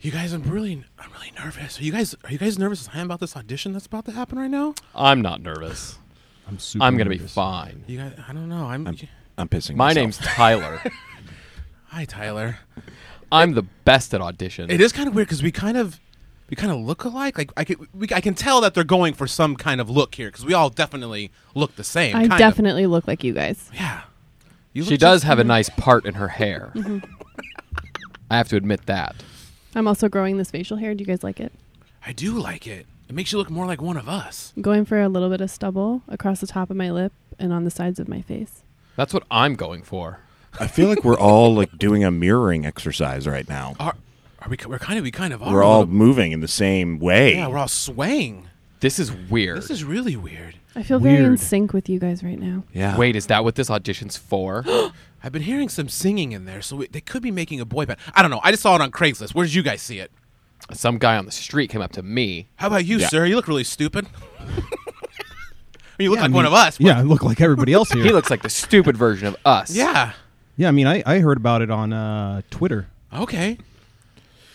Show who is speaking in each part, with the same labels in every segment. Speaker 1: You guys, I'm really, I'm really nervous. Are you guys, are you guys nervous as I am about this audition that's about to happen right now?
Speaker 2: I'm not nervous.
Speaker 3: I'm super.
Speaker 2: I'm gonna be
Speaker 3: nervous.
Speaker 2: fine.
Speaker 1: You guys, I don't know. I'm.
Speaker 4: I'm, I'm pissing.
Speaker 2: My
Speaker 4: myself.
Speaker 2: name's Tyler.
Speaker 1: hi, Tyler.
Speaker 2: I'm the best at audition.
Speaker 1: It is kind of weird because we kind of, we kind of look alike. Like I can, we, I can tell that they're going for some kind of look here because we all definitely look the same.
Speaker 5: I
Speaker 1: kind of.
Speaker 5: definitely look like you guys.
Speaker 1: Yeah. You
Speaker 2: She
Speaker 1: look
Speaker 2: does
Speaker 1: just-
Speaker 2: have a nice part in her hair. I have to admit that.
Speaker 5: I'm also growing this facial hair. Do you guys like it?
Speaker 1: I do like it. It makes you look more like one of us.
Speaker 5: I'm going for a little bit of stubble across the top of my lip and on the sides of my face.
Speaker 2: That's what I'm going for.
Speaker 4: I feel like we're all like doing a mirroring exercise right now.
Speaker 1: Are, are we? We're kind of. We kind of are.
Speaker 4: We're
Speaker 1: a
Speaker 4: all
Speaker 1: little-
Speaker 4: moving in the same way.
Speaker 1: Oh, Yeah, we're all swaying.
Speaker 2: This is weird.
Speaker 1: This is really weird.
Speaker 5: I feel very in
Speaker 3: Weird.
Speaker 5: sync with you guys right now.
Speaker 4: Yeah.
Speaker 2: Wait, is that what this audition's for?
Speaker 1: I've been hearing some singing in there, so we, they could be making a boy band. I don't know. I just saw it on Craigslist. Where did you guys see it?
Speaker 2: Some guy on the street came up to me.
Speaker 1: How about you,
Speaker 4: Yeah.
Speaker 1: sir? You look really stupid. you look
Speaker 3: Yeah, I
Speaker 1: like
Speaker 3: mean-
Speaker 1: one of us. but-
Speaker 3: Yeah, I look like everybody else here.
Speaker 2: He looks like the stupid version of us.
Speaker 1: Yeah.
Speaker 3: yeah, I mean, I, I heard about it on uh, Twitter.
Speaker 1: Okay.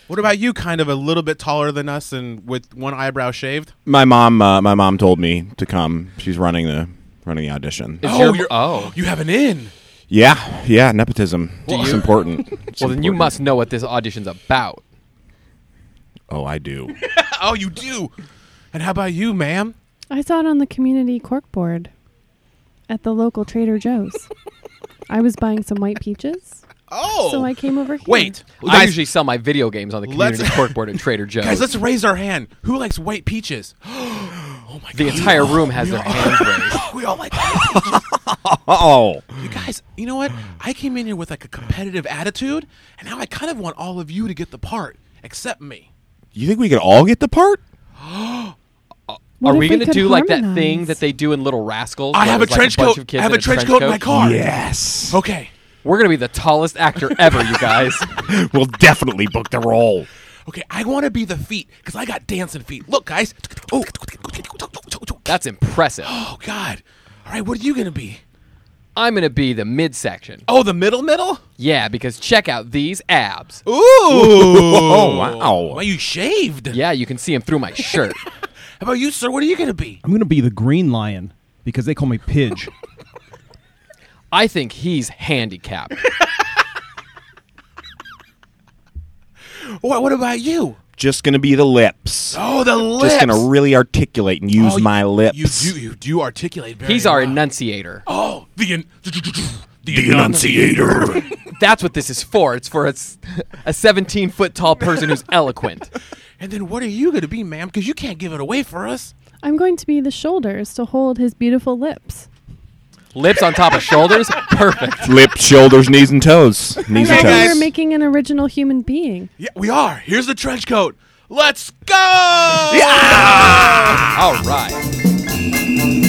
Speaker 1: What about you? Kind of a little bit taller than us and with one eyebrow shaved.
Speaker 4: My mom. Uh, my mom told me to come. She's running the running the audition.
Speaker 2: Is
Speaker 1: Oh,
Speaker 2: your-
Speaker 1: you're-
Speaker 2: oh.
Speaker 1: You have an in.
Speaker 4: Yeah. Yeah. Nepotism. it's important. It's
Speaker 2: Well, then you
Speaker 4: important.
Speaker 2: must know what this audition's about.
Speaker 4: Oh, I do.
Speaker 1: Oh, you do. And how about you, ma'am?
Speaker 5: I saw it on the community cork board at the local Trader Joe's. I was buying some white peaches,
Speaker 1: Oh.
Speaker 5: so I came over here.
Speaker 1: Wait.
Speaker 2: I
Speaker 1: Guys-
Speaker 2: usually sell my video games on the
Speaker 1: Let's-
Speaker 2: community corkboard at Trader Joe's.
Speaker 1: Guys, let's raise our hand. Who likes white peaches? oh my god.
Speaker 2: the entire room has their hands raised.
Speaker 1: we all like white peaches.
Speaker 4: Oh.
Speaker 1: You guys, you know what? I came in here with like a competitive attitude, and now I kind of want all of you to get the part, except me.
Speaker 4: You think we could all get the part?
Speaker 5: What
Speaker 2: Are
Speaker 5: if
Speaker 2: we going to
Speaker 5: could
Speaker 2: do like that
Speaker 5: harmonize?
Speaker 2: thing that they do in Little Rascals?
Speaker 1: I
Speaker 2: where
Speaker 1: have a
Speaker 2: there's, like,
Speaker 1: trench
Speaker 2: bunch
Speaker 1: coat.
Speaker 2: of kids
Speaker 1: I have a
Speaker 2: a
Speaker 1: trench coat in my car.
Speaker 4: Yes.
Speaker 1: Okay.
Speaker 2: We're going to be the tallest actor ever, you guys.
Speaker 4: we'll definitely book the role.
Speaker 1: Okay, I want to be the feet because I got dancing feet. Look, guys. Oh,
Speaker 2: That's impressive.
Speaker 1: oh God. All right, what are you gonna be?
Speaker 2: I'm going to be the midsection.
Speaker 1: Oh, the middle, middle.
Speaker 2: Yeah, because check out these abs.
Speaker 1: Ooh.
Speaker 4: Oh, wow.
Speaker 1: Well, you shaved.
Speaker 2: Yeah, you can see them through my shirt.
Speaker 1: How about you, sir? What are you gonna be?
Speaker 3: I'm gonna be the Green Lion because they call me Pidge.
Speaker 2: I think he's handicapped.
Speaker 1: What, what about you?
Speaker 4: Just gonna be the lips.
Speaker 1: Oh, the lips.
Speaker 4: Just gonna really articulate and use
Speaker 1: Oh, you-
Speaker 4: my lips.
Speaker 1: You do. You do articulate very.
Speaker 2: He's our
Speaker 1: well.
Speaker 2: enunciator.
Speaker 1: Oh, the en- the,
Speaker 4: enunciator.
Speaker 2: That's what this is for. It's for a, s- a 17 foot tall person who's eloquent.
Speaker 1: And then what are you going to be, ma'am? Because you can't give it away for us.
Speaker 5: I'm going to be the shoulders to hold his beautiful lips.
Speaker 2: Lips on top of shoulders, perfect.
Speaker 4: Lips, shoulders, knees, and toes. Knees
Speaker 5: I
Speaker 4: and
Speaker 5: thought we
Speaker 4: toes.
Speaker 5: were making an original human being.
Speaker 1: Yeah, we are. Here's the trench coat. Let's go!
Speaker 2: All right.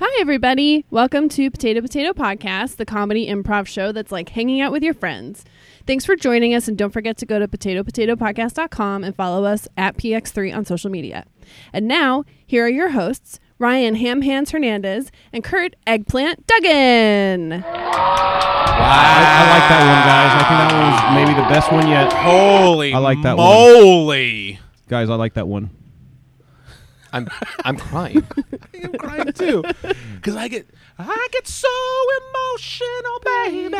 Speaker 5: Hi, everybody. Welcome to Potato Potato Podcast, the comedy improv show that's like hanging out with your friends. Thanks for joining us, and don't forget to go to potatopotatopodcast.com and follow us at PX3 on social media. And now, here are your hosts, Ryan Ham Hands Hernandez and Kurt Eggplant Duggan.
Speaker 3: I, I like that one, guys. I think that one was maybe the best one yet.
Speaker 1: Holy
Speaker 3: I like that one.
Speaker 1: moly.
Speaker 3: Guys, I like that one.
Speaker 2: I'm I'm crying.
Speaker 1: I'm crying too. Because I get, I get so emotional, baby.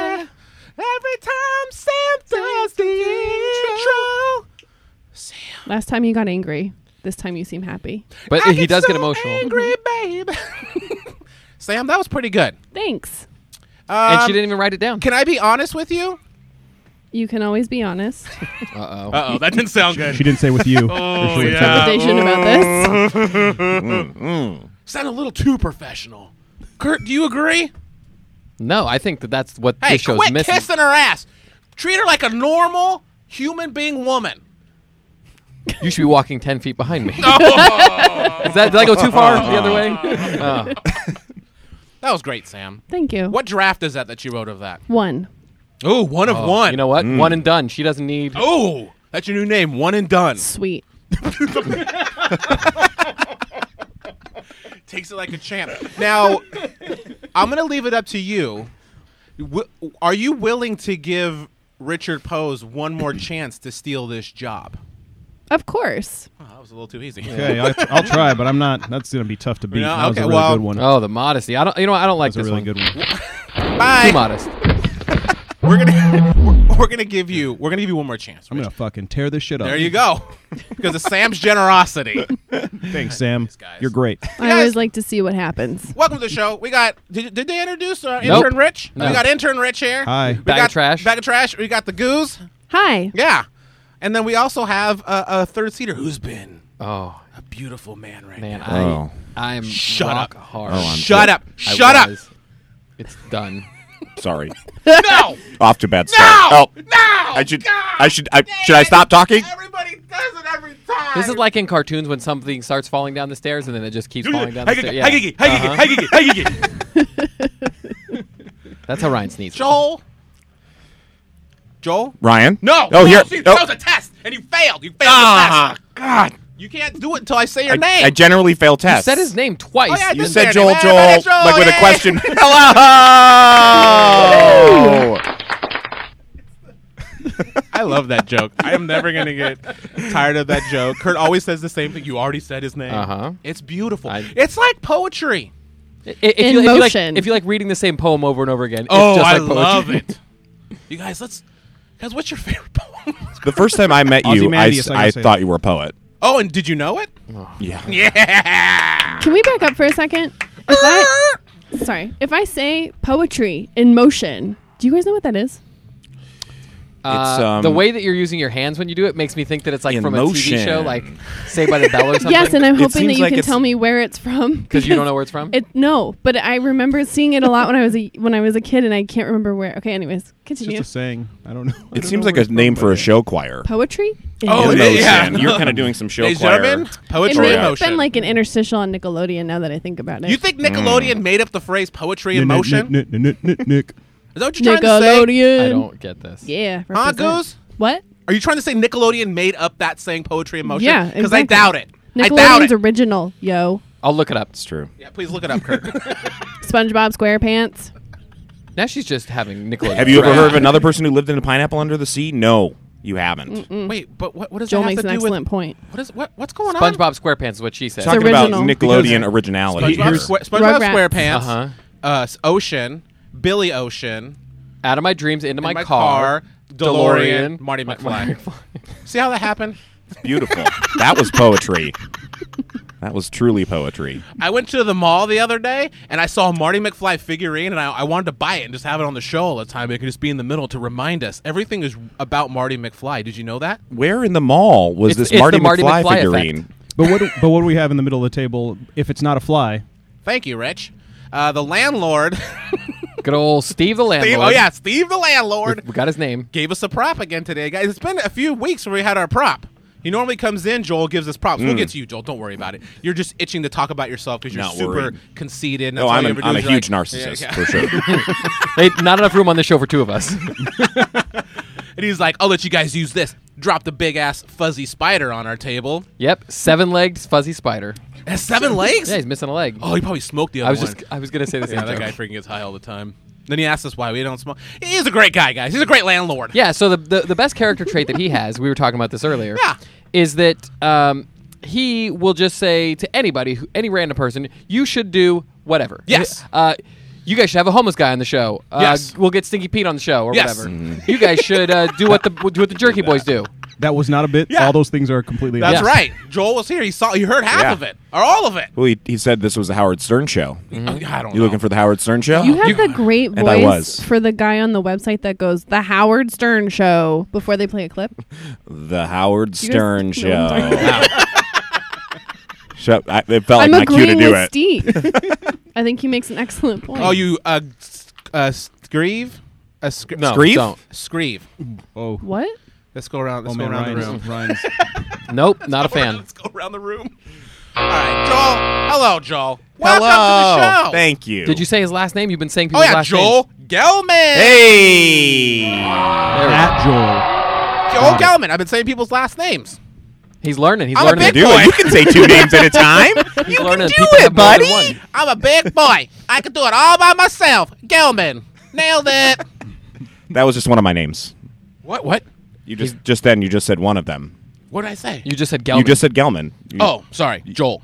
Speaker 1: Every time Sam does the intro. Sam.
Speaker 5: Last time you got angry. This time you seem happy.
Speaker 2: But
Speaker 1: I
Speaker 2: he does get
Speaker 1: so
Speaker 2: emotional.
Speaker 1: Angry, babe. Sam, that was pretty good.
Speaker 5: Thanks.
Speaker 2: And
Speaker 1: Um,
Speaker 2: she didn't even write it down.
Speaker 1: Can I be honest with you?
Speaker 5: You can always be honest.
Speaker 2: Uh-oh.
Speaker 1: Uh oh, that didn't sound good.
Speaker 3: She didn't say with you. oh,
Speaker 5: Conversation about this.
Speaker 1: sound a little too professional. Kurt, do you agree?
Speaker 2: No, I think that that's what
Speaker 1: Hey,
Speaker 2: this show's
Speaker 1: quit
Speaker 2: missing.
Speaker 1: kissing her ass. Treat her like a normal human being woman.
Speaker 2: You should be walking 10 feet behind me. Oh. Is that, did I go too far the other way? Oh.
Speaker 1: That was great, Sam.
Speaker 5: Thank you.
Speaker 1: What draft is that that you wrote of that?
Speaker 5: One.
Speaker 1: Oh, one of one.
Speaker 2: You know what? One and done. She doesn't need.
Speaker 1: Oh, that's your new name. One and done.
Speaker 5: Sweet.
Speaker 1: Takes it like a champ. Now, I'm gonna leave it up to you. W- are you willing to give Richard Pose one more chance to steal this job?
Speaker 5: Of course.
Speaker 1: Oh, that was a little too easy.
Speaker 3: Okay, I'll, I'll try, but I'm not. That's gonna be tough to beat.
Speaker 1: No,
Speaker 3: that was
Speaker 1: okay,
Speaker 3: a really
Speaker 1: well,
Speaker 3: good one. That
Speaker 2: Oh, the modesty. I don't. You know, what? I don't like
Speaker 3: was a
Speaker 2: this
Speaker 3: really
Speaker 2: one.
Speaker 3: good one.
Speaker 1: Bye.
Speaker 2: Too modest.
Speaker 1: We're gonna we're, we're gonna give you we're gonna give you one more chance.
Speaker 3: I'm
Speaker 1: Richard.
Speaker 3: gonna fucking tear this shit up.
Speaker 1: There you go. Because of Sam's generosity.
Speaker 3: Thanks, Sam.
Speaker 1: guys.
Speaker 3: You're great.
Speaker 5: I
Speaker 1: Yes.
Speaker 5: always like to see what happens.
Speaker 1: Welcome to the show. We got. Did, did they introduce our
Speaker 2: Nope.
Speaker 1: intern Rich?
Speaker 2: No.
Speaker 1: We got intern Rich here.
Speaker 3: Hi.
Speaker 1: We
Speaker 2: Bag of
Speaker 1: got
Speaker 2: trash.
Speaker 1: Bag of trash. We got the goose.
Speaker 5: Hi.
Speaker 1: Yeah, and then we also have a, a third seater who's been
Speaker 2: Oh
Speaker 1: a beautiful man right
Speaker 2: man,
Speaker 1: now.
Speaker 2: I
Speaker 4: Oh.
Speaker 2: I'm
Speaker 1: Shut
Speaker 2: rock
Speaker 1: up.
Speaker 2: hard.
Speaker 4: Oh, I'm
Speaker 1: Shut up!
Speaker 2: I
Speaker 1: Shut up!
Speaker 2: was. It's done.
Speaker 4: Sorry.
Speaker 1: No!
Speaker 4: Off to bad start.
Speaker 1: No!
Speaker 4: Oh,
Speaker 1: No!
Speaker 4: I should.
Speaker 1: God
Speaker 4: I should. I
Speaker 1: damn
Speaker 4: should. I
Speaker 1: it.
Speaker 4: stop talking.
Speaker 1: Everybody does it every time.
Speaker 2: This is like in cartoons when something starts falling down the stairs and then it just keeps falling down the stairs. Yeah. Uh-huh. That's how Ryan sneezes.
Speaker 1: Joel. Joel.
Speaker 4: Ryan.
Speaker 1: No.
Speaker 4: Oh, here.
Speaker 1: See,
Speaker 4: Oh.
Speaker 1: That was a test, and you failed. You failed the test.
Speaker 4: God.
Speaker 1: You can't do it until Ah, I say your
Speaker 4: I,
Speaker 1: name.
Speaker 4: I generally fail
Speaker 2: You
Speaker 4: tests.
Speaker 2: said his name twice.
Speaker 1: Oh, yeah, I
Speaker 4: You
Speaker 1: did.
Speaker 4: said
Speaker 1: There,
Speaker 4: Joel,
Speaker 1: man.
Speaker 4: Joel,
Speaker 1: There, Joel,
Speaker 4: like with
Speaker 1: yeah.
Speaker 4: a question. Hello.
Speaker 1: I love that joke. I am never going to get tired of that joke. Kurt always says the same thing. You already said his name.
Speaker 2: Uh-huh.
Speaker 1: It's beautiful.
Speaker 2: I-
Speaker 1: it's like poetry.
Speaker 2: I- if,
Speaker 5: In
Speaker 2: you, if you like,
Speaker 5: motion.
Speaker 2: if you like reading the same poem over and over again,
Speaker 1: Oh,
Speaker 2: it's just
Speaker 1: I
Speaker 2: like poetry.
Speaker 1: love it. You guys, let's. Guys, what's your favorite poem?
Speaker 4: the first time I met you, I,
Speaker 3: Ozymandias,
Speaker 4: s-
Speaker 3: I gotta
Speaker 4: I
Speaker 3: say
Speaker 4: thought you were a poet.
Speaker 1: oh, and did you know it?
Speaker 4: Yeah.
Speaker 1: Yeah.
Speaker 5: Can we back up for a second? If I, sorry. If I say poetry in motion, do you guys know what that is?
Speaker 2: Uh,
Speaker 4: It's, um,
Speaker 2: the way that you're using your hands when you do it makes me think that it's like
Speaker 4: In
Speaker 2: from a TV show,
Speaker 4: motion.
Speaker 2: like Saved by the Bell or something.
Speaker 5: Yes, and I'm
Speaker 4: It
Speaker 5: hoping that
Speaker 4: seems
Speaker 5: you
Speaker 4: like
Speaker 5: can
Speaker 4: it's-
Speaker 5: tell me where it's from
Speaker 2: because you don't know where it's from.
Speaker 5: It no, but I remember seeing it a lot when I was a when I was a kid, and I can't remember where. Okay, anyways,
Speaker 3: It's
Speaker 5: continue.
Speaker 3: just a saying. I don't know. I
Speaker 4: It
Speaker 3: don't
Speaker 4: seems
Speaker 3: know
Speaker 4: like a
Speaker 3: where it's from,
Speaker 4: name
Speaker 3: but
Speaker 4: for
Speaker 3: yeah.
Speaker 4: a show choir.
Speaker 5: poetry.
Speaker 1: Oh,
Speaker 4: in
Speaker 1: it
Speaker 4: motion.
Speaker 1: is, yeah.
Speaker 4: You're kind of doing some show
Speaker 1: Ladies and
Speaker 4: choir.
Speaker 1: gentlemen,
Speaker 5: It
Speaker 1: poetry
Speaker 5: may
Speaker 1: in
Speaker 5: have been
Speaker 1: motion.
Speaker 5: like an interstitial on Nickelodeon. Now that I think about it,
Speaker 1: you think Nickelodeon made up the phrase poetry in
Speaker 3: Nick,
Speaker 1: motion?
Speaker 3: Nick, Nick, Nick, Nick, Nick.
Speaker 1: Is that what you're trying to say?
Speaker 5: Nickelodeon?
Speaker 2: I don't get this.
Speaker 5: um, Yeah.
Speaker 1: Huh,
Speaker 5: represent.
Speaker 1: Goose?
Speaker 5: What?
Speaker 1: Are you trying to say Nickelodeon made up that saying poetry in motion?
Speaker 5: Yeah,
Speaker 1: Because I
Speaker 5: exactly.
Speaker 1: doubt it. I doubt
Speaker 5: Nickelodeon's
Speaker 1: it.
Speaker 5: original, yo.
Speaker 2: I'll look it up.
Speaker 4: It's true.
Speaker 1: yeah, please look it up, Kurt.
Speaker 5: SpongeBob SquarePants.
Speaker 2: Now she's just having Nickelodeon.
Speaker 4: Have you ever
Speaker 2: crap.
Speaker 4: heard of another person who lived in a pineapple under the sea? No, you haven't.
Speaker 1: Wait, but what, what does
Speaker 5: Mm. Joel
Speaker 1: that have
Speaker 5: makes
Speaker 1: to
Speaker 5: an
Speaker 1: do with
Speaker 5: excellent point.
Speaker 1: what is what what's going on?
Speaker 2: SpongeBob SquarePants? Is what she said.
Speaker 4: Talking
Speaker 5: original.
Speaker 4: about Nickelodeon originality.
Speaker 1: SpongeBob,
Speaker 4: here.
Speaker 1: Square, SpongeBob
Speaker 5: Rugrats.
Speaker 1: SquarePants,
Speaker 2: Uh-huh.
Speaker 1: uh, s- Ocean, Billy Ocean,
Speaker 2: Out of my dreams, into my,
Speaker 1: my
Speaker 2: car,
Speaker 1: car, DeLorean, Marty
Speaker 2: My-
Speaker 1: McFly. See how that happened?
Speaker 4: Beautiful. That was poetry. That was truly poetry.
Speaker 1: I went to the mall the other day and I saw a Marty McFly figurine and I, I wanted to buy it and just have it on the show all the time. It could just be in the middle to remind us. Everything is about Marty McFly. Did you know that?
Speaker 4: Where in the mall was
Speaker 2: It's-
Speaker 4: this
Speaker 2: it's
Speaker 4: Marty,
Speaker 2: the Marty
Speaker 4: McFly,
Speaker 2: McFly
Speaker 4: figurine?
Speaker 2: effect.
Speaker 3: But what? do- But what do we have in the middle of the table? If it's not a fly,
Speaker 1: Thank you, Rich. Uh, the landlord.
Speaker 2: Good old Steve the landlord.
Speaker 1: Steve, oh yeah, Steve the landlord.
Speaker 2: we got his name.
Speaker 1: gave us a prop again today, guys. It's been a few weeks where we had our prop. He normally comes in, Joel gives us props. We'll get to you, Joel. Don't worry about it. You're just itching to talk about yourself because you're
Speaker 4: Mm. Not
Speaker 1: super
Speaker 4: worried.
Speaker 1: conceited. and
Speaker 4: No,
Speaker 1: that's all
Speaker 4: Oh, I'm,
Speaker 1: you
Speaker 4: an,
Speaker 1: ever do
Speaker 4: I'm a
Speaker 1: is you're
Speaker 4: huge
Speaker 1: like-
Speaker 4: narcissist
Speaker 1: Yeah, yeah.
Speaker 4: for sure.
Speaker 2: They, not enough room on the show for two of us.
Speaker 1: And he's like, I'll let you guys use this. Drop the big ass fuzzy spider on our table.
Speaker 2: yep, seven-legged fuzzy spider.
Speaker 1: It has seven legs?
Speaker 2: Yeah, he's missing a leg.
Speaker 1: oh, he probably smoked the other
Speaker 2: I was
Speaker 1: one.
Speaker 2: just I was gonna say the same
Speaker 1: yeah, that
Speaker 2: joke.
Speaker 1: guy freaking gets high all the time. Then he asked us why we don't smoke. He's a great guy, guys. He's a great landlord.
Speaker 2: Yeah, so the, the the best character trait that he has, we were talking about this earlier,
Speaker 1: Yeah.
Speaker 2: is that um, he will just say to anybody, who- any random person, you should do whatever.
Speaker 1: Yes.
Speaker 2: Uh, you guys should have a homeless guy on the show. Uh,
Speaker 1: Yes.
Speaker 2: We'll get Stinky Pete on the show or
Speaker 1: Yes.
Speaker 2: whatever. You guys should uh, do what the do what the Jerky Boys do.
Speaker 3: that was not a bit.
Speaker 1: Yeah.
Speaker 3: All those things are completely.
Speaker 1: That's
Speaker 3: opposite.
Speaker 1: right. Joel was here. He saw. He heard half
Speaker 4: Yeah.
Speaker 1: of it or all of it.
Speaker 4: well, he, he said this was a Howard Stern show.
Speaker 1: I don't
Speaker 4: You
Speaker 1: know.
Speaker 4: looking for the Howard Stern show?
Speaker 5: You have the great
Speaker 4: And I
Speaker 5: voice
Speaker 4: was.
Speaker 5: for the guy on the website that goes the Howard Stern show before they play a clip.
Speaker 4: the Howard
Speaker 5: You guys
Speaker 4: Stern
Speaker 5: know what I'm talking
Speaker 4: show. Shut, I, it felt like
Speaker 5: I'm
Speaker 4: my cue to
Speaker 5: agreeing
Speaker 4: do
Speaker 5: with
Speaker 4: it.
Speaker 5: Steve. I think he makes an excellent point.
Speaker 1: Oh, you uh, s- uh, Screeve? Uh, sc-
Speaker 2: No,
Speaker 4: Screeve?
Speaker 2: don't.
Speaker 1: Screeve.
Speaker 3: Oh,
Speaker 5: what?
Speaker 1: Let's go around. Let's
Speaker 3: oh
Speaker 1: go
Speaker 3: man,
Speaker 1: around
Speaker 3: Ryan's,
Speaker 1: the room.
Speaker 3: Ryan's
Speaker 2: Nope, not a fan.
Speaker 1: Let's go around the room. All right, Joel. Hello, Joel. Welcome to
Speaker 4: Hello.
Speaker 1: the show.
Speaker 4: Thank you.
Speaker 2: Did you say his last name? You've been saying
Speaker 1: Oh
Speaker 2: people's
Speaker 1: yeah,
Speaker 2: last
Speaker 1: Joel Gelman.
Speaker 4: Hey.
Speaker 3: Joel.
Speaker 1: Joel Gelman. I've been saying people's last names.
Speaker 2: He's learning. He's
Speaker 1: I'm a
Speaker 2: learning.
Speaker 1: big
Speaker 2: the-
Speaker 4: Do it. You can say two names at a time.
Speaker 2: He's learning.
Speaker 1: do
Speaker 2: people
Speaker 1: it,
Speaker 2: have more than
Speaker 1: buddy.
Speaker 2: one.
Speaker 1: I'm a big boy. I can do it all by myself. Gelman. Nailed it.
Speaker 4: That was just one of my names.
Speaker 1: What? What?
Speaker 4: You just just then you just said one of them.
Speaker 1: What did I say?
Speaker 2: You just said Gelman.
Speaker 4: You just said Gelman. You-
Speaker 1: oh, sorry. Joel.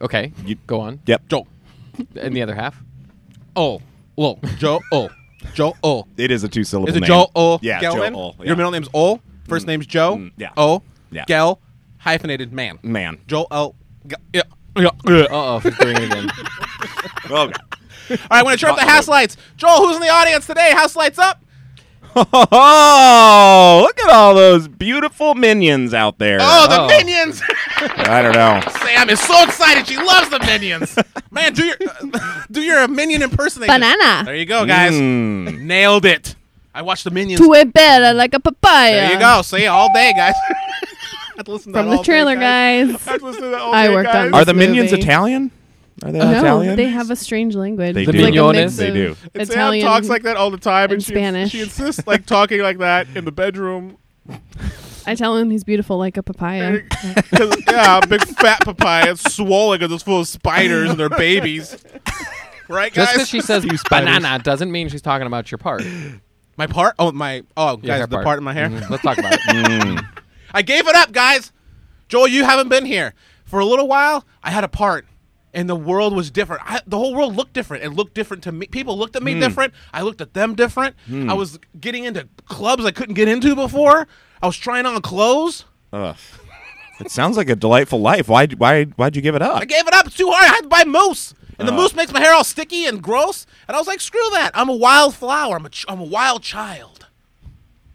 Speaker 2: okay.
Speaker 4: You-
Speaker 2: go on.
Speaker 4: Yep.
Speaker 1: Joel.
Speaker 2: And the other half.
Speaker 1: Oh. Well, Joel. Oh. Joel. Oh.
Speaker 4: It is a two syllable.
Speaker 1: Is it Joel O. Gelman?
Speaker 4: Yeah. Joel. Yeah. Mm-hmm. Mm,
Speaker 1: Your middle name's O. First name's Joe.
Speaker 4: yeah.
Speaker 1: O.
Speaker 4: Yeah.
Speaker 1: Gel. Hyphenated man.
Speaker 4: man.
Speaker 1: Joel L. Ge- yeah. Yeah. Yeah. All
Speaker 2: Uh oh, he's doing it again.
Speaker 4: Oh,
Speaker 1: right, I'm going to turn up the house lights. Joel, who's in the audience today? House lights up.
Speaker 4: Oh, look at all those beautiful minions out there.
Speaker 1: Oh, the
Speaker 2: Oh.
Speaker 1: minions.
Speaker 4: I don't know.
Speaker 1: Sam is so excited. She loves the minions. Man, do your do your minion impersonation.
Speaker 5: Banana.
Speaker 1: There you go, guys.
Speaker 4: Mm.
Speaker 1: Nailed it. I watched the minions.
Speaker 5: To it better like a papaya.
Speaker 1: There you go. See all day, guys. I'd listen to
Speaker 5: From
Speaker 1: that
Speaker 5: the
Speaker 1: all day,
Speaker 5: trailer,
Speaker 1: guys.
Speaker 5: guys.
Speaker 1: I'd listen to that all
Speaker 5: I
Speaker 1: day,
Speaker 5: worked
Speaker 1: guys.
Speaker 5: on
Speaker 4: Are
Speaker 5: This
Speaker 4: the minions
Speaker 5: movie.
Speaker 4: Italian? Are they
Speaker 5: No,
Speaker 4: Italian?
Speaker 5: they have a strange language.
Speaker 4: They
Speaker 5: It's
Speaker 4: do.
Speaker 5: Like a mix
Speaker 2: Mignones.
Speaker 4: They
Speaker 5: of
Speaker 4: do.
Speaker 1: And
Speaker 5: Italian
Speaker 1: Sam talks like that all the time, and
Speaker 5: and
Speaker 1: she,
Speaker 5: Spanish.
Speaker 1: she insists like talking like that in the bedroom.
Speaker 5: I tell him he's beautiful like a papaya.
Speaker 1: 'Cause, yeah, a big fat papaya, it's swollen because it's full of spiders and their babies. Right, guys.
Speaker 2: Just because she says banana doesn't mean she's talking about your part.
Speaker 1: my part, oh my, oh
Speaker 2: Your
Speaker 1: guys,
Speaker 2: hair
Speaker 1: the part in my hair.
Speaker 2: Mhm. Let's talk about it.
Speaker 1: I gave it up, guys. Joel, you haven't been here for a little while. I had a part, and the world was different. I, the whole world looked different. It looked different to me. People looked at me different. I looked at them different. I was getting into clubs I couldn't get into before. I was trying on clothes.
Speaker 4: Ugh. It sounds like a delightful life. Why? Why? Why'd you give it up?
Speaker 1: I gave it up. It's too hard. I had to buy moose, and
Speaker 4: Uh-huh.
Speaker 1: the moose makes my hair all sticky and gross. And I was like, screw that. I'm a wild flower. I'm a, ch- I'm a wild child.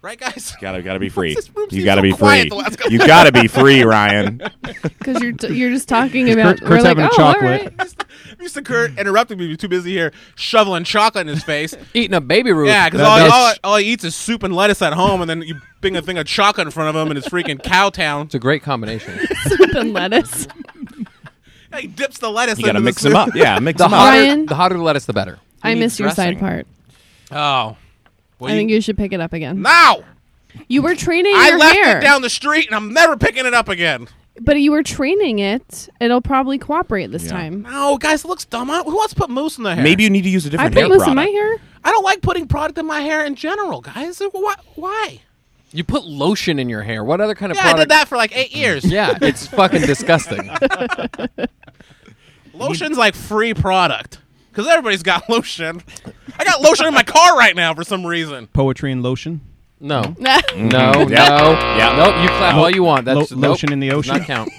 Speaker 1: Right, guys?
Speaker 4: Gotta, gotta be free.
Speaker 1: This room
Speaker 4: You
Speaker 1: seems
Speaker 4: gotta
Speaker 1: so
Speaker 4: be
Speaker 1: quiet
Speaker 4: free.
Speaker 1: the last couple-
Speaker 4: You gotta be free, Ryan.
Speaker 5: Because you're, t- you're just talking about.
Speaker 3: Kurt's
Speaker 5: we're like,
Speaker 3: having a
Speaker 5: oh,
Speaker 3: chocolate.
Speaker 5: all right.
Speaker 1: Mr. Kurt interrupted me. He was too busy here shoveling chocolate in his face.
Speaker 2: Eating a baby root.
Speaker 1: Yeah, because
Speaker 3: That-
Speaker 1: all,
Speaker 3: that's-
Speaker 1: all, all he eats is soup and lettuce at home, and then you bring a thing of chocolate in front of him, and it's freaking Cowtown.
Speaker 2: it's a great combination.
Speaker 5: Soup and lettuce.
Speaker 1: He dips the lettuce.
Speaker 4: You gotta
Speaker 1: into the
Speaker 4: mix them
Speaker 1: soup.
Speaker 4: up. Yeah, mix
Speaker 2: The
Speaker 4: them up.
Speaker 5: hot-
Speaker 2: hotter,
Speaker 5: Ryan?
Speaker 2: the hotter the lettuce, the better.
Speaker 5: I
Speaker 4: needs
Speaker 5: missed your
Speaker 4: dressing?
Speaker 5: side part.
Speaker 1: Oh, Well,
Speaker 5: I
Speaker 1: you-
Speaker 5: think you should pick it up again.
Speaker 1: now
Speaker 5: You were training
Speaker 1: I
Speaker 5: your
Speaker 1: left
Speaker 5: hair,
Speaker 1: it down the street, and I'm never picking it up again.
Speaker 5: but you were training it. It'll probably cooperate this time.
Speaker 1: No, guys, it looks dumb. I- Who wants to put mousse in their hair?
Speaker 4: Maybe you need to use a
Speaker 5: I
Speaker 4: different
Speaker 5: put
Speaker 4: hair
Speaker 5: mousse
Speaker 4: product.
Speaker 5: in my hair.
Speaker 1: I don't like putting product in my hair in general, guys. Why? Why?
Speaker 2: You put lotion in your hair. What other kind of
Speaker 1: Yeah, I
Speaker 2: product?
Speaker 1: did that for like eight years.
Speaker 2: Yeah, it's fucking disgusting.
Speaker 1: Lotion's like free product because everybody's got lotion. I got lotion in my car right now for some reason.
Speaker 3: Poetry and lotion.
Speaker 2: No.
Speaker 5: Mhm.
Speaker 2: No, no,
Speaker 4: Yeah. Yeah.
Speaker 2: nope. You clap all you want. That's
Speaker 3: Lo-
Speaker 2: nope.
Speaker 3: lotion in the
Speaker 2: Does
Speaker 3: ocean.
Speaker 2: Not count.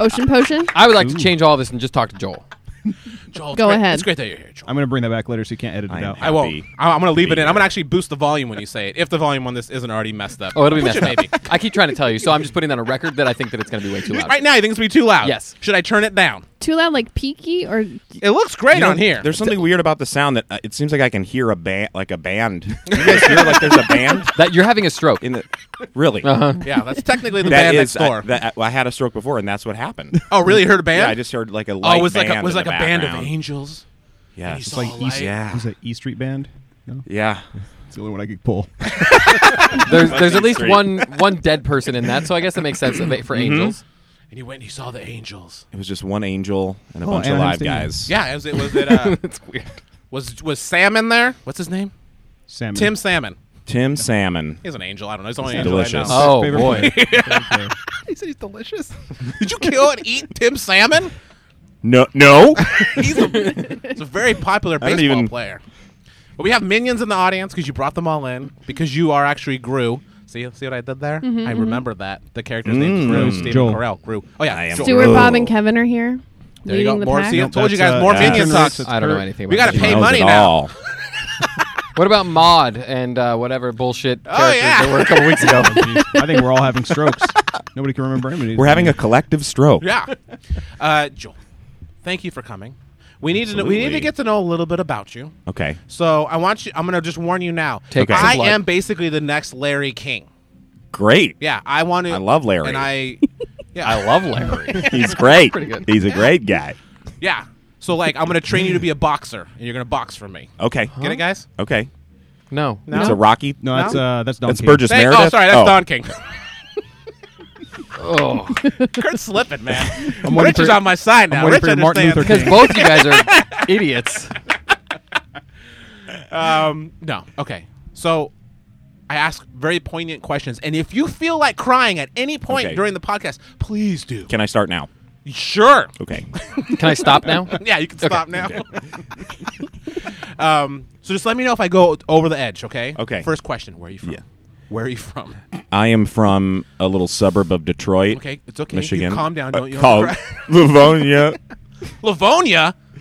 Speaker 5: Ocean potion.
Speaker 2: I would like to change all this and just talk to Joel.
Speaker 1: Joel, it's
Speaker 5: Go
Speaker 1: great-
Speaker 5: ahead.
Speaker 1: It's great that you're here, Joel.
Speaker 3: I'm gonna bring that back later, so you can't edit
Speaker 4: I am
Speaker 3: it out.
Speaker 1: I won't.
Speaker 4: happy
Speaker 1: I- I'm going to leave
Speaker 4: be
Speaker 1: it in. I'm
Speaker 4: here.
Speaker 1: going to actually boost the volume when you say it, if the volume on this isn't already messed up.
Speaker 2: Oh, it'll be
Speaker 1: Which
Speaker 2: messed
Speaker 1: it
Speaker 2: up.
Speaker 1: may be.
Speaker 2: I keep trying to tell you, so I'm just putting on a record that I think that it's going to be way too loud.
Speaker 1: Right now, you think it's going to be too loud?
Speaker 2: Yes.
Speaker 1: Should I turn it down?
Speaker 5: Too loud, like peaky, or
Speaker 1: It looks great
Speaker 4: You know,
Speaker 1: on here.
Speaker 4: There's something weird about the sound that uh, it seems like I can hear a band, like a band. You guys hear like there's a band
Speaker 2: That you're having a stroke.
Speaker 4: in the. Really?
Speaker 1: yeah, that's technically the
Speaker 4: That
Speaker 1: band
Speaker 4: is.
Speaker 1: next door.
Speaker 4: I, that, I had a stroke before, and that's what happened.
Speaker 1: oh, really? You heard a band?
Speaker 4: Yeah, I just heard like a
Speaker 1: oh,
Speaker 4: light
Speaker 1: it was like
Speaker 4: band
Speaker 1: a, was
Speaker 4: in
Speaker 1: like
Speaker 4: the
Speaker 1: a band of
Speaker 4: background.
Speaker 1: angels.
Speaker 4: Yeah,
Speaker 1: It's
Speaker 4: it's
Speaker 1: like
Speaker 4: like
Speaker 1: all East- light.
Speaker 4: yeah,
Speaker 3: Was that E Street Band? No,
Speaker 4: yeah.
Speaker 3: it's the only one I could pull.
Speaker 2: There's there's at least
Speaker 4: Street.
Speaker 2: one one dead person in that, so I guess it makes sense that- for angels.
Speaker 1: And he went and he saw the angels.
Speaker 4: It was just one angel and a
Speaker 3: Oh,
Speaker 4: bunch of
Speaker 3: Anaheim
Speaker 4: live
Speaker 3: Stadium.
Speaker 4: guys.
Speaker 1: Yeah, was it was it uh,
Speaker 2: That's weird.
Speaker 1: was was Sam in there? What's his name?
Speaker 3: Sam.
Speaker 1: Tim Salmon.
Speaker 4: Tim Salmon.
Speaker 1: He's an angel. I don't know. He's the only
Speaker 4: He's
Speaker 1: angel
Speaker 4: delicious.
Speaker 1: I know.
Speaker 2: Oh boy.
Speaker 1: He said he's delicious. Did you kill and eat Tim Salmon?
Speaker 4: No, no.
Speaker 1: He's a, he's a very popular
Speaker 4: don't
Speaker 1: baseball
Speaker 4: even-
Speaker 1: player. But we have minions in the audience because you brought them all in because you are actually Gru. See, see what I did there? I remember that the character's name is Gru. Stephen
Speaker 3: Joel.
Speaker 1: Carell. Gru. Oh yeah,
Speaker 4: I am
Speaker 1: Joel.
Speaker 4: Gru.
Speaker 5: Stuart, Bob,
Speaker 4: Oh.
Speaker 5: and Kevin are here.
Speaker 1: There you
Speaker 5: leading
Speaker 1: go.
Speaker 5: The
Speaker 1: More.
Speaker 5: pack.
Speaker 1: See, I
Speaker 3: Nope,
Speaker 1: told you
Speaker 3: that's,
Speaker 1: guys
Speaker 3: uh,
Speaker 1: more
Speaker 3: that's
Speaker 1: minion
Speaker 3: Tim
Speaker 1: socks.
Speaker 3: Rice's-
Speaker 2: I don't know
Speaker 3: Kurt.
Speaker 2: anything. About
Speaker 1: We gotta
Speaker 2: that.
Speaker 1: pay
Speaker 4: Knows
Speaker 1: money
Speaker 4: it
Speaker 1: now.
Speaker 4: all.
Speaker 2: What about Maud and uh, whatever bullshit characters
Speaker 1: Oh, yeah.
Speaker 2: there were a couple weeks ago?
Speaker 3: I think we're all having strokes. Nobody can remember anything.
Speaker 4: We're having a collective stroke.
Speaker 1: Yeah. Uh, Joel, thank you for coming. We need to know, we need to
Speaker 4: Absolutely.
Speaker 1: get to know a little bit about you.
Speaker 4: Okay.
Speaker 1: So I want you. I'm gonna just warn you now.
Speaker 2: Take
Speaker 4: Okay.
Speaker 1: I
Speaker 2: some blood.
Speaker 1: am basically the next Larry King.
Speaker 4: Great.
Speaker 1: Yeah, I want to.
Speaker 4: I love Larry.
Speaker 1: And I. Yeah,
Speaker 2: I love Larry.
Speaker 4: He's great.
Speaker 2: good.
Speaker 4: He's a great guy.
Speaker 1: Yeah. So like, I'm gonna train you to be a boxer, and you're gonna box for me.
Speaker 4: Okay.
Speaker 1: Get it, guys?
Speaker 4: Okay.
Speaker 2: No.
Speaker 1: No?
Speaker 4: It's a Rocky.
Speaker 3: No, that's uh, that's Don.
Speaker 4: That's
Speaker 3: King.
Speaker 4: Burgess
Speaker 1: Thank-
Speaker 4: Meredith.
Speaker 1: oh, sorry, that's Don King.
Speaker 2: Oh,
Speaker 1: Kurt's slipping, man.
Speaker 3: I'm waiting
Speaker 1: Rich is
Speaker 3: for-
Speaker 1: on my side now.
Speaker 3: waiting
Speaker 1: Rich
Speaker 3: for your Martin
Speaker 1: understands.
Speaker 3: Luther
Speaker 2: because both you guys are idiots.
Speaker 1: Um, no. Okay. So I ask very poignant questions, and if you feel like crying at any point
Speaker 4: Okay.
Speaker 1: during the podcast, please do.
Speaker 4: Can I start now?
Speaker 1: sure.
Speaker 4: Okay.
Speaker 2: Can I stop now?
Speaker 1: Yeah, you can stop now. um, so just let me know if I go over the edge, okay?
Speaker 4: Okay.
Speaker 1: First question: Where are you from? Where are you from?
Speaker 4: I am from a little suburb of Detroit.
Speaker 1: Okay, it's okay. You
Speaker 4: Michigan.
Speaker 1: calm down,
Speaker 4: Uh,
Speaker 1: don't you?
Speaker 4: called Livonia.
Speaker 1: Livonia? Is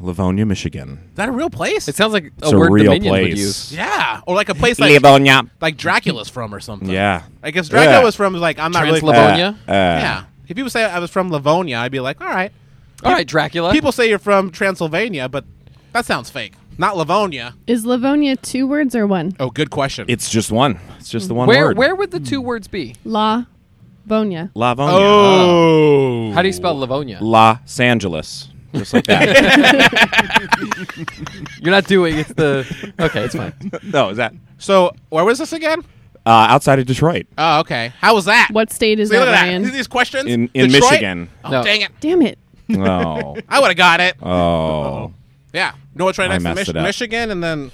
Speaker 4: Livonia, Michigan.
Speaker 1: that a real place?
Speaker 2: It sounds like a
Speaker 4: It's a,
Speaker 2: word
Speaker 4: real
Speaker 2: Dominion
Speaker 4: place.
Speaker 2: would use.
Speaker 1: yeah, or like a place like
Speaker 4: Livonia.
Speaker 1: like Dracula's from or something.
Speaker 4: Yeah.
Speaker 1: I guess Dracula
Speaker 4: Yeah.
Speaker 1: was from like I'm not really.
Speaker 2: Transliv- Livonia?
Speaker 4: Uh, uh,
Speaker 1: yeah. If people say I was from Livonia, I'd be like, all right.
Speaker 2: All right, Dracula.
Speaker 1: People say you're from Transylvania, but that sounds fake. Not Livonia.
Speaker 5: Is Livonia two words or one?
Speaker 1: Oh, good question.
Speaker 4: It's just one. It's just the one
Speaker 2: where
Speaker 4: word.
Speaker 2: where would the two words be?
Speaker 5: La Vonia.
Speaker 4: Livonia.
Speaker 1: oh.
Speaker 2: How do you spell Livonia?
Speaker 4: Los Angeles. Just like that.
Speaker 2: You're not doing it's the okay. It's fine.
Speaker 4: no, is that
Speaker 1: So where was this again?
Speaker 4: uh, outside of Detroit
Speaker 1: Oh, okay. How was that?
Speaker 5: What state is
Speaker 1: See,
Speaker 5: that,
Speaker 1: look at that.
Speaker 5: Ryan?
Speaker 1: See these questions
Speaker 4: in in
Speaker 1: Detroit?
Speaker 4: Michigan?
Speaker 1: Oh,
Speaker 2: No.
Speaker 1: dang it!
Speaker 5: Damn it.
Speaker 4: Oh,
Speaker 1: I would have got it.
Speaker 4: oh.
Speaker 1: yeah. No, it's right
Speaker 4: I
Speaker 1: next to
Speaker 4: messed
Speaker 1: Mich-
Speaker 4: it up.
Speaker 1: Michigan, and then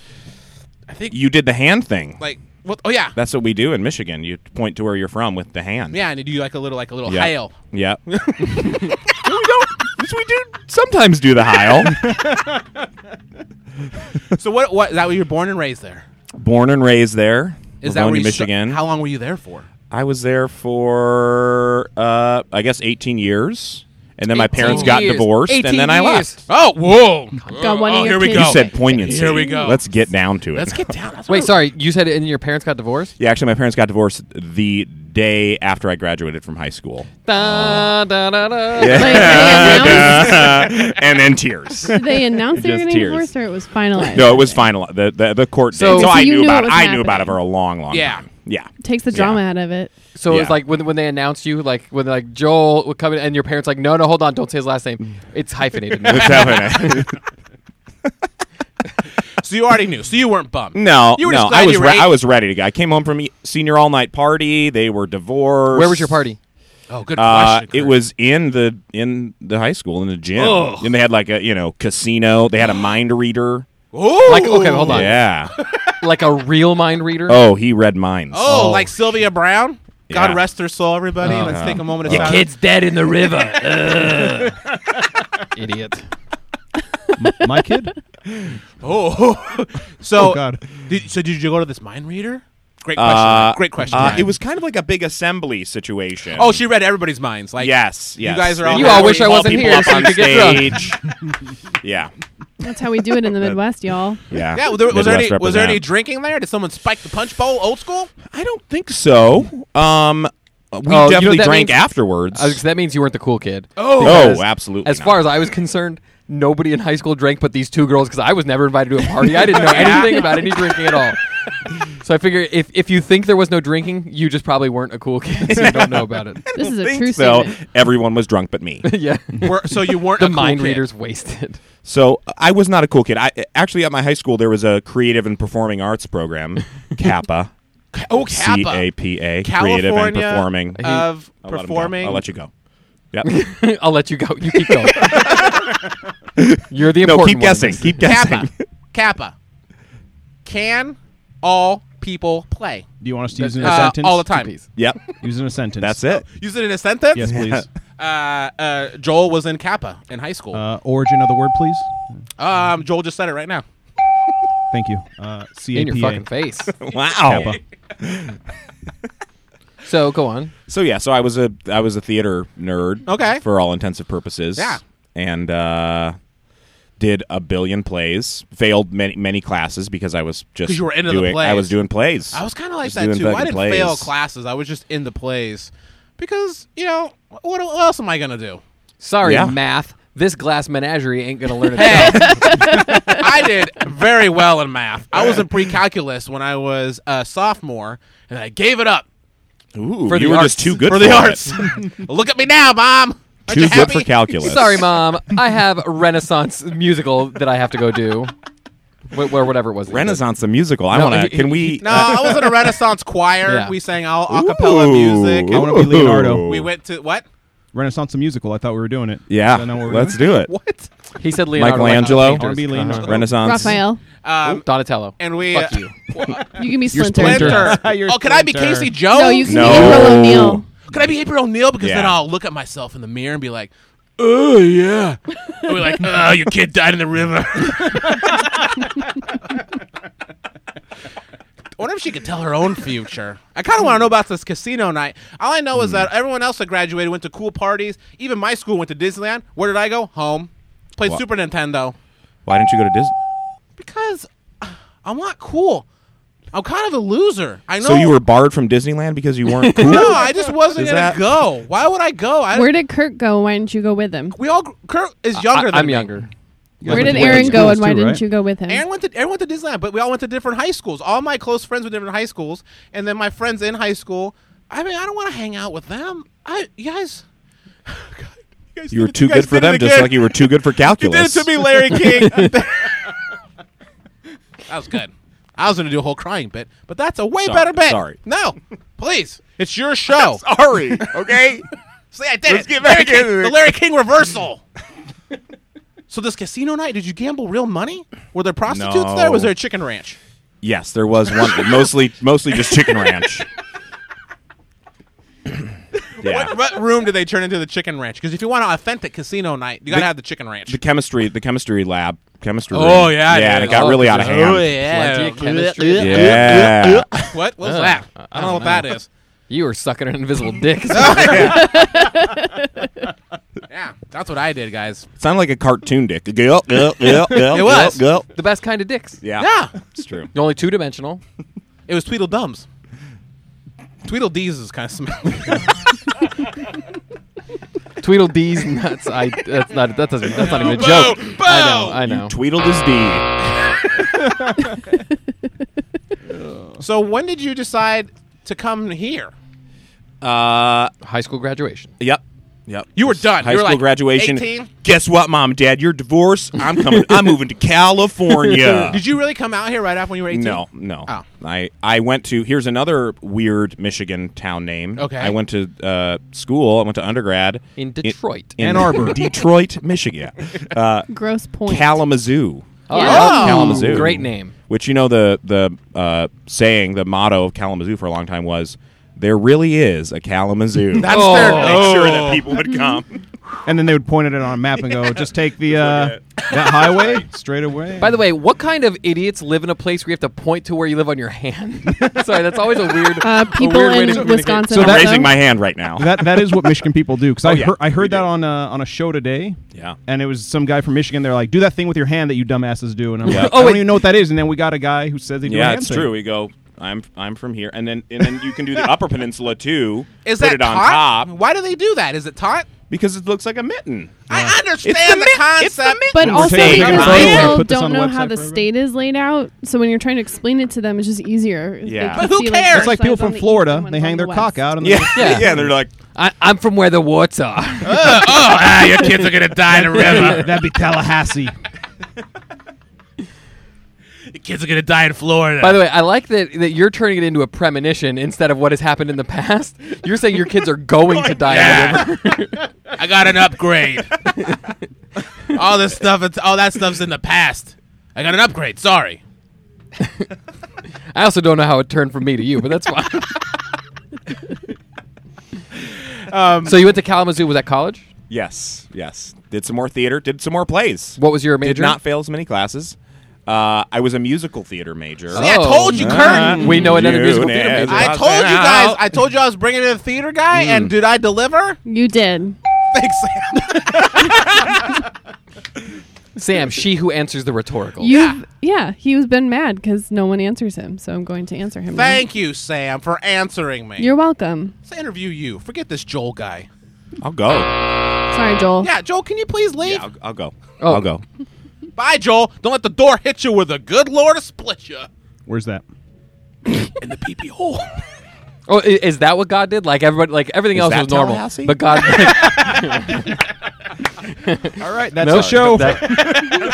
Speaker 1: I think
Speaker 4: You did the hand thing.
Speaker 1: like what? Oh yeah,
Speaker 4: That's what we do in Michigan. You point to where you're from with the hand.
Speaker 1: yeah. And you do like a little like a little
Speaker 4: Yeah.
Speaker 1: hail.
Speaker 4: Yeah. no, we don't. Yes, we do sometimes do the heil.
Speaker 1: So what? What? That way you're born and raised there?
Speaker 4: Born and raised there.
Speaker 1: Is that
Speaker 4: Livonia,
Speaker 1: where you sta-
Speaker 4: Michigan?
Speaker 1: how long were you there for?
Speaker 4: I was there for uh, I guess 18 years, and then my
Speaker 2: 18
Speaker 4: parents got
Speaker 2: years.
Speaker 4: divorced,
Speaker 2: 18
Speaker 4: and then I
Speaker 2: years.
Speaker 4: left.
Speaker 1: Oh, whoa!
Speaker 5: Got one
Speaker 1: oh,
Speaker 5: of your
Speaker 1: here we
Speaker 5: kids.
Speaker 1: go.
Speaker 5: You
Speaker 4: You said poignancy.
Speaker 1: Here we go.
Speaker 4: Let's get down to it.
Speaker 1: Let's get down. That's
Speaker 2: Wait,
Speaker 1: what-
Speaker 2: sorry. You said it, and your parents got divorced.
Speaker 4: yeah, actually, my parents got divorced the day after I graduated from high school.
Speaker 2: Da, da, da, da.
Speaker 5: Like, they announced,
Speaker 4: and then tears.
Speaker 5: they announced they were
Speaker 4: Just
Speaker 5: getting
Speaker 4: tears.
Speaker 5: divorced or it was finalized?
Speaker 4: No, it was final. The the, the court.
Speaker 2: So-
Speaker 4: So,
Speaker 2: So
Speaker 4: so I
Speaker 5: you
Speaker 4: knew
Speaker 5: knew
Speaker 4: about
Speaker 5: it
Speaker 4: it.
Speaker 5: was
Speaker 4: I knew about
Speaker 5: happening.
Speaker 4: it for a long, long
Speaker 1: Yeah.
Speaker 4: time. Yeah.
Speaker 5: Takes the
Speaker 4: Yeah.
Speaker 5: drama out of it.
Speaker 2: So it was
Speaker 4: Yeah.
Speaker 2: like when when they announced you, like when like Joel would come in, and your parents like, no, no, hold on, don't say his last
Speaker 4: Mm.
Speaker 2: name. It's hyphenated. now.
Speaker 4: It's happening.
Speaker 1: So you already knew. So you weren't bummed.
Speaker 4: no,
Speaker 1: You were
Speaker 4: no,
Speaker 1: just glad
Speaker 4: I was
Speaker 1: you were
Speaker 4: re-
Speaker 1: eight-
Speaker 4: I was ready to go. I came home from e- senior all night party. They were divorced.
Speaker 2: Where was your party?
Speaker 1: Oh, good
Speaker 4: Uh,
Speaker 1: question.
Speaker 4: it
Speaker 1: Kurt.
Speaker 4: was in the in the high school in the gym,
Speaker 1: Ugh.
Speaker 4: and they had like a you know casino. They had a mind reader.
Speaker 1: Ooh.
Speaker 2: Like, okay, hold on.
Speaker 4: Yeah.
Speaker 2: Like a real mind reader.
Speaker 4: Oh, he read minds.
Speaker 1: Oh,
Speaker 2: Oh.
Speaker 1: like Sylvia Brown. God
Speaker 4: Yeah.
Speaker 1: rest her soul, everybody. Let's
Speaker 4: Uh-huh.
Speaker 1: take a moment of silence.
Speaker 2: dead in the river. Ugh. Idiot.
Speaker 3: M- My kid.
Speaker 1: Oh, so
Speaker 3: Oh, God.
Speaker 1: Did, so did you go to this mind reader? Great question.
Speaker 4: Uh,
Speaker 1: Great question.
Speaker 4: Uh,
Speaker 1: Ryan.
Speaker 4: it was kind of like a big assembly situation.
Speaker 1: Oh, she read everybody's minds. Like
Speaker 4: yes, yes.
Speaker 1: You guys are all.
Speaker 2: You all
Speaker 1: happy.
Speaker 2: wish I
Speaker 4: Call
Speaker 2: wasn't
Speaker 4: people
Speaker 2: here
Speaker 4: up
Speaker 2: so you
Speaker 4: on
Speaker 2: could get drunk.
Speaker 4: stage. yeah,
Speaker 5: That's how we do it in the Midwest, y'all.
Speaker 4: yeah.
Speaker 1: Yeah. Was there, was there any?
Speaker 4: Midwest
Speaker 1: Was there any
Speaker 4: represent.
Speaker 1: drinking there? Did someone spike the punch bowl? Old school.
Speaker 4: I don't think so. Um, we
Speaker 2: Oh, know what
Speaker 4: definitely
Speaker 2: that
Speaker 4: drank
Speaker 2: means?
Speaker 4: afterwards.
Speaker 2: I was- that means you weren't the cool kid.
Speaker 4: oh, absolutely.
Speaker 2: As far as I was concerned, nobody in high school drank but these two girls because I was never invited to a party. I didn't know anything about any drinking at all. So I figure if, if you think there was no drinking, you just probably weren't a cool kid. So you don't know about it.
Speaker 5: This is
Speaker 4: I
Speaker 5: a
Speaker 4: think
Speaker 5: true
Speaker 4: so.
Speaker 5: statement.
Speaker 4: Everyone was drunk but me.
Speaker 2: yeah.
Speaker 1: Were- so you weren't
Speaker 2: The
Speaker 1: a cool
Speaker 2: mind
Speaker 1: kid.
Speaker 2: reader's wasted.
Speaker 4: So I was not a cool kid. I actually at my high school there was a creative and performing arts program, Kappa.
Speaker 1: Oh, Kappa.
Speaker 4: C A P A. Creative and
Speaker 1: California
Speaker 4: performing.
Speaker 1: of
Speaker 4: I'll let 'em go.
Speaker 1: performing.
Speaker 4: I'll let you go. Yep.
Speaker 2: I'll let you go. You keep going. You're the important
Speaker 4: no, keep
Speaker 2: one in
Speaker 4: guessing.
Speaker 2: this.
Speaker 4: Keep
Speaker 1: Kappa.
Speaker 4: guessing.
Speaker 1: Kappa. Can all people play?
Speaker 3: Do you want us to use it in a
Speaker 1: Uh,
Speaker 3: sentence?
Speaker 1: all the time.
Speaker 2: Piece.
Speaker 4: yep.
Speaker 3: Use it in a sentence.
Speaker 4: That's it.
Speaker 1: Use it in a sentence.
Speaker 3: Yes, please.
Speaker 1: Uh, uh, Joel was in Kappa in high school.
Speaker 3: Uh, origin of the word, please.
Speaker 1: um, Joel just said it right now.
Speaker 3: Thank you. Uh, C
Speaker 2: In your
Speaker 3: A P A.
Speaker 2: fucking face.
Speaker 4: Wow.
Speaker 3: Kappa.
Speaker 4: Oh.
Speaker 2: So go on.
Speaker 4: So yeah, so I was a I was a theater nerd.
Speaker 1: Okay.
Speaker 4: For all intensive purposes.
Speaker 1: Yeah.
Speaker 4: And uh did a billion plays. Failed many many classes because I was just
Speaker 1: 'Cause you were into the
Speaker 4: doing, I
Speaker 1: plays.
Speaker 4: was doing plays.
Speaker 1: I was kind of like
Speaker 4: Just
Speaker 1: that
Speaker 4: doing
Speaker 1: too. I
Speaker 4: fucking
Speaker 1: didn't
Speaker 4: plays.
Speaker 1: fail classes. I was just in the plays because you know what, what else am I gonna do?
Speaker 2: Sorry,
Speaker 4: Yeah.
Speaker 2: math. This glass menagerie ain't gonna learn itself.
Speaker 1: I did very well in math. I was in pre-calculus when I was a sophomore, and I gave it up
Speaker 4: Ooh,
Speaker 2: For
Speaker 4: you
Speaker 2: the
Speaker 4: were
Speaker 2: arts.
Speaker 4: just too good
Speaker 1: for the
Speaker 4: it.
Speaker 1: arts. Look at me now, mom. Aren't
Speaker 4: Too
Speaker 1: you
Speaker 4: good for
Speaker 1: happy?
Speaker 4: calculus.
Speaker 2: Sorry, mom. I have a Renaissance musical that I have to go do. Wh- where whatever it was. that you did.
Speaker 4: Renaissance the musical. I
Speaker 2: No,
Speaker 4: want
Speaker 2: he-
Speaker 4: to. Can we?
Speaker 1: No, I was in a Renaissance choir.
Speaker 2: Yeah.
Speaker 1: We sang all a cappella
Speaker 4: Ooh.
Speaker 1: music.
Speaker 4: I
Speaker 1: and
Speaker 4: wanna
Speaker 3: be Leonardo.
Speaker 1: We went to what?
Speaker 3: Renaissance the musical. I thought we were doing it. Is that not
Speaker 4: Yeah,
Speaker 3: what we're
Speaker 4: let's
Speaker 3: doing?
Speaker 4: do it.
Speaker 1: What?
Speaker 2: He said Leonardo. like
Speaker 4: Michelangelo?
Speaker 2: the
Speaker 3: I wanna be
Speaker 2: painters.
Speaker 3: Leonardo.
Speaker 4: Renaissance.
Speaker 5: Raphael,
Speaker 1: Um,
Speaker 2: Donatello.
Speaker 1: and we
Speaker 2: Fuck
Speaker 1: uh,
Speaker 2: you.
Speaker 5: you can be
Speaker 2: You're
Speaker 5: Splinter.
Speaker 2: Splinter.
Speaker 1: Splinter.
Speaker 3: You're
Speaker 1: oh, can I be
Speaker 3: Splinter.
Speaker 1: Casey Jones?
Speaker 5: No, you can
Speaker 4: No.
Speaker 5: be April O'Neil.
Speaker 1: Could I be April O'Neil? Because then
Speaker 4: Yeah.
Speaker 1: I'll look at myself in the mirror and be like, oh, yeah. I'll be like, oh, your kid died in the river. I wonder if she could tell her own future. I kind of want to know about this casino night. All I know is
Speaker 4: Hmm.
Speaker 1: that everyone else that graduated went to cool parties. Even my school went to Disneyland. Where did I go? Home. Played
Speaker 4: Wha-
Speaker 1: Super Nintendo.
Speaker 4: Why didn't you go to Disney?
Speaker 1: Because uh, I'm not cool. I'm kind of a loser. I know.
Speaker 4: So you were barred from Disneyland because you weren't cool.
Speaker 1: No, I just wasn't
Speaker 4: Is
Speaker 1: gonna
Speaker 4: that-
Speaker 1: go. Why would I go?
Speaker 3: Uh,
Speaker 1: I,
Speaker 5: Where did Kirk go? Why didn't you go with him?
Speaker 1: We all Kurt is younger.
Speaker 2: I,
Speaker 1: than
Speaker 2: am
Speaker 1: me.
Speaker 2: younger.
Speaker 5: Where did
Speaker 3: Where
Speaker 5: Aaron
Speaker 3: did
Speaker 5: go,
Speaker 3: schools
Speaker 5: and why
Speaker 3: too,
Speaker 5: didn't
Speaker 3: right?
Speaker 5: you go with him?
Speaker 1: Aaron went to Aaron went to Disneyland, but we all went to different high schools. All my close friends were different high schools, and then my friends in high school. I mean, I don't want to hang out with them. I you guys. God, guys
Speaker 4: You were
Speaker 1: did it-
Speaker 4: too
Speaker 1: guys
Speaker 4: good for
Speaker 1: did it
Speaker 4: them, just
Speaker 1: again.
Speaker 4: like you were too good for
Speaker 1: You did it
Speaker 4: calculus.
Speaker 1: to me, Larry King. that was good. I was going to do a whole crying bit, but that's a way
Speaker 4: Sorry,
Speaker 1: better bit.
Speaker 4: sorry.
Speaker 1: No, please. It's your show.
Speaker 4: Sorry. Okay.
Speaker 1: See, I did
Speaker 4: Let's
Speaker 1: it.
Speaker 4: get back
Speaker 1: Larry King-
Speaker 4: into it.
Speaker 1: the Larry King reversal. so this casino night, did you gamble real money? Were there prostitutes there? Or was
Speaker 4: No.
Speaker 1: there a chicken ranch?
Speaker 4: yes, there was one. Mostly, mostly just chicken ranch. yeah.
Speaker 1: What, what room did they turn into the chicken ranch? Because if you want an authentic casino night, you gotta have the chicken ranch.
Speaker 4: the chemistry, the chemistry lab, chemistry.
Speaker 1: Oh,
Speaker 4: room.
Speaker 1: yeah,
Speaker 4: yeah.
Speaker 1: dude.
Speaker 4: And it got
Speaker 2: Oh,
Speaker 4: really out of
Speaker 2: because
Speaker 4: hand.
Speaker 2: Plenty of chemistry.
Speaker 4: Yeah.
Speaker 1: What? What's that? I don't, know what that is.
Speaker 2: You were sucking an invisible dick.
Speaker 1: Yeah, that's what I did, guys.
Speaker 4: Sounded like a cartoon dick. Gulp, gulp, gulp, gulp,
Speaker 1: It was.
Speaker 4: gulp, gulp.
Speaker 2: the best kind of dicks.
Speaker 4: Yeah.
Speaker 1: Yeah,
Speaker 4: It's true.
Speaker 2: You're only two dimensional.
Speaker 1: it was Tweedledums. Tweedledees is kind of smelly.
Speaker 2: Tweedledee's nuts. I. That's not. That doesn't. That's not even a joke.
Speaker 1: Boo!
Speaker 2: I know. I know.
Speaker 4: Tweedled his D.
Speaker 1: so when did you decide to come here?
Speaker 4: Uh,
Speaker 2: High school graduation.
Speaker 4: yep. Yep.
Speaker 1: You were done.
Speaker 4: High
Speaker 1: You were
Speaker 4: school
Speaker 1: like
Speaker 4: graduation.
Speaker 1: 18?
Speaker 4: Guess what, mom, and dad? You're divorced. I'm coming. I'm moving to California.
Speaker 1: Did you really come out here right after when you were 18?
Speaker 4: No, no.
Speaker 1: Oh.
Speaker 4: I I went to here's another weird Michigan town name.
Speaker 1: Okay.
Speaker 4: I went to uh, school. I went to undergrad
Speaker 2: In Detroit.
Speaker 4: in
Speaker 1: Ann Arbor.
Speaker 4: Detroit, Michigan, uh,
Speaker 5: Gross point.
Speaker 4: Kalamazoo.
Speaker 2: Oh,
Speaker 5: Yeah.
Speaker 2: I love
Speaker 1: Oh.
Speaker 2: Kalamazoo. Great name.
Speaker 4: Which you know the the uh, saying, the motto of Kalamazoo for a long time was, "There really is a Kalamazoo."
Speaker 1: That's
Speaker 2: Oh.
Speaker 1: their
Speaker 4: Make sure that people would come.
Speaker 3: And then they would point at it on a map and go, "Just take the uh, that highway straight away."
Speaker 2: By the way, what kind of idiots live in a place where you have to point to where you live on your hand? Sorry, that's always a weird.
Speaker 5: Uh,
Speaker 2: a
Speaker 5: people
Speaker 2: weird way to
Speaker 5: in
Speaker 2: communicate.
Speaker 5: Wisconsin.
Speaker 3: So
Speaker 5: also.
Speaker 4: I'm raising my hand right now.
Speaker 3: that that is what Michigan people do. Because I,
Speaker 4: Oh, yeah,
Speaker 3: heard, I
Speaker 4: we
Speaker 3: heard that
Speaker 4: do.
Speaker 3: on a, on a show today.
Speaker 4: Yeah.
Speaker 3: And it was some guy from Michigan. They're like, "Do that thing with your hand that you dumbasses do." And I'm like,
Speaker 2: Oh,
Speaker 3: "I don't
Speaker 2: wait.
Speaker 3: even know what that is." And then we got a guy who says he do a
Speaker 4: yeah,
Speaker 3: hand
Speaker 4: it's
Speaker 3: thing.
Speaker 4: true. We go. I'm I'm from here, and then and then you can do the Upper Peninsula too.
Speaker 1: Is
Speaker 4: put
Speaker 1: that
Speaker 4: it on
Speaker 1: taut?
Speaker 4: top
Speaker 1: Why do they do that? Is it taut?
Speaker 4: because it looks like a mitten.
Speaker 1: I understand
Speaker 4: It's the
Speaker 1: the,
Speaker 4: mitten. It's the
Speaker 1: concept.
Speaker 5: But
Speaker 3: We're
Speaker 5: also
Speaker 4: taking
Speaker 5: because
Speaker 4: a break.
Speaker 5: people
Speaker 3: Put this
Speaker 5: don't
Speaker 3: on the
Speaker 5: know
Speaker 3: website
Speaker 5: how the
Speaker 3: forever.
Speaker 5: state is laid out, so when you're trying to explain it to them, it's just easier. if they
Speaker 4: Yeah.
Speaker 5: can
Speaker 4: But
Speaker 1: who
Speaker 5: see,
Speaker 1: cares?
Speaker 5: both
Speaker 3: It's like
Speaker 5: sides
Speaker 3: people
Speaker 5: on
Speaker 3: from
Speaker 5: the
Speaker 3: Florida.
Speaker 5: east and
Speaker 3: They
Speaker 5: one's
Speaker 3: hang
Speaker 5: on
Speaker 3: their
Speaker 5: the
Speaker 3: cock
Speaker 5: west.
Speaker 3: out and
Speaker 4: Yeah,
Speaker 2: Yeah.
Speaker 4: yeah. they're like,
Speaker 2: I, I'm from where the warts are.
Speaker 1: ah, your kids are gonna die in a river.
Speaker 3: that'd be Tallahassee.
Speaker 1: your kids are gonna die in Florida.
Speaker 2: By the way, I like that, that you're turning it into a premonition instead of what has happened in the past. You're saying your kids are going to die in the river.
Speaker 1: I got an upgrade. all this stuff, it's, all that stuff's in the past. I got an upgrade. Sorry.
Speaker 2: I also don't know how it turned from me to you, but that's fine. Um,
Speaker 5: Um,
Speaker 2: so you went to Kalamazoo. Was that college?
Speaker 4: yes, yes. Did some more theater. Did some more plays.
Speaker 2: What was your major?
Speaker 4: Did not fail as many classes. Uh, I was a musical theater major.
Speaker 1: See, I
Speaker 2: Oh,
Speaker 1: told you,
Speaker 2: nah.
Speaker 1: Kurt.
Speaker 2: We know another musical theater
Speaker 4: Eunice.
Speaker 2: major.
Speaker 1: I told you guys. Mm. I told you I was bringing in a theater guy, and did I deliver?
Speaker 5: You did.
Speaker 1: Thanks, Sam.
Speaker 2: Sam, she who answers the rhetorical.
Speaker 5: You've yeah. He's been mad because no one answers him, so I'm going to answer him. now.
Speaker 1: Thank you, Sam, for answering me.
Speaker 5: You're welcome.
Speaker 1: Let's interview you. Forget this Joel guy.
Speaker 4: I'll go.
Speaker 5: Sorry, Joel.
Speaker 1: Yeah, Joel, can you please leave?
Speaker 4: Yeah, I'll, I'll go.
Speaker 2: Oh.
Speaker 4: I'll go.
Speaker 1: Bye, Joel. Don't let the door hit you with a good lord to split you
Speaker 3: Where's that?
Speaker 1: in the peepee hole.
Speaker 2: Oh, i- is that what God did? Like everybody, like everything else
Speaker 4: that
Speaker 2: was normal,
Speaker 4: Tallahassee?
Speaker 2: but God.
Speaker 1: All right, that's
Speaker 2: No,
Speaker 1: the show.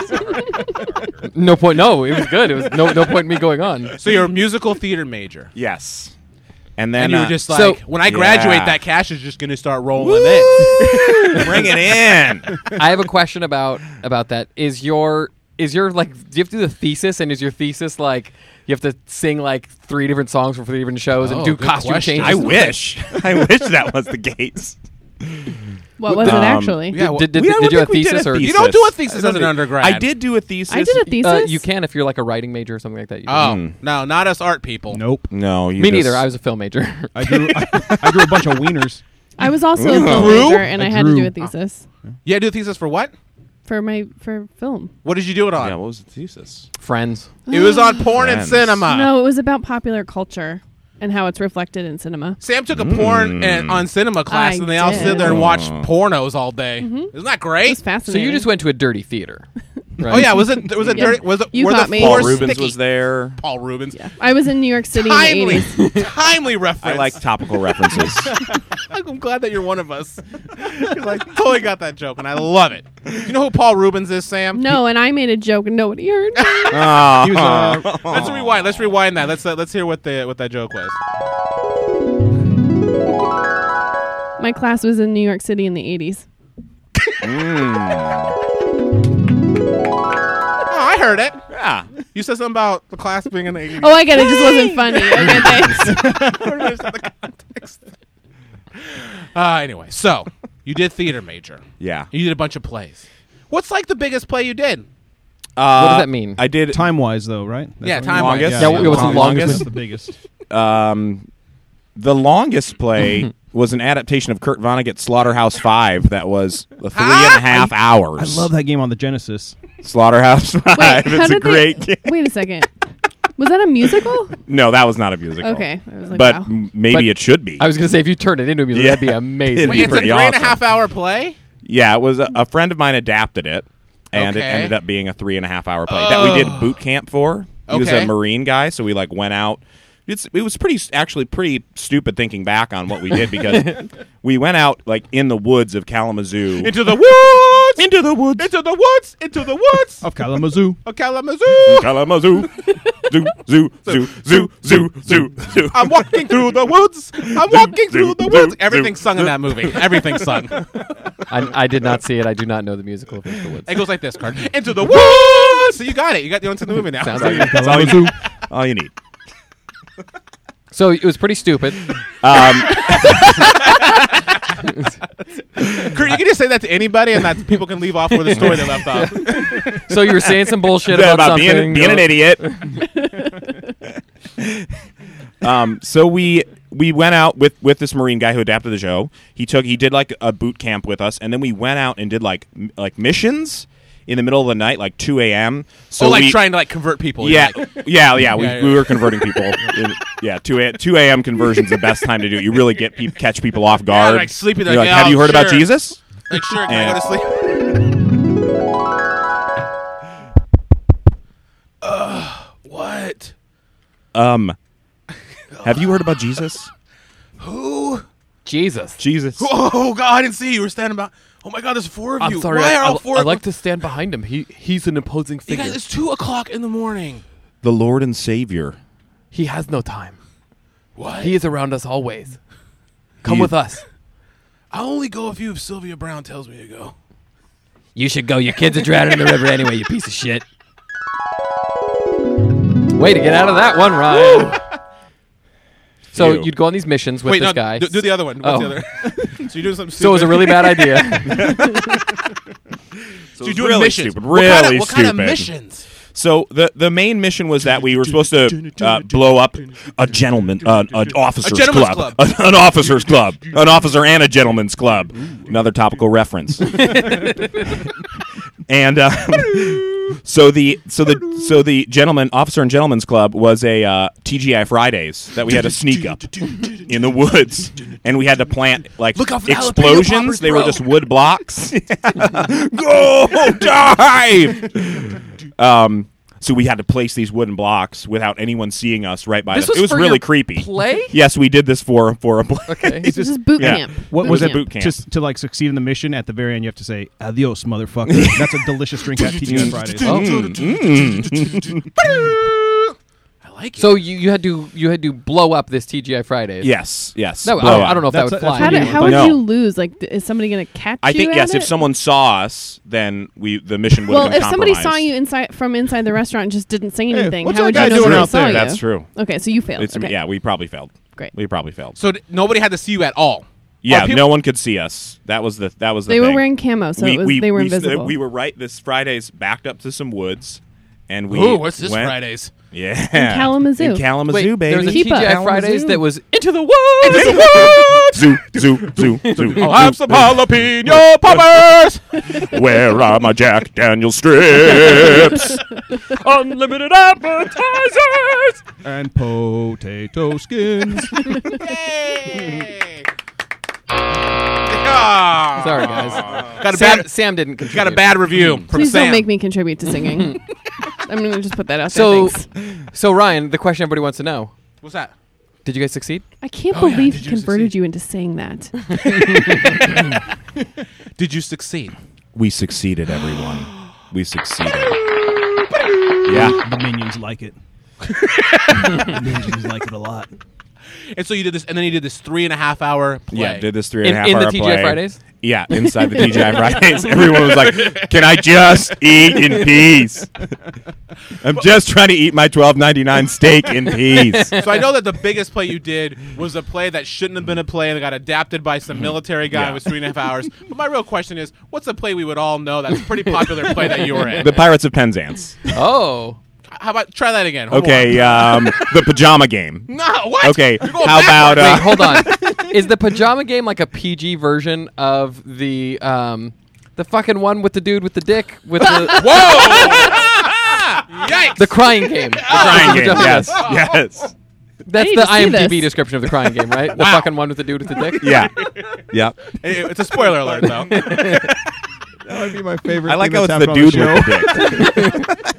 Speaker 2: that- no point. No, it was good. It was no no point in me going on.
Speaker 1: so you're a musical theater major.
Speaker 4: Yes. And then
Speaker 1: And, you
Speaker 4: uh,
Speaker 1: were just like,
Speaker 2: so-
Speaker 1: when I graduate,
Speaker 4: Yeah.
Speaker 1: that cash is just going to start rolling in.
Speaker 4: bring it in.
Speaker 2: I have a question about about that. Is your is your like do you have to do the thesis and is your thesis like you have to sing like three different songs for three different shows
Speaker 1: Oh,
Speaker 2: and do
Speaker 1: good
Speaker 2: costume
Speaker 1: question.
Speaker 2: changes?
Speaker 4: I wish. I wish that was the case.
Speaker 5: What was
Speaker 4: Um,
Speaker 5: it actually?
Speaker 1: Yeah,
Speaker 2: did, did,
Speaker 4: We- I
Speaker 2: did
Speaker 4: don't
Speaker 2: you have
Speaker 4: think we did
Speaker 2: thesis or
Speaker 1: You don't do a thesis
Speaker 4: I don't
Speaker 1: as an
Speaker 4: do-
Speaker 1: undergrad.
Speaker 4: I did do a thesis.
Speaker 5: I did a thesis.
Speaker 2: Uh, you can if you're like a writing major or something like that. You
Speaker 1: Oh,
Speaker 2: can.
Speaker 1: no, not us art people.
Speaker 3: Nope.
Speaker 4: No, you
Speaker 2: me
Speaker 4: just-
Speaker 2: neither. I was a film major.
Speaker 3: I drew. I, I drew a bunch of wieners.
Speaker 5: I was also a film
Speaker 1: Drew?
Speaker 5: major, and I,
Speaker 3: I
Speaker 5: had to do
Speaker 3: drew.
Speaker 5: a thesis
Speaker 1: Yeah, do a thesis for what?
Speaker 5: for my for film.
Speaker 1: What did you do it on?
Speaker 4: Yeah, what was the thesis?
Speaker 2: Friends.
Speaker 1: It was on porn and
Speaker 4: Friends.
Speaker 1: cinema.
Speaker 5: no, it was about popular culture and how it's reflected in cinema.
Speaker 1: Sam took a porn and on cinema class,
Speaker 5: I
Speaker 1: and they all
Speaker 5: did. Mm-hmm.
Speaker 1: sit there and watch
Speaker 4: Mm. Oh.
Speaker 1: pornos all day. Isn't that
Speaker 5: It
Speaker 1: great?
Speaker 5: was
Speaker 2: So
Speaker 5: fascinating.
Speaker 2: you just went to a dirty theater. Right?
Speaker 1: Oh yeah, was it was it
Speaker 5: Yeah.
Speaker 1: dirty? Was it
Speaker 5: You
Speaker 1: were
Speaker 5: got
Speaker 1: the
Speaker 5: me.
Speaker 4: Paul
Speaker 1: floors
Speaker 5: Or
Speaker 4: Rubens
Speaker 1: sticky?
Speaker 4: was there.
Speaker 1: Paul Rubens.
Speaker 5: Yeah. I was in New York City in the
Speaker 1: Timely,
Speaker 5: 80s.
Speaker 1: timely
Speaker 4: I
Speaker 1: reference.
Speaker 4: like topical references.
Speaker 1: I'm glad that you're one of us. like totally got that joke, and I love it. You know who Paul Rubens is, Sam?
Speaker 5: No, and I made a joke and nobody heard. me.
Speaker 4: Aw.
Speaker 3: He was, uh,
Speaker 1: Let's rewind. Let's rewind that. Let's uh, let's hear what the what that joke was.
Speaker 5: my class was in New York City in the 80s.
Speaker 1: Oh, I heard it.
Speaker 4: yeah.
Speaker 1: You said something about the class being in the 80s.
Speaker 5: Oh, I get it. It just wasn't funny. Okay, thanks.
Speaker 1: Uh, anyway, so you did theater major.
Speaker 4: Yeah.
Speaker 1: You did a bunch of plays. What's like the biggest play you did?
Speaker 4: Uh,
Speaker 2: does that mean?
Speaker 4: I did
Speaker 3: time wise, though, right? That's
Speaker 1: Yeah,
Speaker 3: what-
Speaker 1: time-wise.
Speaker 4: Longest?
Speaker 2: Yeah, what- what's the longest?
Speaker 3: That's the biggest.
Speaker 4: Um, the longest play was an adaptation of Kurt Vonnegut's Slaughterhouse Five. That was three and a half
Speaker 3: Ah, I
Speaker 4: hours.
Speaker 3: love that game on the Genesis.
Speaker 4: Slaughterhouse Five.
Speaker 5: Wait, how
Speaker 4: it's a
Speaker 5: did they-
Speaker 4: great game.
Speaker 5: Wait a second. Was that a musical?
Speaker 4: No, that was not a musical.
Speaker 5: Okay, I was like,
Speaker 4: but
Speaker 5: wow.
Speaker 4: m- maybe
Speaker 2: But-
Speaker 4: it should be.
Speaker 2: I was gonna say if you turn it into a music,
Speaker 4: Yeah.
Speaker 2: that'd be amazing.
Speaker 4: It'd
Speaker 1: Wait,
Speaker 4: be
Speaker 1: it's a
Speaker 4: pretty
Speaker 1: three and a
Speaker 4: awesome.
Speaker 1: half hour play.
Speaker 4: yeah, it was a, a friend of mine adapted it, and it
Speaker 1: Okay. Oh.
Speaker 4: ended up being a three and a half hour play that we did boot camp for. He was
Speaker 1: Okay.
Speaker 4: a Marine guy, so we like went out. It's, it was pretty actually pretty stupid thinking back on what we did because we went out like in the woods of Kalamazoo
Speaker 1: Into the woods.
Speaker 4: into the woods
Speaker 1: Into the woods. Into the woods.
Speaker 3: Of Kalamazoo.
Speaker 1: of Kalamazoo.
Speaker 4: Kalamazoo. zoo, zoo, zoo, zoo, zoo, zoo, zoo.
Speaker 1: I'm walking through the woods. I'm walking through the
Speaker 4: zoom,
Speaker 1: woods.
Speaker 4: zoom,
Speaker 1: Everything's sung in that movie. Everything's sung.
Speaker 2: I, I did not see it. I do not know the musical of Into the Woods.
Speaker 1: It goes like this, card. Into the woods. So you got it. You got the answer to the movie now.
Speaker 2: Sounds
Speaker 1: So
Speaker 2: like
Speaker 1: you-
Speaker 4: That's all you, all you need.
Speaker 2: So it was pretty stupid.
Speaker 4: Um,
Speaker 1: Kurt, you can just say that to anybody, and that people can leave off where the story they left off.
Speaker 2: So you were saying some bullshit
Speaker 4: about,
Speaker 2: about, something.
Speaker 4: being, being an idiot. um, so we we went out with with this Marine guy who adapted the show. He took he did like a boot camp with us, and then we went out and did like m- like missions in the middle of the night, like two a.m. So
Speaker 1: So Oh, like
Speaker 4: we,
Speaker 1: trying to like convert people. You're
Speaker 4: Yeah,
Speaker 1: like,
Speaker 4: yeah, yeah. We,
Speaker 1: Yeah, yeah.
Speaker 4: we were converting people. yeah, two a, two a.m. conversion's the best time to do. it. You really get peop catch people off guard.
Speaker 1: like sleepy,
Speaker 4: You're
Speaker 1: like,
Speaker 4: like,
Speaker 1: "Yeah,
Speaker 4: have you
Speaker 1: oh,
Speaker 4: heard about
Speaker 1: sure."
Speaker 4: Jesus?
Speaker 1: like sure, can I go to sleep? what?
Speaker 4: Um, have you heard about Jesus?
Speaker 1: Who?
Speaker 2: Jesus.
Speaker 4: Jesus.
Speaker 1: Oh God, I didn't see you. You were standing by. Oh my God, there's four of you.
Speaker 2: I'm sorry.
Speaker 1: Why
Speaker 2: I,
Speaker 1: are all
Speaker 2: I,
Speaker 1: four?
Speaker 2: I
Speaker 1: of
Speaker 2: like
Speaker 1: you?
Speaker 2: to stand behind him. He he's an imposing
Speaker 1: You
Speaker 2: figure.
Speaker 1: guys, it's two o'clock in the morning.
Speaker 4: The Lord and Savior.
Speaker 2: he has no time.
Speaker 1: What?
Speaker 2: He is around us always. Come
Speaker 4: You-
Speaker 2: with us.
Speaker 1: I only go if you if Sylvia Brown tells me to go.
Speaker 2: You should go. Your kids are drowning in the river anyway. You piece of shit. Way to get out of that one, Ryan. so
Speaker 4: Phew.
Speaker 2: you'd go on these missions with
Speaker 1: Wait,
Speaker 2: this
Speaker 1: no,
Speaker 2: guy.
Speaker 1: Do, do the other one. What's
Speaker 2: Oh.
Speaker 1: the other? so you're doing something. Stupid.
Speaker 2: so it was a really bad idea.
Speaker 1: So
Speaker 4: it
Speaker 1: you're doing
Speaker 4: was really
Speaker 1: missions.
Speaker 4: stupid,
Speaker 1: What kind of-
Speaker 4: really
Speaker 1: what kind of
Speaker 4: stupid.
Speaker 1: missions?
Speaker 4: So the the main mission was that we were supposed to uh, blow up a gentleman, uh, an officers
Speaker 1: A gentleman's
Speaker 4: club,
Speaker 1: club.
Speaker 4: an officers club, an officer and a gentleman's club. Another topical reference. and uh, so the so the so the gentleman officer and gentleman's club was a uh, TGI Fridays that we had to sneak up in the woods, and we had to plant like
Speaker 1: Look out for the jalapeno poppers,
Speaker 4: explosions. They were
Speaker 1: bro.
Speaker 4: just wood blocks. Go dive. Um, So we had to place these wooden blocks without anyone seeing us right by
Speaker 2: This
Speaker 4: us.
Speaker 2: was
Speaker 4: it was
Speaker 2: for
Speaker 4: really
Speaker 2: your
Speaker 4: creepy.
Speaker 2: play?
Speaker 4: Yes, we did this for for a play.
Speaker 2: Okay.
Speaker 3: It's
Speaker 5: This
Speaker 3: just
Speaker 5: is boot
Speaker 4: yeah.
Speaker 5: camp.
Speaker 3: what
Speaker 5: Boot
Speaker 3: was
Speaker 5: camp.
Speaker 3: it?
Speaker 4: boot camp.
Speaker 3: Just to like succeed in the mission at the very end, you have to say adios, motherfucker. That's a delicious drink at TGI Fridays.
Speaker 2: Oh.
Speaker 1: I like it.
Speaker 2: So you, you had to you had to blow up this TGI Fridays.
Speaker 4: Yes, yes.
Speaker 2: No, I,
Speaker 4: blow
Speaker 2: don't- I
Speaker 4: up.
Speaker 2: don't know if
Speaker 3: That's
Speaker 2: that would
Speaker 3: a-
Speaker 2: fly.
Speaker 3: that's a
Speaker 5: How, do,
Speaker 3: Yeah.
Speaker 5: how would
Speaker 4: No.
Speaker 5: you lose? Like, th- is somebody going to catch
Speaker 4: I
Speaker 5: you?
Speaker 4: think
Speaker 5: at
Speaker 4: yes. If
Speaker 5: it?
Speaker 4: someone saw us, then we the mission would.
Speaker 5: well,
Speaker 4: have been
Speaker 5: if somebody saw
Speaker 4: compromised.
Speaker 5: you inside from inside the restaurant and just didn't say
Speaker 3: Hey,
Speaker 5: anything,
Speaker 3: what's
Speaker 5: how
Speaker 3: that
Speaker 5: would
Speaker 3: guy
Speaker 5: you know
Speaker 3: doing
Speaker 5: somebody
Speaker 4: out there?
Speaker 5: saw you?
Speaker 4: That's true.
Speaker 5: Okay, so you failed.
Speaker 4: it's,
Speaker 5: okay.
Speaker 4: yeah, we probably failed.
Speaker 5: Great.
Speaker 4: we probably failed.
Speaker 1: So d- nobody had to see you at all.
Speaker 4: yeah,
Speaker 1: Are people-
Speaker 4: no one could see us. That was the that was the.
Speaker 5: They were
Speaker 4: thing.
Speaker 5: wearing camo, so it was, they were
Speaker 4: we,
Speaker 5: invisible.
Speaker 4: We were right this Friday's backed up to some woods, and we.
Speaker 1: Ooh, what's this
Speaker 4: went-
Speaker 1: Fridays?
Speaker 4: Yeah,
Speaker 5: In Kalamazoo.
Speaker 4: In Kalamazoo,
Speaker 2: Wait, there
Speaker 4: baby.
Speaker 2: was a
Speaker 5: Keep up.
Speaker 2: TGI Fridays
Speaker 5: Kalamazoo.
Speaker 2: that was into the woods. Into the woods.
Speaker 4: zoo, zoo, zoo, zoo.
Speaker 1: I'll have some jalapeno
Speaker 4: poppers. Where are my Jack Daniel strips? Unlimited appetizers.
Speaker 3: and potato skins.
Speaker 1: Yay! Ah.
Speaker 2: Sorry, guys.
Speaker 1: Got a
Speaker 2: Sam,
Speaker 1: bad,
Speaker 2: Sam didn't.
Speaker 1: got a
Speaker 2: contribute.
Speaker 1: bad review from
Speaker 5: Please
Speaker 1: Sam.
Speaker 5: don't make me contribute to singing. I'm going to just put that out
Speaker 2: So-
Speaker 5: there. Thanks.
Speaker 2: So Ryan, the question everybody wants to know:
Speaker 1: What's that?
Speaker 2: Did you guys succeed?
Speaker 5: I can't
Speaker 1: Oh, yeah,
Speaker 5: believe
Speaker 1: did
Speaker 5: he
Speaker 1: you
Speaker 5: converted
Speaker 1: succeed?
Speaker 5: you into saying that.
Speaker 1: Did you succeed?
Speaker 4: We succeeded, everyone. We succeeded. yeah.
Speaker 3: the minions like it. the minions like it a lot.
Speaker 1: And so you did this, and then you did this three and a half hour play.
Speaker 4: Yeah, did this three
Speaker 2: In-
Speaker 4: and a half
Speaker 2: in the
Speaker 4: hour
Speaker 2: TGI
Speaker 4: play.
Speaker 2: Fridays?
Speaker 4: Yeah, inside the TGI Fridays. Everyone was like, "Can I just eat in peace? I'm just trying to eat my 12.99 steak in peace."
Speaker 1: So I know that the biggest play you did was a play that shouldn't have been a play and it got adapted by some military guy. It was three and a half hours. But my real question is, what's a play we would all know that's a pretty popular play that you were in?
Speaker 4: The Pirates of Penzance.
Speaker 2: Oh,
Speaker 1: How about try that again? Hold
Speaker 4: Okay, um, the pajama game.
Speaker 1: on. No. What?
Speaker 4: Okay,
Speaker 1: You're going
Speaker 4: how about
Speaker 1: backwards.
Speaker 2: wait,
Speaker 4: uh,
Speaker 2: hold on. Is the pajama game like a PG version of the um the fucking one with the dude with the dick with the
Speaker 1: Whoa! Yikes!
Speaker 2: the crying game?
Speaker 4: crying game? Yes, yes,
Speaker 2: That's
Speaker 5: I need
Speaker 2: the
Speaker 5: to see
Speaker 2: IMDb
Speaker 5: this.
Speaker 2: description of the crying game, right? The
Speaker 1: Wow.
Speaker 2: fucking one with the dude with the dick.
Speaker 4: yeah, yep.
Speaker 1: Hey, it's a spoiler alert, though.
Speaker 3: That might be my favorite.
Speaker 4: I like how it's the dude with the dick.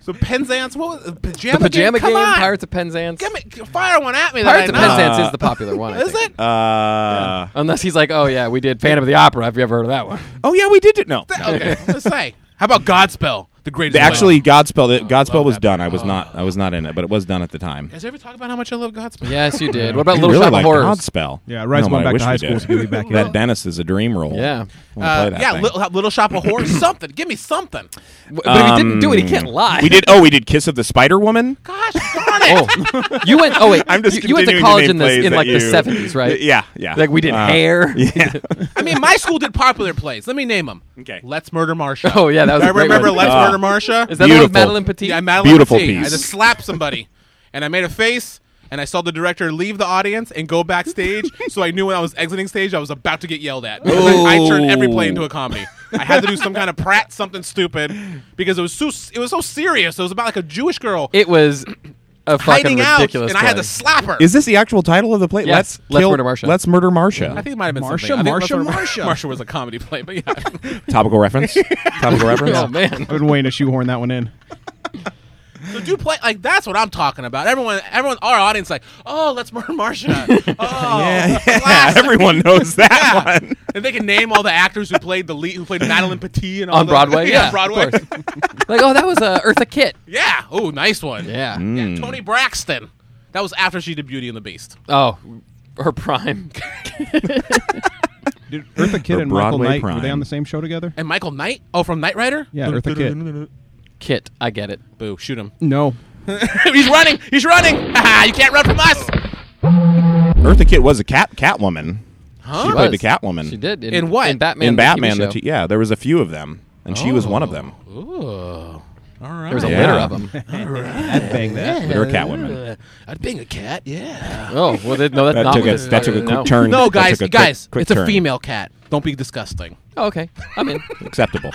Speaker 1: So Penzance, what was the
Speaker 2: The
Speaker 1: pajama,
Speaker 2: pajama
Speaker 1: Come
Speaker 2: game,
Speaker 1: on.
Speaker 2: Pirates of Penzance.
Speaker 1: Give me, fire one at me. that
Speaker 2: Pirates
Speaker 1: I
Speaker 2: of
Speaker 1: know.
Speaker 2: Penzance is
Speaker 4: Uh,
Speaker 2: the popular one. I
Speaker 1: Is
Speaker 2: think.
Speaker 1: it?
Speaker 4: Uh,
Speaker 2: Unless he's like, oh yeah, we did Phantom of the Opera. Have you ever heard of that one?
Speaker 4: oh yeah, we did it. No, no.
Speaker 1: Okay. Let's say. How about Godspell? The greatest. play?
Speaker 4: actually, Godspell. it- Godspell
Speaker 1: love
Speaker 4: was
Speaker 1: that.
Speaker 4: done. I was not. I was not in it, but it was done at the time.
Speaker 1: Has everybody talked about how much I love Godspell?
Speaker 2: Yes, you did.
Speaker 3: Yeah.
Speaker 2: What about
Speaker 4: You
Speaker 2: Little
Speaker 4: really
Speaker 2: Shop
Speaker 4: like
Speaker 2: of Horrors?
Speaker 4: Godspell.
Speaker 3: Yeah, Ryan's
Speaker 4: No,
Speaker 3: going
Speaker 4: but I
Speaker 3: back
Speaker 4: wish
Speaker 3: to high
Speaker 4: we
Speaker 3: school
Speaker 4: did.
Speaker 3: to get me back in.
Speaker 4: That Dennis is a dream role.
Speaker 2: Yeah.
Speaker 4: I wanna play
Speaker 1: Uh,
Speaker 4: that
Speaker 1: yeah,
Speaker 4: thing.
Speaker 1: little, little Shop of Horrors. something. Give me something.
Speaker 2: W- But if he didn't do it, he can't lie.
Speaker 4: we did. Oh, we did Kiss of the Spider Woman.
Speaker 1: Gosh darn it!
Speaker 2: Oh, you went. Oh wait,
Speaker 4: I'm just.
Speaker 2: you, you went to
Speaker 4: continuing
Speaker 2: college
Speaker 4: name
Speaker 2: in
Speaker 4: plays
Speaker 2: the in
Speaker 4: that
Speaker 2: like
Speaker 4: you-
Speaker 2: the seventies, right?
Speaker 4: Yeah, yeah.
Speaker 2: Like we did
Speaker 4: Uh,
Speaker 2: hair.
Speaker 4: Yeah.
Speaker 1: I mean, my school did popular plays. Let me name them.
Speaker 4: Okay.
Speaker 1: Let's Murder Marsha.
Speaker 2: Oh yeah, that was.
Speaker 1: I
Speaker 2: a great
Speaker 1: remember
Speaker 2: one.
Speaker 1: Let's
Speaker 4: Ah.
Speaker 1: Murder Marsha.
Speaker 2: Is that the one with
Speaker 4: Beautiful.
Speaker 2: Madeline Petit?
Speaker 1: yeah, Madeline
Speaker 4: Beautiful
Speaker 1: Petit. I
Speaker 4: piece.
Speaker 1: just slapped somebody, and I made a face. And I saw the director leave the audience and go backstage, so I knew when I was exiting stage, I was about to get yelled at. Because I, I turned every play into a comedy. I had to do some kind of prat, something stupid, because it was so it was so serious. It was about like a Jewish girl
Speaker 2: it was a fucking
Speaker 1: hiding out, and
Speaker 2: ridiculous.
Speaker 1: I had to
Speaker 2: play.
Speaker 1: slap her.
Speaker 4: Is this the actual title of the play?
Speaker 2: Yes.
Speaker 4: Let's
Speaker 2: Let's
Speaker 4: Kill-
Speaker 2: Murder Marcia.
Speaker 4: Let's murder
Speaker 1: I
Speaker 4: Marcia.
Speaker 1: think it might have been
Speaker 3: Marsha,
Speaker 1: something. I think
Speaker 3: Marsha,
Speaker 1: that's what-
Speaker 3: Marsha.
Speaker 1: Marsha was a comedy play, but yeah.
Speaker 4: Topical reference. Topical reference.
Speaker 2: Oh man.
Speaker 3: I've been waiting to shoehorn that one in.
Speaker 1: so do play like that's what I'm talking about. Everyone, everyone, our audience, like, oh, let's murder Marsha. Oh,
Speaker 4: Yeah, yeah.
Speaker 1: classic.
Speaker 4: Everyone knows that
Speaker 1: Yeah.
Speaker 4: one.
Speaker 1: and they can name all the actors who played the lead, who played Madeline Petit and all
Speaker 2: On
Speaker 1: the-
Speaker 2: Broadway?
Speaker 1: yeah,
Speaker 2: Yeah, of
Speaker 1: Broadway,
Speaker 2: course. Like oh, that was uh, Eartha Kitt.
Speaker 1: yeah. Oh, nice one.
Speaker 2: Yeah.
Speaker 4: Mm.
Speaker 2: Hmm.
Speaker 1: Yeah, Tony Braxton. That was after she did Beauty and the Beast.
Speaker 2: Oh, her prime.
Speaker 3: Dude, Eartha Kitt
Speaker 4: Or
Speaker 3: and Michael
Speaker 4: Broadway
Speaker 3: Knight were
Speaker 4: Prime.
Speaker 3: they on the same show together?
Speaker 1: And Michael Knight. Oh, from Knight Rider.
Speaker 3: Yeah, Eartha Kitt.
Speaker 2: Kit, I get it.
Speaker 1: Boo! Shoot him.
Speaker 3: No.
Speaker 1: He's running. He's running. Haha, you can't run from us.
Speaker 4: Eartha Kitt was a cat Catwoman. She
Speaker 1: Huh?
Speaker 4: played
Speaker 2: Was.
Speaker 4: the Catwoman
Speaker 2: She did in,
Speaker 1: In what?
Speaker 2: In Batman.
Speaker 4: Mm. in
Speaker 2: the TV
Speaker 4: Batman.
Speaker 2: show. Oh.
Speaker 4: The t- yeah, there was a few of them, and she was one of them.
Speaker 1: Ooh. All right. Uh,
Speaker 2: there was a
Speaker 4: Yeah.
Speaker 2: litter of them.
Speaker 3: I'd bang that.
Speaker 4: But her Catwoman.
Speaker 1: I'd bang a cat. Yeah.
Speaker 2: Oh well, th- no, that's
Speaker 4: That
Speaker 2: not
Speaker 4: took
Speaker 2: what
Speaker 4: a
Speaker 2: this is.
Speaker 4: that took a
Speaker 2: No.
Speaker 4: quick turn.
Speaker 1: No,
Speaker 4: That
Speaker 1: guys,
Speaker 4: took a quick-
Speaker 1: guys,
Speaker 4: quick
Speaker 1: it's a
Speaker 4: turn.
Speaker 1: female cat. Don't be disgusting.
Speaker 2: Oh, okay, I'm in.
Speaker 4: Acceptable.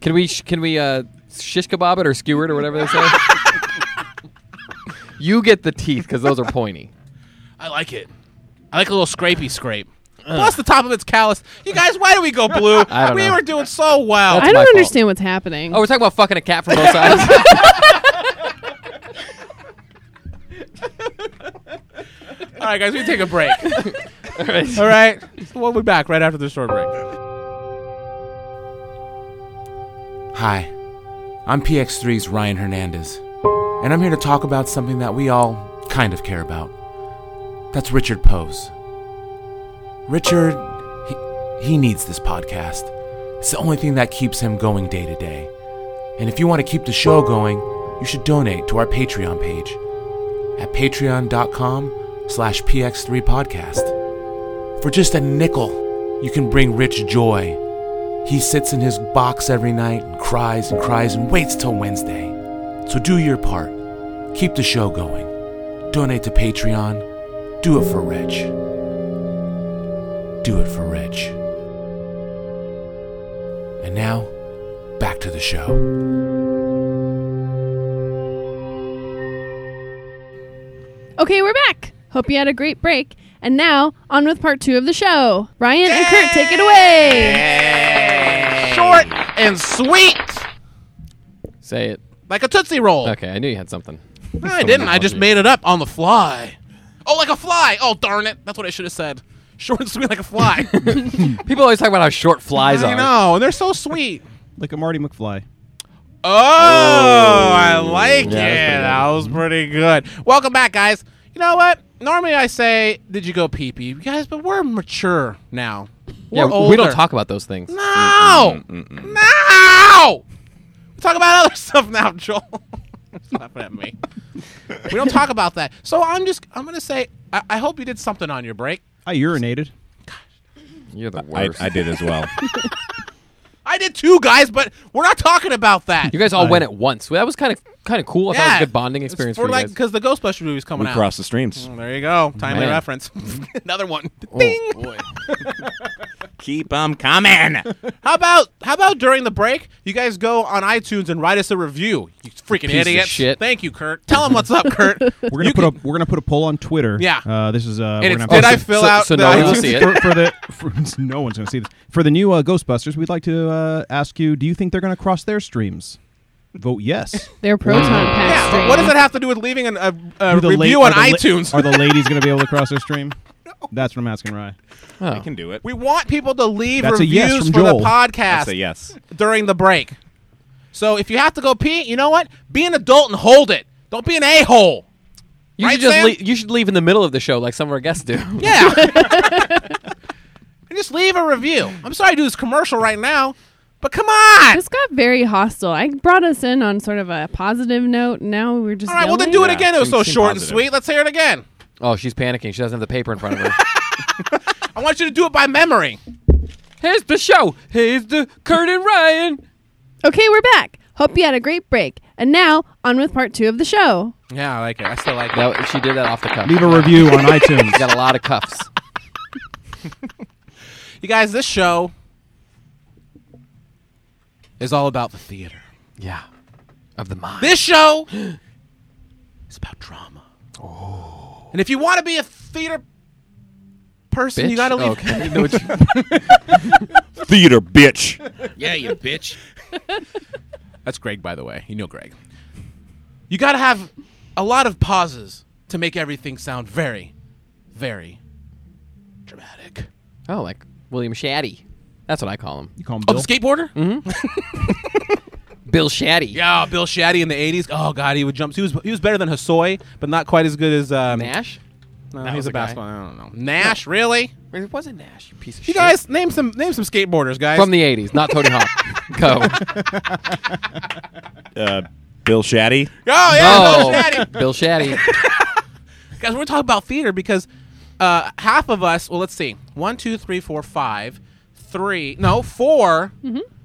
Speaker 2: Can we sh- can we uh, shish kebab it or skewer it or whatever they say? you get the teeth because those are pointy.
Speaker 1: I like it. I like a little scrapey scrape. Plus, the top of it's calloused. You guys, why do we go blue?
Speaker 2: I don't
Speaker 1: we
Speaker 2: know.
Speaker 1: were doing so well.
Speaker 2: That's
Speaker 5: I
Speaker 2: my
Speaker 5: don't
Speaker 2: fault.
Speaker 5: understand what's happening.
Speaker 2: Oh, we're talking about fucking a cat from both sides.
Speaker 1: All right, guys, we take a break.
Speaker 2: All right.
Speaker 1: All right, so we'll be back right after this short break.
Speaker 6: Hi, I'm PX3's Ryan Hernandez, and I'm here to talk about something that we all kind of care about. That's Richard Pose. Richard, he, he needs this podcast. It's the only thing that keeps him going day to day. And if you want to keep the show going, you should donate to our Patreon page at patreon.com slash px3podcast. For just a nickel, you can bring Rich joy he sits in his box every night and cries and cries and waits till Wednesday. So do your part. Keep the show going. Donate to Patreon. Do it for Rich. Do it for Rich. And now, back to the show.
Speaker 5: Okay, we're back. Hope you had a great break. And now, on with part two of the show. Ryan and Kurt, take it away.
Speaker 1: Short and sweet,
Speaker 2: Say it.
Speaker 1: like a tootsie roll.
Speaker 2: Okay, I knew you had something.
Speaker 1: No, I didn't. I just made it up on the fly. Oh, like a fly. Oh, darn it. That's what I should have said. Short and sweet, like a fly.
Speaker 2: People always talk about how short flies
Speaker 1: I
Speaker 2: are.
Speaker 1: know, and they're so sweet.
Speaker 3: Like a Marty McFly.
Speaker 1: Oh, I like
Speaker 2: Yeah,
Speaker 1: it. That was pretty good. Welcome back, guys. You know what? Normally I say, "Did you go pee pee?" Guys, but we're mature now.
Speaker 2: Yeah,
Speaker 1: We're
Speaker 2: we don't
Speaker 1: older.
Speaker 2: talk about those things. Mm,
Speaker 1: No, no. We talk about other stuff now, Joel. He's laughing at me. we don't talk about that. So I'm just. I'm gonna say. I, I hope you did something on your break.
Speaker 3: I urinated.
Speaker 2: You're the
Speaker 4: I,
Speaker 2: worst.
Speaker 4: I did as well.
Speaker 1: I did too, guys. But we're not talking about that.
Speaker 2: You guys all went at once. Well, that was kind of kind of cool. I thought it was a good bonding
Speaker 1: It's
Speaker 2: experience
Speaker 1: for
Speaker 2: for, you
Speaker 1: like
Speaker 2: guys.
Speaker 1: because the Ghostbuster movie's coming
Speaker 4: we
Speaker 1: out.
Speaker 4: crossed the
Speaker 2: Oh.
Speaker 4: streams.
Speaker 1: There you go. Timely
Speaker 2: Man.
Speaker 1: reference. Another one.
Speaker 2: Oh,
Speaker 1: Ding.
Speaker 2: boy.
Speaker 4: Keep them coming.
Speaker 1: How about how about during the break, you guys go on iTunes and write us a review. You freaking
Speaker 2: Piece of
Speaker 1: idiots.
Speaker 2: shit.
Speaker 1: Thank you, Kurt. Tell them what's up, Kurt.
Speaker 3: We're gonna put a we're gonna put a poll on Twitter.
Speaker 1: Yeah.
Speaker 3: Uh, this is uh.
Speaker 1: And
Speaker 3: we're
Speaker 1: it's,
Speaker 3: gonna
Speaker 1: did
Speaker 2: Oh,
Speaker 1: I
Speaker 2: so-
Speaker 1: fill
Speaker 2: so-
Speaker 1: out
Speaker 2: so
Speaker 1: the
Speaker 2: no one
Speaker 1: iTunes-
Speaker 2: will see it.
Speaker 3: for, for the for, no one's gonna see this for the new uh, Ghostbusters. We'd like to uh, ask you: Do you think they're gonna cross their streams? Vote yes.
Speaker 5: They're proton pack
Speaker 1: Yeah, but
Speaker 5: stream.
Speaker 1: what does it have to do with leaving an, a, a
Speaker 3: Do the la-
Speaker 1: review
Speaker 3: are
Speaker 1: on
Speaker 3: the la-
Speaker 1: iTunes?
Speaker 3: are the ladies gonna be able to cross their stream? That's what I'm asking, Ryan.
Speaker 2: Oh.
Speaker 4: I can do it.
Speaker 1: we want people to leave
Speaker 3: That's a
Speaker 1: reviews
Speaker 3: yes from
Speaker 1: for the
Speaker 3: Joel.
Speaker 1: podcast
Speaker 4: That's a yes.
Speaker 1: during the break. So if you have to go pee, you know what? Be an adult and hold it. Don't be an a hole.
Speaker 2: You
Speaker 1: Right,
Speaker 2: should just
Speaker 1: Sam?
Speaker 2: leave, you should leave in the middle of the show like some of our guests do.
Speaker 1: Yeah. And just leave a review. I'm sorry to do this commercial right now, but come on.
Speaker 5: This got very hostile. I brought us in on sort of a positive note. and Now we're just.
Speaker 1: All right, well, then do
Speaker 5: yelling.
Speaker 1: it
Speaker 4: Yeah,
Speaker 1: again. It was
Speaker 4: seem-
Speaker 1: so
Speaker 4: seem
Speaker 1: short
Speaker 4: positive.
Speaker 1: and sweet. Let's hear it again.
Speaker 2: Oh, she's panicking. She doesn't have the paper in front of her.
Speaker 1: I want you to do it by memory.
Speaker 2: Here's the show. Here's the Kurt and Ryan.
Speaker 5: Okay, we're back. Hope you had a great break. And now, on with part two of the show.
Speaker 1: Yeah, I like it. I still like it.
Speaker 2: That, she did that off the cuff.
Speaker 3: Leave a review on iTunes.
Speaker 2: She's got a lot of cuffs.
Speaker 1: You guys, this show is all about the theater.
Speaker 2: Yeah, of the mind.
Speaker 1: This show is about drama. Oh. And if you want to be a theater person,
Speaker 2: bitch.
Speaker 1: you got to leave.
Speaker 2: Oh, okay. I didn't know what you-
Speaker 4: Theater, bitch.
Speaker 1: Yeah, you bitch. That's Greg, by the way. You know Greg. You got to have a lot of pauses to make everything sound very, very dramatic.
Speaker 2: oh, like William Shatty. That's what I call him.
Speaker 3: You call him
Speaker 1: Oh,
Speaker 3: Bill.
Speaker 1: the skateboarder?
Speaker 2: Bill Shatty.
Speaker 1: Yeah, Bill Shatty in the '80s. Oh God, he would jump. He was he was better than Hassoy, but not quite as good as um,
Speaker 2: Nash.
Speaker 1: No,
Speaker 2: That
Speaker 1: he's
Speaker 2: was
Speaker 1: a
Speaker 2: the guy.
Speaker 1: basketball. I don't know. Nash, really?
Speaker 2: It wasn't Nash. You piece of
Speaker 1: You
Speaker 2: shit.
Speaker 1: guys name some name some skateboarders, guys.
Speaker 2: from the '80s, not Tony Hawk. Go.
Speaker 4: Uh, Bill Shatty.
Speaker 1: oh
Speaker 2: Oh,
Speaker 1: yeah, Bill Shatty.
Speaker 2: Bill Shatty.
Speaker 1: guys, we're talking about theater because uh, half of us. Well, let's see. One, two, three, four, five, three. No, 4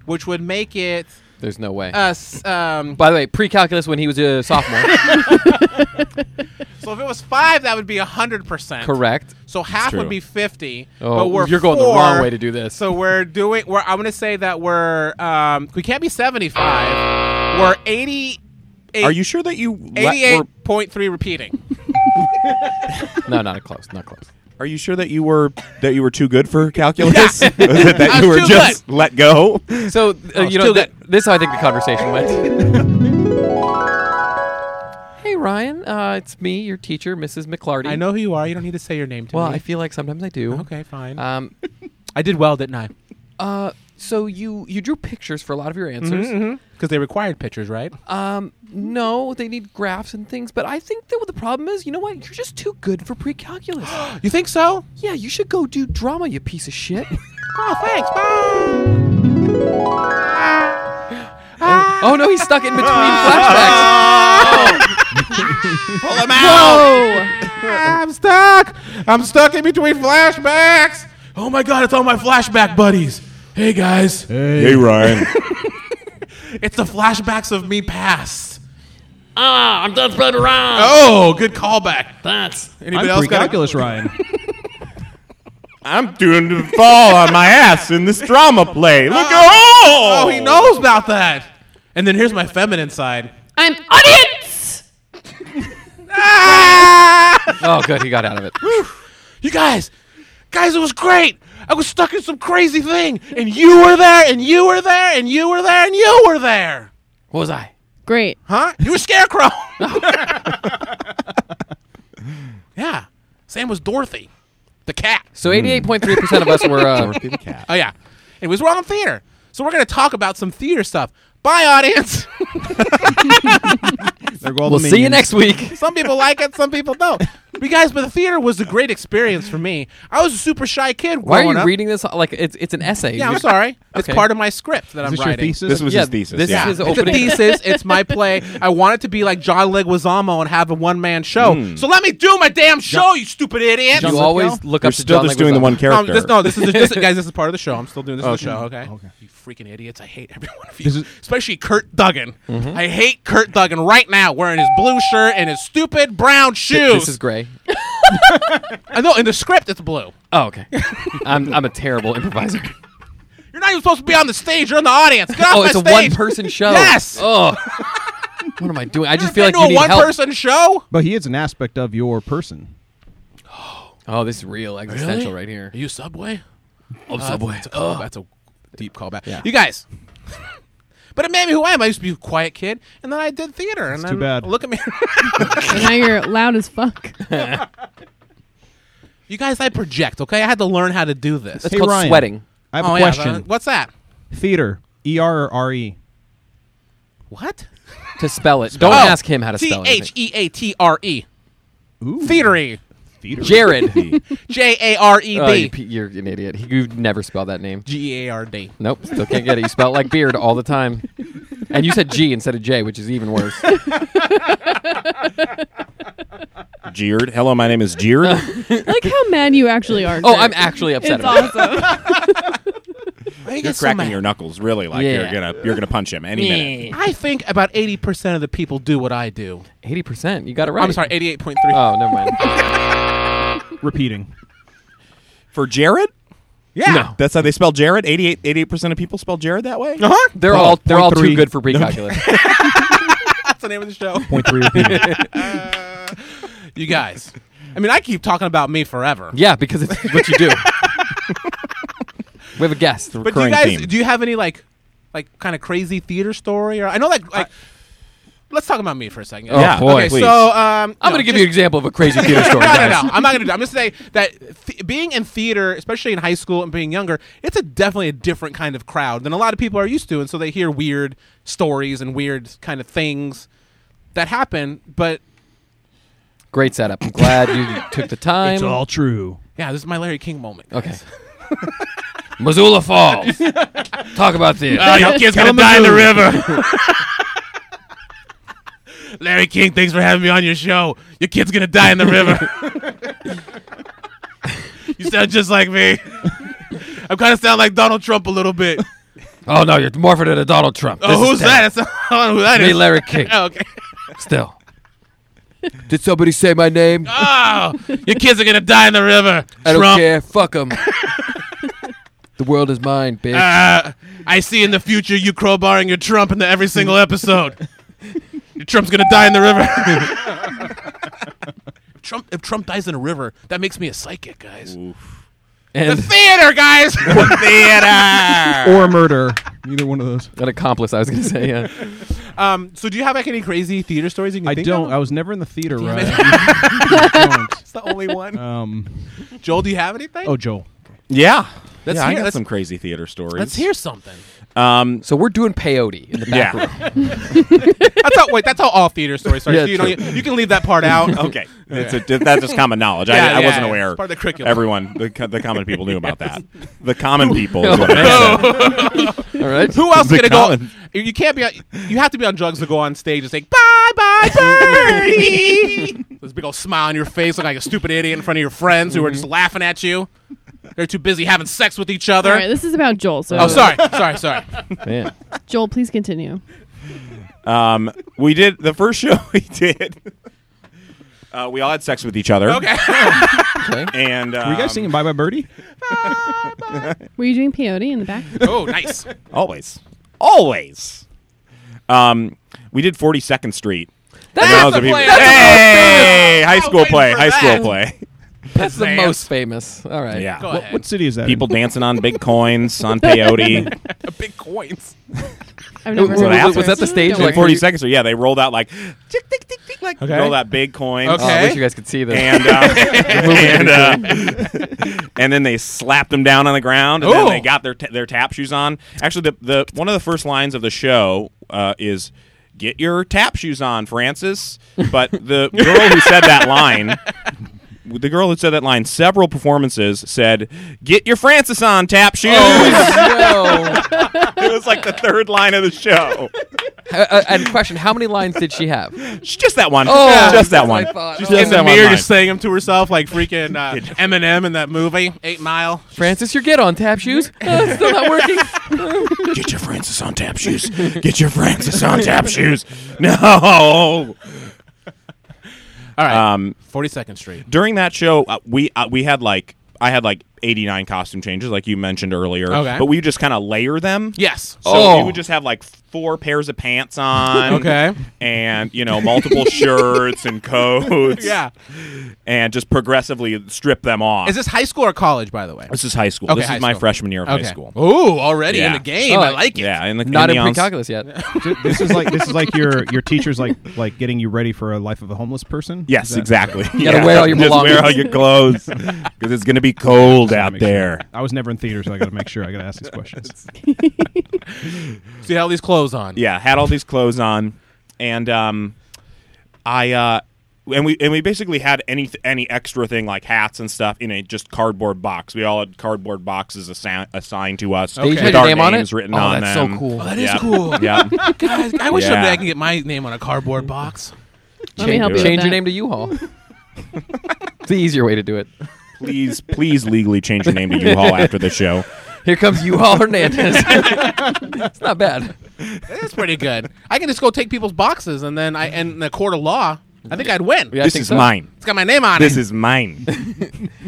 Speaker 1: which would make it
Speaker 2: There's no way.
Speaker 1: us. Um,
Speaker 2: By the way, pre-calculus when he was a sophomore.
Speaker 1: so if it was five, that would be hundred percent.
Speaker 2: Correct.
Speaker 1: So half
Speaker 4: true.
Speaker 1: would be fifty.
Speaker 2: Oh,
Speaker 1: but we're
Speaker 2: you're going the wrong
Speaker 1: four,
Speaker 2: way to do this.
Speaker 1: So we're doing. We're. I'm going to say that we're. Um, we can't be seventy-five. We're eighty-eight.
Speaker 4: Are you sure that you? let-
Speaker 1: eighty-eight point three repeating?
Speaker 2: No, not close. Not close.
Speaker 4: Are you sure that you were that you were too good for calculus?
Speaker 1: Yeah.
Speaker 4: that
Speaker 1: I
Speaker 4: you
Speaker 1: was
Speaker 4: were
Speaker 1: too
Speaker 4: just let go?
Speaker 2: So uh, you know
Speaker 1: still
Speaker 2: that, this. Is how I think the conversation went. hey Ryan, uh, it's me, your teacher, Mrs. McClarty.
Speaker 1: I know who you are. You don't need to say your name to
Speaker 2: Well,
Speaker 1: me.
Speaker 2: I feel like sometimes I do.
Speaker 1: okay, fine.
Speaker 2: Um,
Speaker 1: I did well, didn't I?
Speaker 2: uh, so you you drew pictures for a lot of your answers.
Speaker 1: Because they required pictures, right?
Speaker 2: Um, no, they need graphs and things, but I think that what the problem is, you know what? You're just too good for pre-calculus.
Speaker 1: You think so?
Speaker 2: yeah, you should go do drama, you piece of shit.
Speaker 1: Oh, thanks. Bye.
Speaker 2: oh no, he's stuck in between flashbacks.
Speaker 4: Pull him out.
Speaker 5: Oh,
Speaker 1: I'm stuck. I'm stuck in between flashbacks. Oh my god, it's all my flashback buddies. Hey guys,
Speaker 4: Hey Ryan.
Speaker 1: it's the flashbacks of me past. Ah, I'm done playing around. Oh, good callback. Thanks. Anybody
Speaker 3: I'm
Speaker 1: else got a-
Speaker 3: pre-calculus, Ryan.
Speaker 4: I'm doing the fall on my ass in this drama play. Look at
Speaker 1: Oh, he knows about that. And then here's my feminine side.
Speaker 5: I'm audience.
Speaker 2: oh good, he got out of it.
Speaker 1: You guys, guys, it was great. I was stuck in some crazy thing, and you were there, and you were there, and you were there, and you were there.
Speaker 2: What was I?
Speaker 5: Great.
Speaker 1: Huh? You were Scarecrow. yeah. Sam was Dorothy, the cat.
Speaker 2: So 88.3% of us were uh,
Speaker 4: Dorothy the cat.
Speaker 1: Oh yeah. It was wrong theater. So we're gonna talk about some theater stuff. Bye, audience.
Speaker 3: There go all the
Speaker 2: We'll see you
Speaker 3: minions.
Speaker 2: next week.
Speaker 1: some people like it, some people don't. But guys, but the theater was a great experience for me. I was a super shy kid.
Speaker 2: Why are
Speaker 1: growing
Speaker 2: you
Speaker 1: up.
Speaker 2: reading this like it's it's an essay?
Speaker 1: Yeah,
Speaker 2: You're-
Speaker 1: I'm sorry. It's
Speaker 2: Okay.
Speaker 1: part of my script that
Speaker 3: Is
Speaker 1: I'm
Speaker 3: this your
Speaker 1: writing.
Speaker 3: thesis?
Speaker 4: This was
Speaker 2: Yeah,
Speaker 4: his thesis.
Speaker 2: this
Speaker 4: yeah.
Speaker 2: is his
Speaker 1: it's a
Speaker 2: opening.
Speaker 1: thesis. It's my play. I want it to be like John Leguizamo and have a one man show. So let me do my damn show, you stupid idiot.
Speaker 2: Hmm. You
Speaker 3: John
Speaker 2: always
Speaker 3: Lithgow?
Speaker 2: look
Speaker 4: You're
Speaker 2: up to
Speaker 4: still
Speaker 2: John
Speaker 4: just doing the
Speaker 2: Leguizamo.
Speaker 4: one
Speaker 1: no,
Speaker 4: character.
Speaker 1: this, Um, no, this is this, guys. This is part of the show. I'm still doing this is the show. Okay.
Speaker 3: Okay.
Speaker 1: You freaking idiots! I hate every one of you,
Speaker 3: This is-
Speaker 1: especially Kurt Duggan.
Speaker 2: Mm-hmm.
Speaker 1: I hate Kurt Duggan right now, wearing his blue shirt and his stupid brown shoes.
Speaker 2: This is gray.
Speaker 1: I know in the script it's blue.
Speaker 2: Oh, okay. I'm, I'm a terrible improviser.
Speaker 1: You're not even supposed to be on the stage. You're in the audience. Get off
Speaker 2: Oh,
Speaker 1: my
Speaker 2: it's a
Speaker 1: stage.
Speaker 2: one person show.
Speaker 1: Yes.
Speaker 2: Oh. What am I doing? I just feel
Speaker 1: Been
Speaker 2: like
Speaker 1: to
Speaker 2: you
Speaker 1: a
Speaker 2: need
Speaker 1: one
Speaker 2: help.
Speaker 1: person show.
Speaker 3: But he is an aspect of your person.
Speaker 2: Oh, this is real existential right here.
Speaker 1: Are you Subway?
Speaker 2: Oh, Subway.
Speaker 1: That's a, call, that's a deep callback. You guys. but it made me who I am. I used to be a quiet kid, and then I did theater. and
Speaker 3: That's
Speaker 1: then
Speaker 3: too bad.
Speaker 1: Look at me.
Speaker 5: And now you're loud as fuck.
Speaker 1: you guys, I project, okay? I had to learn how to do this.
Speaker 2: That's
Speaker 3: Hey,
Speaker 2: called
Speaker 3: Ryan.
Speaker 2: sweating.
Speaker 3: I have
Speaker 1: Oh,
Speaker 3: a
Speaker 1: yeah,
Speaker 3: question.
Speaker 1: uh, what's that?
Speaker 3: Theater, ER or RE?
Speaker 1: What?
Speaker 2: To spell it. Don't
Speaker 1: Oh,
Speaker 2: ask him how to spell
Speaker 1: T H
Speaker 2: it.
Speaker 1: E A T R E.
Speaker 3: Ooh.
Speaker 1: Theatery.
Speaker 3: Theater.
Speaker 2: Jared.
Speaker 1: J A R E
Speaker 2: Oh,
Speaker 1: D.
Speaker 2: you, p- you're an idiot. He- You've never spelled that name.
Speaker 1: G E A R D.
Speaker 2: Nope, still can't get it. You spell it like beard all the time. And you said G instead of J, which is even worse.
Speaker 4: Jeered. Hello, my name is Jeered.
Speaker 5: I like how mad you actually are.
Speaker 2: Oh,
Speaker 5: Kurt.
Speaker 2: I'm actually upset
Speaker 5: It's
Speaker 2: about it.
Speaker 5: awesome.
Speaker 1: Why you
Speaker 4: You're
Speaker 1: get so
Speaker 4: cracking
Speaker 1: mad?
Speaker 4: your knuckles, really. Like
Speaker 2: Yeah.
Speaker 4: you're gonna you're gonna punch him any minute.
Speaker 1: I think about 80% of the people do what I do.
Speaker 2: 80%. You got it right.
Speaker 1: I'm sorry, 88.3.
Speaker 2: Oh, never mind.
Speaker 3: Repeating.
Speaker 4: For Jared,
Speaker 1: yeah.
Speaker 2: no.
Speaker 4: that's how they spell Jared. 88 percent of people spell Jared that way.
Speaker 1: Uh-huh.
Speaker 2: They're all they're all too
Speaker 3: 0.3.
Speaker 2: good for pre-calculus.
Speaker 1: That's the name of the show.
Speaker 3: Point three repeating.
Speaker 1: you guys. I mean, I keep talking about me forever.
Speaker 2: yeah, because it's what you do. we have a
Speaker 1: But
Speaker 2: guest.
Speaker 1: do you
Speaker 4: recurring
Speaker 1: guys
Speaker 4: theme.
Speaker 1: do you have any like like kind of crazy theater story or I know like like let's talk about me for a second.
Speaker 2: Oh,
Speaker 4: Yeah,
Speaker 2: boy.
Speaker 1: okay,
Speaker 4: please.
Speaker 1: so um
Speaker 2: I'm going to give you an example of a crazy theater story.
Speaker 1: no, no,
Speaker 2: guys.
Speaker 1: no. I'm not going to do. I'm just saying that th- being in theater, especially in high school and being younger, it's a definitely a different kind of crowd than a lot of people are used to, and so they hear weird stories and weird kind of things that happen. But
Speaker 2: Great setup. I'm glad you took the time.
Speaker 3: it's all true.
Speaker 1: yeah, this is my Larry King moment. guys.
Speaker 2: okay. Missoula Falls. Talk about this.
Speaker 1: Uh, your kid's gonna die in the river. Larry King, thanks for having me on your show. Your kid's gonna die in the river. you sound just like me. I kind of sound like Donald Trump a little bit.
Speaker 2: oh no, you're morphing into Donald Trump. This
Speaker 1: Oh,
Speaker 2: is
Speaker 1: who's
Speaker 2: terrible.
Speaker 1: that? That's not, I don't know who that
Speaker 2: Me,
Speaker 1: is.
Speaker 2: Larry King.
Speaker 1: Oh, okay.
Speaker 2: Still. Did somebody say my name?
Speaker 1: Oh, your kids are gonna die in the river.
Speaker 2: I don't
Speaker 1: Trump.
Speaker 2: care. Fuck them. the world is mine, bitch.
Speaker 1: Uh, I see in the future you crowbarring your Trump into every single episode. your Trump's gonna die in the river. Trump if Trump dies in a river, that makes me a psychic, guys.
Speaker 2: and
Speaker 1: Theater, guys. Theater.
Speaker 3: or murder. Either one of those.
Speaker 2: an accomplice. I was gonna say, yeah.
Speaker 1: Um. So, do you have like any crazy theater stories you can
Speaker 3: I
Speaker 1: think
Speaker 3: don't.
Speaker 1: Of?
Speaker 3: I was never in the theater,
Speaker 1: Damn
Speaker 3: right? I
Speaker 1: That's the only one.
Speaker 3: don't. Um,
Speaker 1: Joel, do you have anything?
Speaker 3: oh, Joel.
Speaker 4: Yeah.
Speaker 1: Let's
Speaker 4: yeah,
Speaker 1: hear-
Speaker 4: I got
Speaker 1: let's-
Speaker 4: some crazy theater stories.
Speaker 1: let's hear something.
Speaker 4: Um,
Speaker 2: So we're doing peyote in the back
Speaker 4: yeah.
Speaker 2: room.
Speaker 1: That's how. Wait. That's how all theater stories start.
Speaker 2: Yeah,
Speaker 1: So you, don't, you can leave that part out.
Speaker 4: okay. That's, a, that's just common knowledge. I,
Speaker 1: Yeah,
Speaker 4: I
Speaker 1: yeah,
Speaker 4: wasn't
Speaker 1: yeah.
Speaker 4: aware.
Speaker 1: It's part of the curriculum.
Speaker 4: Everyone, the, co- the common people knew about that. The common people. is what I said.
Speaker 2: All right.
Speaker 1: Who else is
Speaker 4: The
Speaker 1: gonna go?
Speaker 4: Colin.
Speaker 1: You can't be. On, you have to be on drugs to go on stage and say bye bye Bernie. this big old smile on your face, look like a stupid idiot in front of your friends who are just laughing at you. They're too busy having sex with each other.
Speaker 5: All right, this is about Joel. So
Speaker 1: oh, sorry, sorry, sorry.
Speaker 2: Man.
Speaker 5: Joel, please continue.
Speaker 4: Um, we did the first show we did. Uh, we all had sex with each other.
Speaker 1: Okay.
Speaker 2: Okay.
Speaker 4: And um,
Speaker 3: Were you guys singing "Bye Bye Birdie"?
Speaker 5: Were you doing peyote in the back?
Speaker 1: Oh, nice.
Speaker 4: Always, always. Um, we did Forty Second Street.
Speaker 2: That's
Speaker 4: And
Speaker 2: the
Speaker 4: those are people-
Speaker 1: play.
Speaker 4: Hey, high
Speaker 1: was
Speaker 4: school
Speaker 1: waiting
Speaker 4: play,
Speaker 1: for
Speaker 4: high
Speaker 1: that.
Speaker 4: school play.
Speaker 2: That's the
Speaker 1: Fans.
Speaker 2: most famous. All right.
Speaker 4: Yeah.
Speaker 1: Go
Speaker 3: What,
Speaker 1: ahead.
Speaker 3: what city is that? in?
Speaker 4: People dancing on big coins on peyote.
Speaker 1: big coins?
Speaker 5: I've never
Speaker 2: Was-
Speaker 5: heard
Speaker 4: was-
Speaker 5: of
Speaker 4: was
Speaker 5: this.
Speaker 2: that the stage?
Speaker 5: Don't
Speaker 4: In
Speaker 2: Like-
Speaker 5: worry.
Speaker 4: Forty Second Street, yeah, they rolled out like, tick, tick, tick, tick, like
Speaker 1: Okay.
Speaker 4: roll out big coins. Uh,
Speaker 2: Oh, I wish you guys could see this.
Speaker 4: and uh, and uh, and then they slapped them down on the ground, and then
Speaker 1: Ooh.
Speaker 4: they got their t- their tap shoes on. Actually, the the one of the first lines of the show uh, is "Get your tap shoes on, Francis." But the girl who said that line. The girl who said that line several performances said, "Get your Francis on tap shoes."
Speaker 1: Oh.
Speaker 2: Oh, no.
Speaker 4: It was like the third line of the show.
Speaker 2: Uh, uh, and question: How many lines did she have?
Speaker 4: Just that one.
Speaker 2: Oh,
Speaker 4: just that
Speaker 2: that's what
Speaker 4: one.
Speaker 2: I thought.
Speaker 4: Just
Speaker 2: Oh.
Speaker 4: that
Speaker 1: In the
Speaker 4: one
Speaker 1: mirror,
Speaker 4: line.
Speaker 1: just saying them to herself like freaking uh, Eminem in that movie, Eight Mile.
Speaker 2: Francis, your get on tap shoes. Uh, it's still not working.
Speaker 4: Get your Francis on tap shoes. Get your Francis on tap shoes. No.
Speaker 1: All right,
Speaker 4: Um,
Speaker 1: Forty Second Street.
Speaker 4: during that show, uh, we uh, we had like I had like 89 costume changes, like you mentioned earlier.
Speaker 1: Okay.
Speaker 4: But we would just kind of layer them.
Speaker 1: Yes.
Speaker 4: So we
Speaker 2: Oh.
Speaker 4: would just have like four pairs of pants on.
Speaker 1: Okay.
Speaker 4: And you know multiple shirts and coats.
Speaker 1: Yeah.
Speaker 4: And just progressively strip them off.
Speaker 1: Is this high school or college, by the way?
Speaker 4: This is high school.
Speaker 1: Okay,
Speaker 4: this
Speaker 1: high
Speaker 4: is my
Speaker 1: school.
Speaker 4: freshman year of
Speaker 1: okay.
Speaker 4: high school.
Speaker 1: Ooh, already in
Speaker 4: Yeah.
Speaker 1: the game.
Speaker 2: Oh,
Speaker 1: I like it.
Speaker 4: Yeah, in the
Speaker 2: Not
Speaker 4: in
Speaker 2: in
Speaker 4: the ounce-
Speaker 2: pre-calculus yet.
Speaker 3: Th- this is like this is like your your teacher's like like getting you ready for a life of a homeless person.
Speaker 4: Yes,
Speaker 3: Is that-
Speaker 4: exactly. You
Speaker 2: gotta wear all your
Speaker 4: Just wear all
Speaker 2: belongings.
Speaker 4: your clothes because it's gonna be cold out
Speaker 3: Make sure.
Speaker 4: there.
Speaker 3: I was never in theater, so I got to make sure I got to ask these questions.
Speaker 1: So you had all these clothes on.
Speaker 4: Yeah, had all these clothes on, and um, I uh, and we and we basically had any any extra thing like hats and stuff in a just cardboard box. We all had cardboard boxes assi- assigned to us
Speaker 2: They
Speaker 1: Okay.
Speaker 2: had
Speaker 4: with
Speaker 2: your
Speaker 4: our
Speaker 2: name on
Speaker 4: names
Speaker 2: it.
Speaker 4: written
Speaker 2: oh,
Speaker 4: on
Speaker 2: that's
Speaker 4: them.
Speaker 2: so cool.
Speaker 1: Oh, that is
Speaker 4: Yeah.
Speaker 1: cool.
Speaker 4: Yeah,
Speaker 1: Guys, I wish
Speaker 4: Yeah.
Speaker 1: someday I could get my name on a cardboard box.
Speaker 5: Let me help you.
Speaker 4: do
Speaker 5: with
Speaker 4: it.
Speaker 2: Change
Speaker 5: that.
Speaker 2: your name to U-Haul. it's the easier way to do it.
Speaker 4: please please legally change your name to U-Haul after the show.
Speaker 2: Here comes U-Haul Hernandez. it's not bad.
Speaker 1: That's pretty good. I can just go take people's boxes and then I and in a court of law, I think I'd win.
Speaker 2: Yeah, I
Speaker 4: this
Speaker 2: think
Speaker 4: is
Speaker 2: so.
Speaker 4: mine.
Speaker 1: It's got my name on
Speaker 4: This
Speaker 1: it.
Speaker 4: is mine.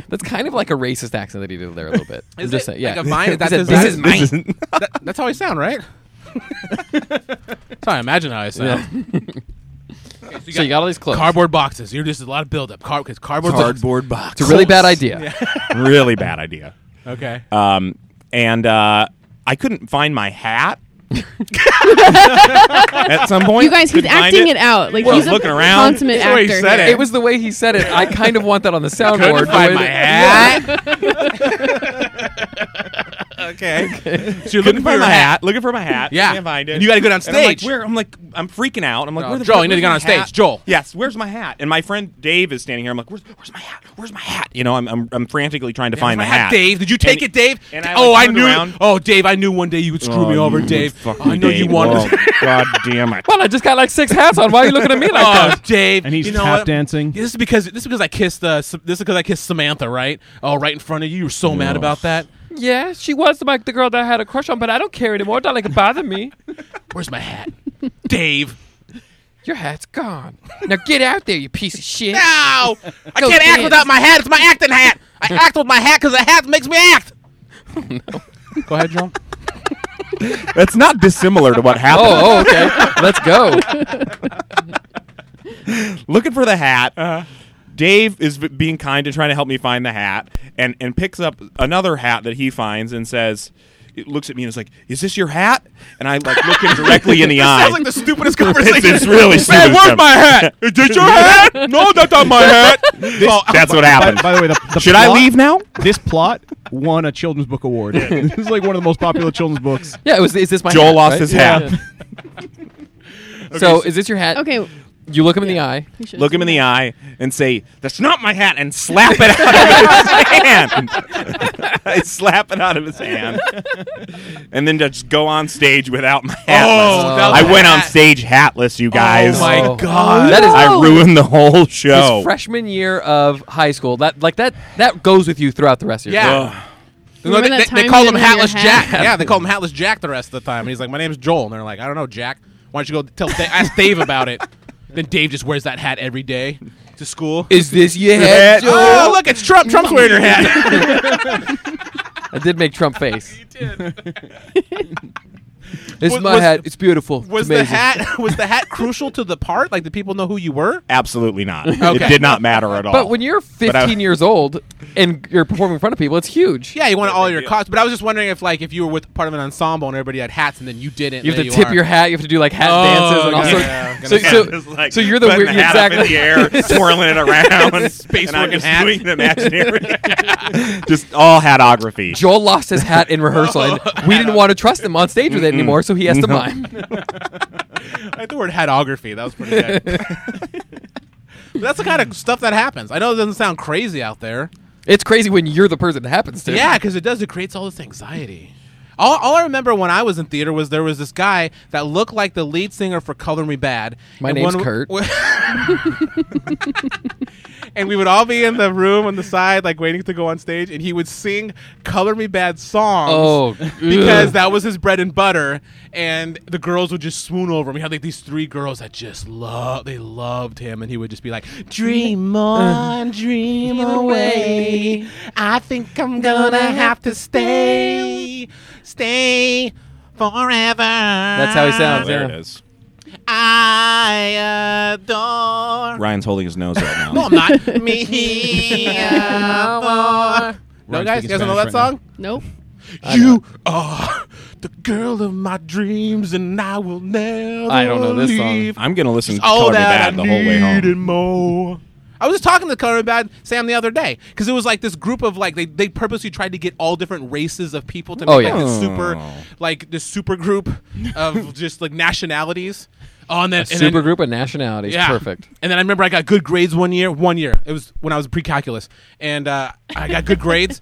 Speaker 2: That's kind of like a racist accent that he did there a little bit. I'm
Speaker 1: Is
Speaker 2: just
Speaker 1: it?
Speaker 2: saying. Yeah.
Speaker 1: Like a mine?
Speaker 2: He
Speaker 1: That
Speaker 2: said,
Speaker 1: does-
Speaker 2: this
Speaker 1: that-
Speaker 2: is mine.
Speaker 1: That- that's how I sound, right? that's how I imagine how I sound. Okay,
Speaker 2: So you got all these clothes.
Speaker 1: cardboard boxes. You're just a lot of buildup. Car- cause cardboard
Speaker 4: Cardboard box.
Speaker 2: it's a really bad idea.
Speaker 4: really bad idea.
Speaker 1: Okay.
Speaker 4: Um, and uh, I couldn't find my hat. At some point,
Speaker 5: You guys, he's
Speaker 4: Couldn't find
Speaker 5: acting it. out. Like
Speaker 4: Well,
Speaker 5: he's a
Speaker 4: looking around.
Speaker 5: consummate
Speaker 1: That's the way he
Speaker 5: actor.
Speaker 1: said
Speaker 5: here.
Speaker 1: it.
Speaker 2: It was the way he said it. I kind of want that on the soundboard.
Speaker 1: Couldn't
Speaker 2: the
Speaker 1: find
Speaker 2: way
Speaker 1: my
Speaker 2: that-
Speaker 1: hat. okay. So you're
Speaker 4: Looking for
Speaker 1: your
Speaker 4: my hat. Looking for my hat.
Speaker 1: Yeah.
Speaker 4: Can't find it.
Speaker 1: And you gotta go down
Speaker 4: And I'm like,
Speaker 1: stage.
Speaker 4: where? I'm like, I'm freaking out. I'm like,
Speaker 2: No,
Speaker 4: where the
Speaker 1: Joel,
Speaker 4: fuck-
Speaker 1: you need to
Speaker 4: where's
Speaker 1: get
Speaker 4: my
Speaker 1: on stage.
Speaker 4: hat?
Speaker 1: Joel.
Speaker 4: Yes. Where's my hat? And my friend Dave is standing here. I'm like, where's, where's my hat? Where's my hat? You know, I'm, I'm, I'm frantically trying to find
Speaker 1: my
Speaker 4: my hat.
Speaker 1: Dave. Did you take
Speaker 4: And-
Speaker 1: it, Dave?
Speaker 4: and I,
Speaker 1: oh,
Speaker 4: like,
Speaker 1: I
Speaker 4: turned
Speaker 1: knew.
Speaker 4: around.
Speaker 1: Oh, Dave, I knew one day you would screw me
Speaker 4: Oh,
Speaker 1: over,
Speaker 4: you
Speaker 1: Dave.
Speaker 4: fuck
Speaker 1: I
Speaker 4: me,
Speaker 1: know you
Speaker 4: Dave.
Speaker 1: wanted.
Speaker 4: Oh, God damn it.
Speaker 2: Well, I just got like six hats on. Why are you looking at me like
Speaker 1: Oh,
Speaker 2: that?
Speaker 1: Dave!
Speaker 3: And he's
Speaker 1: you know
Speaker 3: tap
Speaker 1: what?
Speaker 3: dancing.
Speaker 1: Yeah, this is because this is because I kissed uh, Sa- this is because I kissed Samantha, right? Oh, right in front of you. You were so mad about that.
Speaker 2: Yeah, she was like the girl that I had a crush on, but I don't care anymore. Don't let it bother me.
Speaker 1: Where's my hat, Dave?
Speaker 2: Your hat's gone. Now get out there, you piece of shit.
Speaker 1: No, I can't
Speaker 2: Go
Speaker 1: act
Speaker 2: dance.
Speaker 1: without my hat. It's my acting hat. I act with my hat because the hat makes me act. Go ahead, Joel.
Speaker 4: That's not dissimilar to what happened.
Speaker 2: Oh, oh, okay. Let's go.
Speaker 4: Looking for the hat. Dave is v- being kind and trying to help me find the hat, and and picks up another hat that he finds and says. It looks at me and is like, "Is this your hat?" And I like look him directly in the eye.
Speaker 1: Sounds like the stupidest conversation.
Speaker 4: It's, it's really stupid.
Speaker 1: Man, where's
Speaker 4: stuff.
Speaker 1: my hat?
Speaker 4: Is this your hat? No, that's not my hat. Well, that's what
Speaker 3: By,
Speaker 4: happened.
Speaker 3: by the way, the, the
Speaker 4: Should I
Speaker 3: plot-
Speaker 4: leave now?
Speaker 3: This plot won a children's book award. this is like one of the most popular children's books.
Speaker 2: Yeah, it was. Is this my
Speaker 4: Joel
Speaker 2: hat,
Speaker 4: lost
Speaker 2: right?
Speaker 4: his
Speaker 2: Yeah.
Speaker 4: hat.
Speaker 2: so, is this your hat?
Speaker 5: Okay.
Speaker 2: You look him in the eye.
Speaker 5: we should-
Speaker 4: Look him in the eye and say, "That's not my hat," and slap it out of his hand. I slap it out of his hand, and then just go on stage without my hat.
Speaker 1: Oh, that
Speaker 4: I
Speaker 1: was
Speaker 4: went
Speaker 1: a
Speaker 4: on
Speaker 1: hat.
Speaker 4: stage hatless, you guys.
Speaker 1: Oh my
Speaker 2: Oh.
Speaker 1: god.
Speaker 2: That is
Speaker 4: I
Speaker 5: No.
Speaker 4: ruined the whole
Speaker 2: his
Speaker 4: show.
Speaker 2: freshman year of high school. That like that that goes with you throughout the rest of your
Speaker 1: Yeah. No,
Speaker 2: life.
Speaker 1: they,
Speaker 5: Remember
Speaker 1: they,
Speaker 5: that
Speaker 1: they
Speaker 5: time
Speaker 1: called
Speaker 5: you
Speaker 1: him
Speaker 5: didn't wear
Speaker 1: Hatless
Speaker 5: your
Speaker 1: Jack.
Speaker 5: hat?
Speaker 1: Yeah, they called him Hatless Jack the rest of the time. And he's like, "My name's Joel," and they're like, "I don't know, Jack. Why don't you go tell Da- ask Dave about it?" Then Dave just wears that hat every day to school.
Speaker 2: Is this your
Speaker 4: hat,
Speaker 2: hat, Joel?
Speaker 1: oh, look, it's Trump. Trump's wearing her hat.
Speaker 2: I did make Trump face. This is
Speaker 1: Was-
Speaker 2: my
Speaker 1: was-
Speaker 2: hat. It's beautiful. It's
Speaker 1: was the
Speaker 2: amazing.
Speaker 1: hat was the hat crucial to the part? Like, did people know who you were?
Speaker 4: Absolutely not.
Speaker 1: Okay.
Speaker 4: It did not matter at all.
Speaker 2: But when you're
Speaker 4: But I-
Speaker 2: 15 years old and you're performing in front of people, it's huge.
Speaker 1: Yeah, you wanted all your
Speaker 4: deal.
Speaker 1: costs. But I was just wondering if, like, if you were with part of an ensemble and everybody had hats, and then you didn't.
Speaker 2: You have
Speaker 1: there
Speaker 2: to tip
Speaker 1: are.
Speaker 2: your hat. You have to do like hat
Speaker 1: Oh,
Speaker 2: dances and all
Speaker 1: yeah.
Speaker 2: sorts.
Speaker 1: Yeah,
Speaker 2: so,
Speaker 1: gonna-
Speaker 2: so,
Speaker 1: yeah,
Speaker 4: It's like
Speaker 2: so you're the
Speaker 4: putting
Speaker 2: weird.
Speaker 4: the hat up
Speaker 2: exactly.
Speaker 4: in the air, twirling it around,
Speaker 1: Space
Speaker 4: and I'm
Speaker 1: working
Speaker 4: just
Speaker 1: hat.
Speaker 4: doing the imaginary, just all hatography.
Speaker 2: Joel lost his hat in rehearsal, and we didn't want to trust him on stage with it anymore, so he has to mime.
Speaker 1: I had the word hatography. That was pretty good. But that's the kind of stuff that happens. I know it doesn't sound crazy out there.
Speaker 2: It's crazy when you're the person it happens to.
Speaker 1: Yeah, because it does. It creates all this anxiety. All, all I remember when I was in theater was there was this guy that looked like the lead singer for Color Me Bad.
Speaker 2: My
Speaker 1: And
Speaker 2: name's
Speaker 1: one-
Speaker 2: Kurt.
Speaker 1: and we would all be in the room on the side, like waiting to go on stage, and he would sing Color Me Bad songs.
Speaker 2: Oh,
Speaker 1: because
Speaker 2: ugh.
Speaker 1: that was his bread and butter, and the girls would just swoon over him. He had like these three girls that just loved, they loved him, and he would just be like, "Dream on, dream away. I think I'm gonna have to stay, stay forever." That's
Speaker 2: how he sounds,
Speaker 4: There
Speaker 2: yeah.
Speaker 4: it is.
Speaker 1: I adore.
Speaker 4: Ryan's holding his nose right now.
Speaker 1: No, I'm not. Me adore. No, guys, you
Speaker 3: Ryan's speaking
Speaker 1: guys don't know that
Speaker 3: Spanish right
Speaker 1: song?
Speaker 5: Nope.
Speaker 1: You are the girl of my dreams, and I will never.
Speaker 2: I don't know this song.
Speaker 1: leave.
Speaker 4: I'm gonna listen to
Speaker 1: All
Speaker 4: Color Me
Speaker 1: that
Speaker 4: Bad
Speaker 1: I
Speaker 4: the whole way home.
Speaker 1: need and more. I was just talking to Color Me Bad Sam the other day because it was like this group of like they, they purposely tried to get all different races of people to make
Speaker 2: Oh,
Speaker 1: like
Speaker 2: yeah.
Speaker 1: this super
Speaker 4: Oh.
Speaker 1: like this super group of just like nationalities. Oh, and then, and then-
Speaker 2: Super group of nationalities. Perfect.
Speaker 1: and then I remember I got good grades one year. One year. It was when I was pre-calculus. And uh, I got good grades.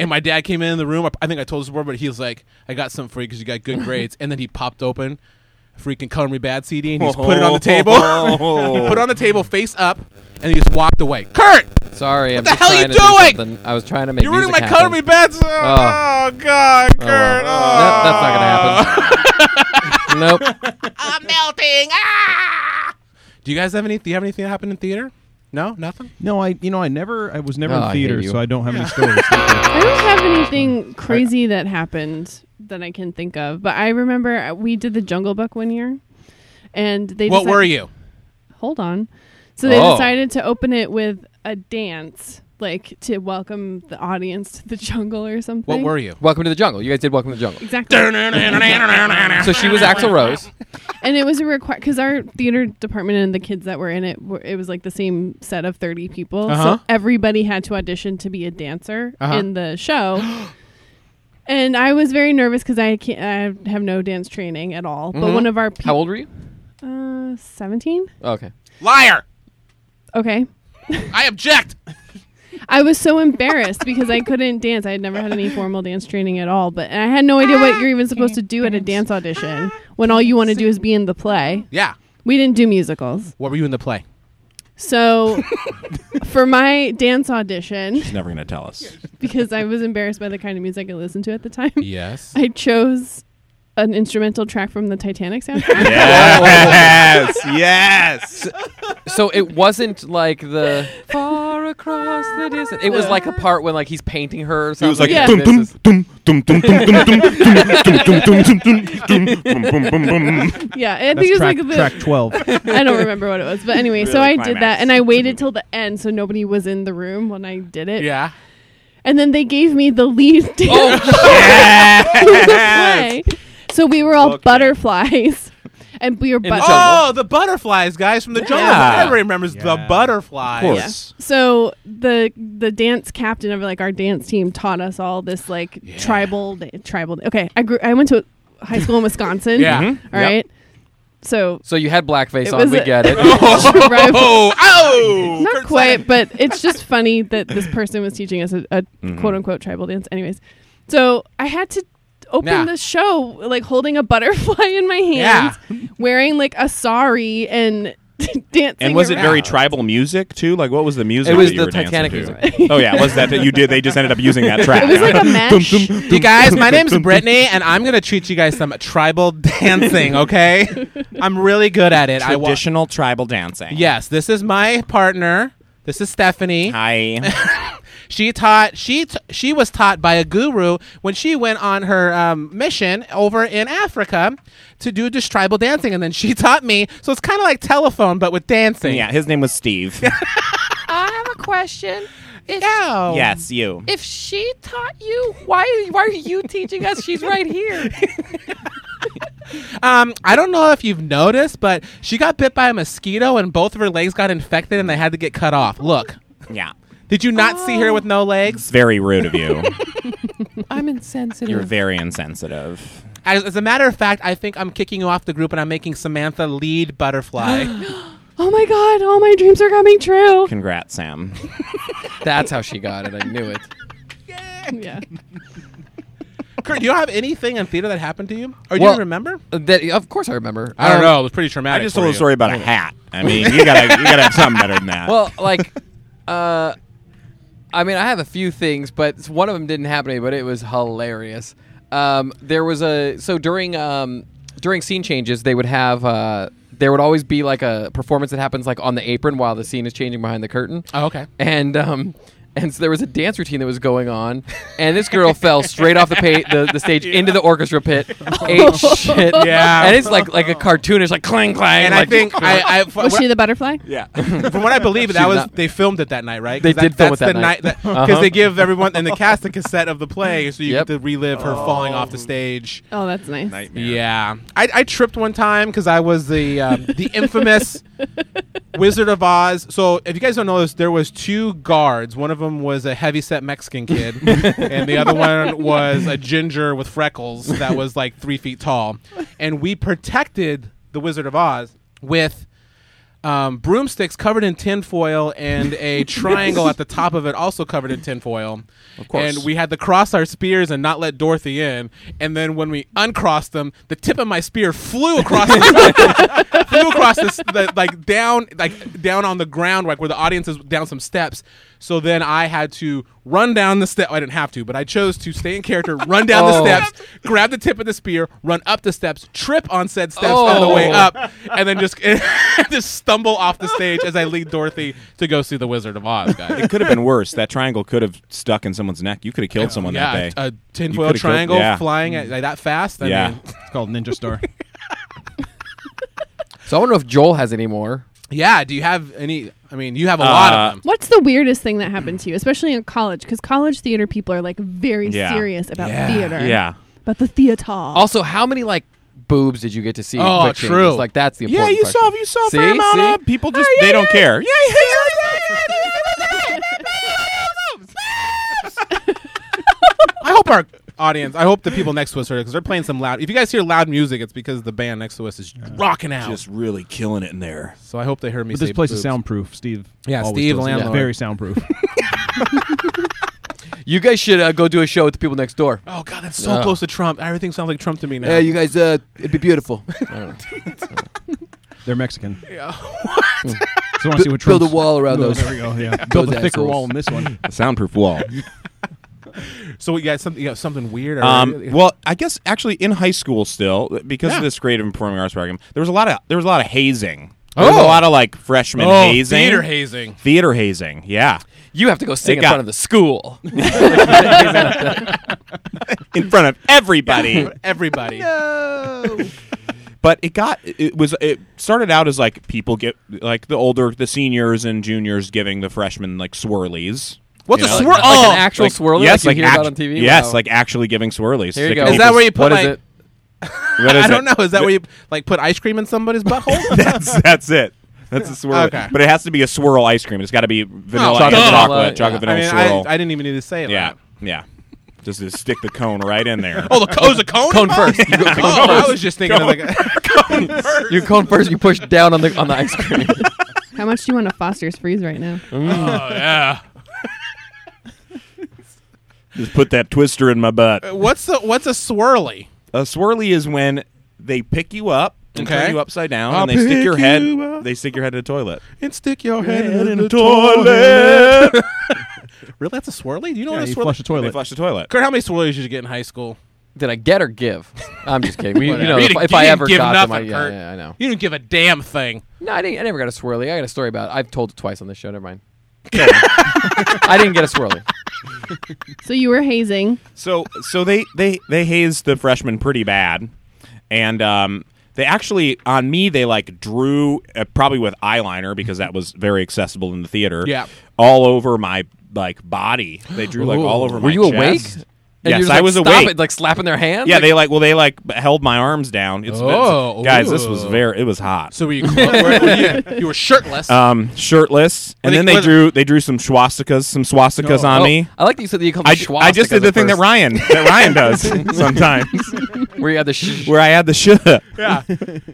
Speaker 1: And my dad came in the room. I, I think I told this before, but he was like, I got something for you because you got good grades. And then he popped open a freaking Color Me Bad CD and he just put it on the table. he put it on the table face up and he just walked away. Kurt!
Speaker 2: Sorry, I'm
Speaker 1: the
Speaker 2: just
Speaker 1: hell you
Speaker 2: trying to
Speaker 1: doing?
Speaker 2: Do something. I was trying to make
Speaker 1: You're ruining my
Speaker 2: music
Speaker 1: Color
Speaker 2: happen.
Speaker 1: Me Bad. Oh,
Speaker 2: Oh.
Speaker 1: God, Kurt.
Speaker 2: Oh, well. That- that's not gonna happen. nope.
Speaker 1: I'm melting. Ah! Do you guys have any? Do you have anything that happened in theater? No, nothing.
Speaker 3: No, I you know I never I was never
Speaker 2: Oh, I
Speaker 3: in
Speaker 2: hate
Speaker 3: theater,
Speaker 2: you.
Speaker 3: so I don't have any stories.
Speaker 5: I don't have
Speaker 1: Mm.
Speaker 5: anything crazy that happened that I can think of, but I remember uh, we did the Jungle Book one year, and they.
Speaker 1: What
Speaker 5: decide-
Speaker 1: were you?
Speaker 5: Hold on. So they
Speaker 2: Oh.
Speaker 5: decided to open it with a dance, like to welcome the audience to the jungle or something.
Speaker 1: What were you?
Speaker 2: Welcome to the jungle. You guys did Welcome to the Jungle.
Speaker 5: Exactly.
Speaker 2: So she was Axl Rose.
Speaker 5: and it was a request because our theater department and the kids that were in it were, it was like the same set of 30 people
Speaker 1: Uh-huh.
Speaker 5: so everybody had to audition to be a dancer
Speaker 1: Uh-huh.
Speaker 5: in the show and i was very nervous because i can't i have no dance training at all but one of our
Speaker 2: How
Speaker 5: people
Speaker 2: old were you?
Speaker 5: uh 17
Speaker 2: Okay.
Speaker 1: Liar!
Speaker 5: okay
Speaker 1: I object.
Speaker 5: i was so embarrassed because i couldn't dance i had never had any formal dance training at all but and i had no idea what you're even supposed to do at a dance audition when all you want to do is be in the play
Speaker 1: Yeah.
Speaker 5: we didn't do musicals
Speaker 1: What were you in the play?
Speaker 5: So for my dance audition,
Speaker 4: He's never gonna tell us.
Speaker 5: because I was embarrassed by the kind of music I listened to at the time,
Speaker 1: Yes.
Speaker 5: I chose an instrumental track from the Titanic soundtrack?
Speaker 4: Yes, yes.
Speaker 2: So it wasn't like the far across the distance. It was like a part when like he's painting her. Or
Speaker 4: It
Speaker 2: something.
Speaker 4: was like
Speaker 5: Yeah.
Speaker 4: dum
Speaker 2: This
Speaker 4: dum
Speaker 2: is-
Speaker 4: dum dum dum dum dum dum dum dum dum dum dum dum dum dum dum.
Speaker 5: yeah, I think
Speaker 3: That's
Speaker 5: it was
Speaker 3: track,
Speaker 5: like the,
Speaker 3: track 12.
Speaker 5: I don't remember what it was, but anyway, so
Speaker 4: Really
Speaker 5: I did that,
Speaker 4: climaxed.
Speaker 5: and I waited till the end, so nobody was in the room when I did it.
Speaker 1: Yeah.
Speaker 5: and then they gave me the lead dance to play. So we were all
Speaker 4: Okay.
Speaker 5: butterflies, and we were
Speaker 2: the
Speaker 5: butterflies.
Speaker 2: jungle.
Speaker 1: Oh, the butterflies, guys, from the jungle.
Speaker 4: Yeah.
Speaker 1: Everybody remembers the
Speaker 3: Yeah.
Speaker 1: butterflies.
Speaker 4: Of
Speaker 5: Yeah. So the the dance captain of like our dance team taught us all this like tribal tribal. Okay, I grew. I went to high school in Wisconsin.
Speaker 1: Yeah.
Speaker 5: all
Speaker 1: Mhm.
Speaker 5: right. So
Speaker 2: So you had blackface
Speaker 5: It
Speaker 2: on.
Speaker 5: was
Speaker 2: We
Speaker 5: a-
Speaker 2: get it.
Speaker 5: tribal-
Speaker 1: Oh, oh,
Speaker 5: not
Speaker 1: Kurt
Speaker 5: quite,
Speaker 1: Seiler.
Speaker 5: but it's just funny that this person was teaching us a, a quote unquote tribal dance. Anyways, so I had to open
Speaker 1: Yeah.
Speaker 5: the show like holding a butterfly in my hands, wearing like a sari and dancing.
Speaker 4: And was it
Speaker 5: around.
Speaker 4: very tribal music too? Like, what was the music?
Speaker 2: It was
Speaker 4: that you
Speaker 2: the
Speaker 4: were dancing
Speaker 2: Titanic
Speaker 4: to?
Speaker 2: music.
Speaker 4: Oh yeah, was that that you did? They just ended up using that track.
Speaker 5: It was like a mesh.
Speaker 1: You guys, my name's Brittany, and I'm gonna teach you guys some tribal dancing. Okay, I'm really good at it. I wa-
Speaker 4: traditional tribal dancing.
Speaker 1: yes, this is my partner. This is Stephanie.
Speaker 4: Hi.
Speaker 1: She taught. She t- she was taught by a guru when she went on her um, mission over in Africa to do this tribal dancing, and then she taught me. So it's kind of like telephone, but with dancing.
Speaker 4: yeah, his name was Steve.
Speaker 7: I have a question. If,
Speaker 1: Oh.
Speaker 4: yes, you.
Speaker 7: if she taught you, why why are you teaching us? She's right here.
Speaker 1: Um, I don't know if you've noticed, but she got bit by a mosquito, and both of her legs got infected, and they had to get cut off. Look.
Speaker 4: Yeah.
Speaker 1: Did you not see her with no legs?
Speaker 4: It's very rude of you.
Speaker 7: I'm insensitive.
Speaker 4: You're very insensitive.
Speaker 1: As, as a matter of fact, I think I'm kicking you off the group and I'm making Samantha lead Butterfly.
Speaker 5: Oh my god! All my dreams are coming true.
Speaker 4: Congrats, Sam.
Speaker 2: That's how she got it. I knew it.
Speaker 5: yeah.
Speaker 1: Kurt, do you have anything in theater that happened to you? Or do
Speaker 2: Well-
Speaker 1: you remember?
Speaker 2: Uh, That, of course, I remember. Um,
Speaker 1: It was pretty traumatic.
Speaker 4: I just told a story about a hat. I mean, you gotta you gotta have something better than that.
Speaker 2: Well, like, uh, I mean, I have a few things, but s- one of them didn't happen to me, but it was hilarious. Um, there was a so during um, during scene changes, they would have uh, there would always be like a performance that happens like on the apron while the scene is changing behind the curtain.
Speaker 1: Oh, okay.
Speaker 2: and um and so there was a dance routine that was going on, and this girl fell straight off the, pa- the the stage into the orchestra pit, ate shit,
Speaker 1: Yeah.
Speaker 2: and it's like like a cartoonish like clang clang.
Speaker 1: And I
Speaker 2: like-
Speaker 1: think I, I from,
Speaker 5: Was
Speaker 1: what
Speaker 5: she the butterfly?
Speaker 4: yeah.
Speaker 1: I- from what I believe
Speaker 2: She
Speaker 1: that was
Speaker 2: was not-
Speaker 1: they filmed it that night, right? 'Cause
Speaker 2: They did film
Speaker 1: that's
Speaker 2: it that
Speaker 1: the
Speaker 2: night.
Speaker 1: because
Speaker 2: Uh-huh.
Speaker 1: they give everyone in the cast a cassette of the play, so you
Speaker 2: Yep.
Speaker 1: get to relive her falling off the stage.
Speaker 5: Oh, that's nice.
Speaker 4: Nightmare.
Speaker 1: Yeah, I, I tripped one time because I was the um, the infamous Wizard of Oz. So if you guys don't know this, there was two guards. One of them was a heavyset Mexican kid, and the other one was a ginger with freckles that was like three feet tall. And we protected the Wizard of Oz with um, broomsticks covered in tinfoil and a triangle at the top of it also covered in tinfoil. Of
Speaker 4: course.
Speaker 1: And we had to cross our spears and not let Dorothy in. And then when we uncrossed them, the tip of my spear flew across the, flew across this the, like down like down on the ground like where the audience is down some steps. So then I had to run down the step. I didn't have to, but I chose to stay in character, run down the
Speaker 2: Oh.
Speaker 1: steps, grab the tip of the spear, run up the steps, trip on said steps on the way
Speaker 2: Oh.
Speaker 1: up, and then just just stumble off the stage as I lead Dorothy to go see the Wizard of Oz, guys.
Speaker 4: It could have been worse. That triangle could have stuck in someone's neck. You could have killed someone
Speaker 1: Oh, yeah,
Speaker 4: that day.
Speaker 1: a, a
Speaker 4: You
Speaker 1: tinfoil
Speaker 4: coulda killed-
Speaker 1: triangle
Speaker 4: yeah.
Speaker 1: flying at, like that fast. I
Speaker 4: Yeah.
Speaker 1: mean,
Speaker 3: It's called Ninja Star.
Speaker 2: so. I don't know if Joel has any more.
Speaker 1: yeah. Do you have any? I mean, you have a lot
Speaker 4: Uh,
Speaker 1: of them.
Speaker 5: What's the weirdest thing that happened to you, especially in college? Because college theater people are like very
Speaker 4: Yeah.
Speaker 5: serious about
Speaker 1: Yeah.
Speaker 5: theater.
Speaker 4: yeah.
Speaker 5: About the theater.
Speaker 2: Also, how many like boobs did you get to see? in
Speaker 1: Oh,
Speaker 2: quick changes?
Speaker 1: true.
Speaker 2: Like that's the
Speaker 4: Yeah,
Speaker 2: important
Speaker 4: you
Speaker 2: question.
Speaker 4: saw you saw a fair
Speaker 2: See?
Speaker 4: amount
Speaker 2: See?
Speaker 4: of people just they don't care. Yeah, yeah, yeah, yeah,
Speaker 1: I hope our audience. I hope the people next to us are because they're playing some loud. If you guys hear loud music, it's because the band next to us is rocking out.
Speaker 4: Just really killing it in there.
Speaker 1: so I hope they heard me.
Speaker 3: But this
Speaker 1: say
Speaker 3: place is
Speaker 1: boobs.
Speaker 3: soundproof, Steve.
Speaker 1: Yeah,
Speaker 3: always
Speaker 1: Steve,
Speaker 3: tells us.
Speaker 1: landlord.
Speaker 3: Very soundproof.
Speaker 2: You guys should uh, go do a show with the people next door.
Speaker 1: Oh god, that's so
Speaker 2: Yeah.
Speaker 1: close to Trump. Everything sounds like Trump to me now.
Speaker 2: guys, uh, it'd be beautiful.
Speaker 3: They're Mexican.
Speaker 1: Yeah.
Speaker 3: So I want to see what Trump's-
Speaker 2: wall
Speaker 3: Oh, There we go. Yeah. Build a thicker
Speaker 2: assholes.
Speaker 3: wall in this one.
Speaker 4: A soundproof wall.
Speaker 1: So you got something, you got something weird. Or,
Speaker 4: Um, well, I guess actually in high school still because of this creative and performing arts program, there was a lot of there was a lot of hazing. There was a
Speaker 2: Oh.
Speaker 4: lot of like freshman
Speaker 1: oh,
Speaker 4: hazing,
Speaker 1: theater hazing.
Speaker 4: theater hazing. Yeah,
Speaker 2: You have to go sing
Speaker 4: It
Speaker 2: in
Speaker 4: got-
Speaker 2: front of the school.
Speaker 4: in front of everybody.
Speaker 1: Everybody.
Speaker 4: but it got it was it started out as like people get like the older the seniors and juniors giving the freshmen like swirlies.
Speaker 1: What's
Speaker 4: You
Speaker 1: a
Speaker 4: know,
Speaker 1: swirl?
Speaker 2: like, like
Speaker 1: oh,
Speaker 2: an actual swirly
Speaker 4: Yes,
Speaker 2: like you hear
Speaker 4: act-
Speaker 2: about on TV.
Speaker 4: Yes,
Speaker 2: Wow.
Speaker 4: like actually giving swirlies.
Speaker 2: There you go.
Speaker 4: Like, people-
Speaker 1: Is that where you put
Speaker 2: What is
Speaker 1: like-
Speaker 2: it?
Speaker 4: what is
Speaker 1: I don't
Speaker 4: it?
Speaker 1: know. Is that where you like put ice cream in somebody's butthole?
Speaker 4: that's that's it. That's a swirl.
Speaker 1: Okay. Oh,
Speaker 4: But it has to be a swirl ice cream. It's got to be vanilla,
Speaker 2: chocolate
Speaker 4: chocolate,
Speaker 2: vanilla,
Speaker 4: chocolate,
Speaker 2: yeah.
Speaker 4: chocolate
Speaker 1: I
Speaker 4: vanilla
Speaker 1: mean, I,
Speaker 4: swirl.
Speaker 1: I didn't even need to say it. like
Speaker 4: yeah,
Speaker 1: that.
Speaker 4: yeah. Just to stick the cone right in there.
Speaker 1: Oh, the co- is a cone.
Speaker 2: Cone first. You go cone
Speaker 1: Oh, I
Speaker 2: first.
Speaker 1: was just thinking of like a
Speaker 2: You cone first. You push down on the on the ice cream.
Speaker 5: How much do you want to Foster's freeze right now?
Speaker 4: Just put that twister in my butt.
Speaker 1: what's the what's a swirly?
Speaker 4: A Uh, swirly is when they pick you up and
Speaker 1: Okay.
Speaker 4: turn you upside down,
Speaker 1: I'll
Speaker 4: and they stick
Speaker 1: pick
Speaker 4: your head.
Speaker 1: you up.
Speaker 4: They stick your head in the toilet.
Speaker 1: And stick your head in the Really, that's a swirly? Do you know
Speaker 3: Yeah,
Speaker 1: what a
Speaker 3: you
Speaker 1: swirly?
Speaker 3: flush the
Speaker 4: They
Speaker 3: toilet.
Speaker 4: flush the toilet.
Speaker 1: Kurt, how many swirlies did you get in high school?
Speaker 2: Did I get or give? I'm just kidding. We, you know,
Speaker 1: Whatever.
Speaker 2: if,
Speaker 1: didn't-
Speaker 2: if I
Speaker 1: didn't
Speaker 2: ever
Speaker 1: give
Speaker 2: got
Speaker 1: nothing,
Speaker 2: them, I, yeah,
Speaker 1: Kurt.
Speaker 2: yeah, I know.
Speaker 1: You didn't give a damn thing.
Speaker 2: No, I didn't. I never got a swirly. I got a story about. It. I've told it twice on this show. Never mind. I didn't get a swirly.
Speaker 5: So you were hazing.
Speaker 4: So so they they they hazed the freshmen pretty bad, and um, they actually on me they like drew uh, probably with eyeliner because that was very accessible in the theater.
Speaker 1: Yeah.
Speaker 4: all over my like body. They drew like all over.
Speaker 2: Were
Speaker 4: my
Speaker 2: you awake?
Speaker 4: chest.
Speaker 2: And
Speaker 4: yes,
Speaker 2: you're just
Speaker 4: I
Speaker 2: like,
Speaker 4: was
Speaker 2: stop
Speaker 4: awake.
Speaker 2: It, like slapping their hands.
Speaker 4: yeah,
Speaker 2: Like,
Speaker 4: they like well they like b- held my arms down. It's,
Speaker 1: Oh,
Speaker 4: it's- guys, this was
Speaker 1: ooh.
Speaker 4: very it was hot.
Speaker 1: So were you? Clo- were, were you, you were shirtless.
Speaker 4: um, shirtless, and
Speaker 1: they-
Speaker 4: then they
Speaker 1: were they-
Speaker 4: drew they drew some swastikas, some swastikas on
Speaker 2: oh,
Speaker 4: me.
Speaker 2: I like that you said that you called.
Speaker 4: I,
Speaker 2: them
Speaker 4: I just
Speaker 2: swastikas at
Speaker 4: did the thing that
Speaker 2: first,
Speaker 4: Ryan that Ryan does sometimes,
Speaker 2: where you had the sh-
Speaker 4: where I had the shit.
Speaker 1: yeah.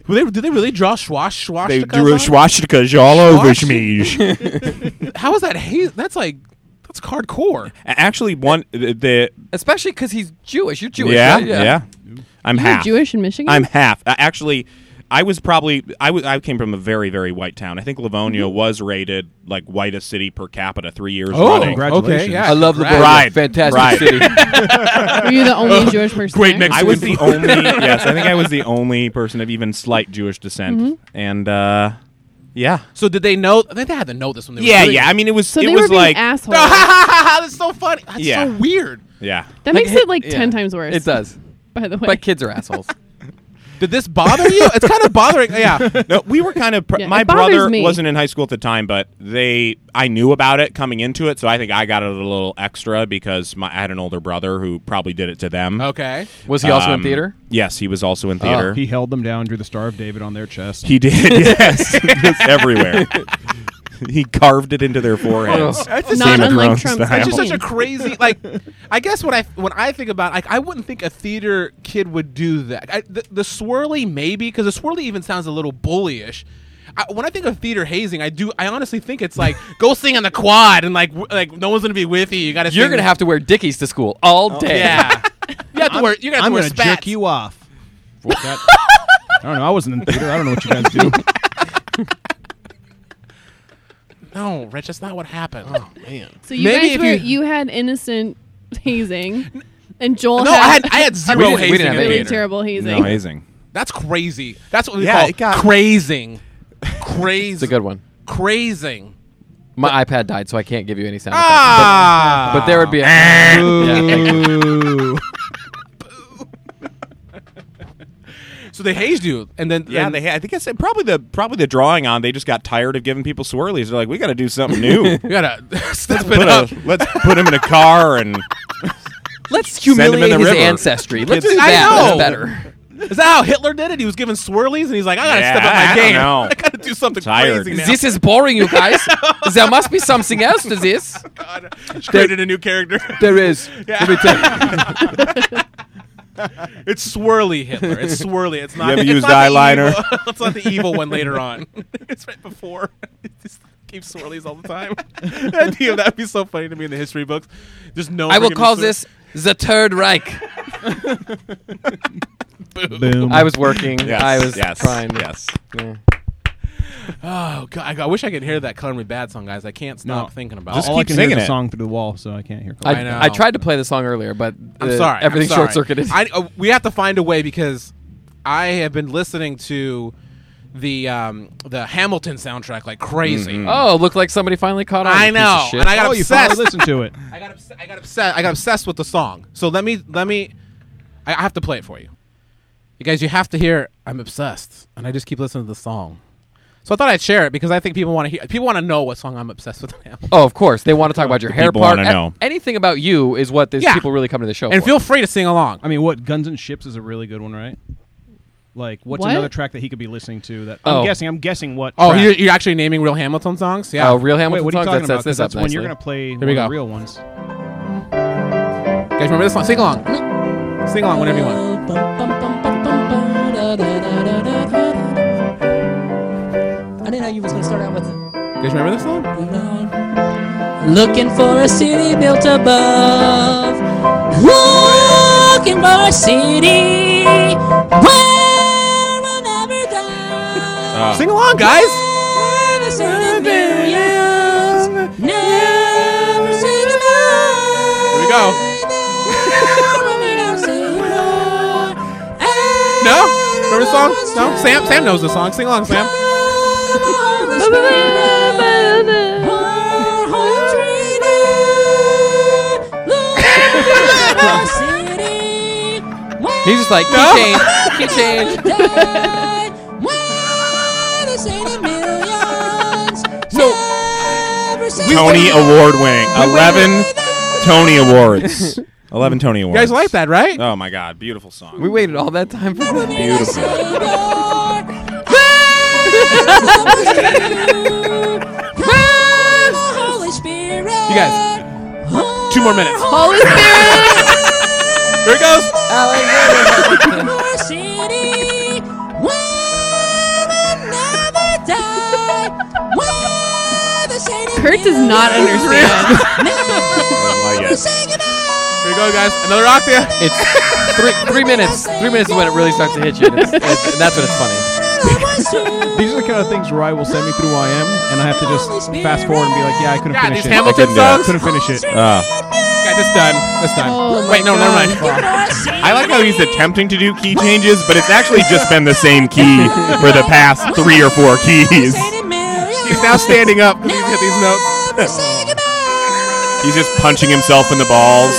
Speaker 1: Were they, did they really draw swash swash?
Speaker 4: They drew swastikas all over
Speaker 1: Swash-
Speaker 4: me.
Speaker 1: How is that? Haze? That's like that's hardcore.
Speaker 4: Actually, one the, the
Speaker 2: especially because he's Jewish. You're Jewish.
Speaker 4: yeah,
Speaker 2: right?
Speaker 4: yeah I'm
Speaker 5: You were
Speaker 4: half
Speaker 5: Jewish in Michigan?
Speaker 4: I'm half. Uh, actually, I was probably I was I came from a very very white town. I think Livonia was rated like whitest city per capita three years
Speaker 1: Oh,
Speaker 3: Oh,
Speaker 4: running.
Speaker 3: congrats. Congratulations.
Speaker 1: okay. Yeah,
Speaker 2: I love
Speaker 1: congrats.
Speaker 2: Livonia.
Speaker 4: Pride.
Speaker 2: Fantastic
Speaker 4: Pride.
Speaker 2: city.
Speaker 5: Were you the only Jewish person?
Speaker 1: Great
Speaker 5: there?
Speaker 1: mix.
Speaker 4: I was the only yes. I think I was the only person of even slight Jewish descent,
Speaker 5: Mm-hmm.
Speaker 4: and uh, yeah,
Speaker 1: So did they know? I think they had to know this when they
Speaker 4: yeah,
Speaker 1: were doing
Speaker 4: yeah. I mean, it was
Speaker 5: So
Speaker 4: it
Speaker 5: they
Speaker 4: was
Speaker 5: were being
Speaker 4: like
Speaker 5: assholes. that
Speaker 1: That's so funny. That's
Speaker 4: Yeah.
Speaker 1: so weird.
Speaker 4: yeah.
Speaker 5: makes
Speaker 2: Like,
Speaker 5: it like
Speaker 2: yeah.
Speaker 5: ten times worse.
Speaker 2: It does.
Speaker 5: by the way.
Speaker 2: But kids are assholes.
Speaker 1: Did this bother you? It's kind of bothering. Yeah.
Speaker 4: No, we were kind of. Pr-
Speaker 5: Yeah,
Speaker 4: my
Speaker 5: it bothers
Speaker 4: brother
Speaker 5: me.
Speaker 4: wasn't in high school at the time, but they, I knew about it coming into it, so I think I got it a little extra because my, I had an older brother who probably did it to them.
Speaker 1: Okay.
Speaker 2: Oh, Was he also in
Speaker 4: Um,
Speaker 2: theater? Oh,
Speaker 4: Yes, he was also in theater.
Speaker 3: He held them down, drew the Star of David on their chest.
Speaker 4: He did, yes, just everywhere. he carved it into their foreheads.
Speaker 2: Oh.
Speaker 5: Not
Speaker 4: Game of
Speaker 5: unlike
Speaker 4: Thrones
Speaker 5: Trump's.
Speaker 4: style.
Speaker 1: It's just such a
Speaker 5: Mean.
Speaker 1: crazy like. I guess when I when I think about like I wouldn't think a theater kid would do that. I, the, the swirly maybe because the swirly even sounds a little bullyish. I, when I think of theater hazing, I do. I honestly think it's like go sing on the quad and like w- like no one's gonna be with you. You gotta.
Speaker 2: You're
Speaker 1: sing-
Speaker 2: gonna have to wear dickies to school
Speaker 4: Oh,
Speaker 2: all day.
Speaker 1: Yeah. you have to wear. You gotta
Speaker 3: I'm
Speaker 1: wear
Speaker 3: gonna
Speaker 1: spats.
Speaker 3: jerk you off. That- I don't know. I wasn't in theater. I don't know what you guys do.
Speaker 1: No, Rich, that's not what happened.
Speaker 2: Oh.
Speaker 1: man.
Speaker 5: so you
Speaker 1: Maybe
Speaker 5: guys
Speaker 1: if
Speaker 5: were
Speaker 1: you-
Speaker 5: you had innocent hazing, and Joel
Speaker 1: No, I
Speaker 5: had,
Speaker 1: had I had zero
Speaker 2: We didn't- we
Speaker 1: hazing.
Speaker 2: didn't
Speaker 1: in
Speaker 2: have
Speaker 1: the
Speaker 5: really
Speaker 2: any.
Speaker 1: theater.
Speaker 5: terrible hazing.
Speaker 4: No, amazing.
Speaker 1: That's crazy. That's what we
Speaker 4: Yeah,
Speaker 1: call
Speaker 4: it got-
Speaker 1: crazing. Crazing.
Speaker 2: It's a good one.
Speaker 1: Crazing.
Speaker 2: My iPad died, so I can't give you any sound. effects.
Speaker 1: Ah.
Speaker 2: But, but there would be a. Yeah, thank you.
Speaker 3: Ooh.
Speaker 1: So they hazed you, and then
Speaker 4: Yeah,
Speaker 1: and-
Speaker 4: they. Had, I think I said probably the probably the drawing on. They just got tired of giving people swirlies. They're like, we got to do something new.
Speaker 1: you gotta step it
Speaker 4: Put
Speaker 1: up.
Speaker 4: a, let's put him in a car and
Speaker 2: Let's
Speaker 4: him in
Speaker 2: humiliate
Speaker 4: the
Speaker 2: his
Speaker 4: river.
Speaker 2: ancestry. Let's
Speaker 1: It's-
Speaker 2: do
Speaker 1: I
Speaker 2: that.
Speaker 1: know.
Speaker 2: That's better.
Speaker 1: Is that how Hitler did it? He was giving swirlies, and he's like, I gotta
Speaker 4: Yeah,
Speaker 1: step up
Speaker 4: I
Speaker 1: my
Speaker 4: don't
Speaker 1: game.
Speaker 4: know.
Speaker 1: I gotta do something
Speaker 4: Tired.
Speaker 1: crazy. Now.
Speaker 2: This is boring, you guys. there must be something else to this.
Speaker 1: God, she created a new character.
Speaker 2: There is. Let me tell you.
Speaker 1: it's swirly Hitler. It's swirly. It's not.
Speaker 4: ever
Speaker 1: it's
Speaker 4: used
Speaker 1: not the
Speaker 4: eyeliner?
Speaker 1: evil- it's not the evil one later on. it's right before. It just keeps swirlies all the time. The idea of that'd be so funny to me in the history books. Just no.
Speaker 2: I will call this the Third Reich.
Speaker 3: Boom.
Speaker 2: I was working.
Speaker 4: yes,
Speaker 2: I was
Speaker 4: yes,
Speaker 2: trying.
Speaker 4: Yes.
Speaker 2: Yeah.
Speaker 1: Oh God, I wish I could hear that "Color Me Bad" song, guys. I can't stop thinking about
Speaker 3: Just
Speaker 1: it.
Speaker 4: All I
Speaker 3: keep
Speaker 4: can
Speaker 3: singing
Speaker 4: hear
Speaker 3: the
Speaker 4: it.
Speaker 3: song through the wall, so I can't hear.
Speaker 2: I,
Speaker 1: I know.
Speaker 2: I tried to play the song earlier, but
Speaker 1: I'm
Speaker 2: the-
Speaker 1: sorry. I'm
Speaker 2: everything
Speaker 1: sorry.
Speaker 2: short circuited.
Speaker 1: I, uh, we have to find a way because I have been listening to the um, the Hamilton soundtrack like crazy.
Speaker 2: Oh, looked like somebody finally caught on.
Speaker 1: I
Speaker 2: you piece of
Speaker 1: know,
Speaker 2: shit.
Speaker 1: and I got
Speaker 3: oh, you finally
Speaker 1: obsessed.
Speaker 3: listened to it.
Speaker 1: I got obs- I got obsessed. I got obsessed with the song. So let me let me. I I have to play it for you. You guys, you have to hear. I'm obsessed, and I just keep listening to the song. So I thought I'd share it because I think people want to hear. People want to know what song I'm obsessed with now.
Speaker 2: oh, of course. They want to talk about your hair
Speaker 4: people
Speaker 2: part.
Speaker 4: wanna
Speaker 2: A-
Speaker 4: know.
Speaker 2: Anything about you is what these
Speaker 1: Yeah.
Speaker 2: people really come to the show
Speaker 1: And
Speaker 2: for.
Speaker 1: feel free to sing along.
Speaker 3: I mean, what Guns and Ships is a really good one, right? Like, what's
Speaker 5: What?
Speaker 3: another track that he could be listening to? That
Speaker 2: Oh.
Speaker 3: I'm guessing. I'm guessing what.
Speaker 1: Oh,
Speaker 3: track.
Speaker 1: you're, you're actually naming real Hamilton songs? Yeah.
Speaker 2: Oh, real Hamilton
Speaker 3: Wait, what are you
Speaker 2: songs? That
Speaker 3: talking
Speaker 2: sets this
Speaker 3: about? 'Cause
Speaker 2: up
Speaker 3: That's when you're
Speaker 2: nicely.
Speaker 3: gonna play
Speaker 1: we
Speaker 3: one of the
Speaker 1: go.
Speaker 3: real ones.
Speaker 1: You guys remember this song? Sing along. Sing along whenever you want.
Speaker 8: I didn't know you was gonna start out with
Speaker 1: You guys remember this song?
Speaker 8: Looking for a city built above. Looking for a city where we'll never die.
Speaker 4: Uh,
Speaker 1: Sing along, guys.
Speaker 8: Where the city millions never seem to
Speaker 1: Here we go. No? Remember this song? No? Sam Sam knows the song. Sing along, Sam.
Speaker 2: He's just like,
Speaker 1: No.
Speaker 2: key change, key change.
Speaker 8: So,
Speaker 4: Tony Award winning. Eleven Tony Awards. Eleven Tony
Speaker 1: You
Speaker 4: Awards.
Speaker 1: guys like that, right?
Speaker 4: Oh my God! Beautiful song.
Speaker 2: We waited all that time for that.
Speaker 4: Beautiful.
Speaker 8: You
Speaker 1: guys,
Speaker 8: two
Speaker 1: more minutes.
Speaker 8: Holy
Speaker 4: Here it goes.
Speaker 8: City, another die, where the city
Speaker 5: Kurt does not understand.
Speaker 4: I like it.
Speaker 8: Sing it out.
Speaker 1: Here we go, guys. Another octave.
Speaker 2: It's three three minutes. Three minutes is when it really starts to hit you. And, it's, it's, and that's when it's funny.
Speaker 3: These are the kind of things where I will send me through I am, and I have to just fast forward and be like, yeah, I couldn't
Speaker 1: God,
Speaker 3: finish
Speaker 1: these
Speaker 3: it.
Speaker 1: Hamilton
Speaker 4: couldn't do that.
Speaker 1: songs.
Speaker 3: couldn't finish it.
Speaker 1: Ah.
Speaker 4: Uh,
Speaker 1: Yeah, this done. This done.
Speaker 5: Oh my
Speaker 1: Wait, no,
Speaker 5: God.
Speaker 1: never mind.
Speaker 4: I like how he's attempting to do key changes, but it's actually just been the same key for the past three or four keys.
Speaker 1: He's now standing up. He's hit these notes.
Speaker 4: He's just punching himself in the balls.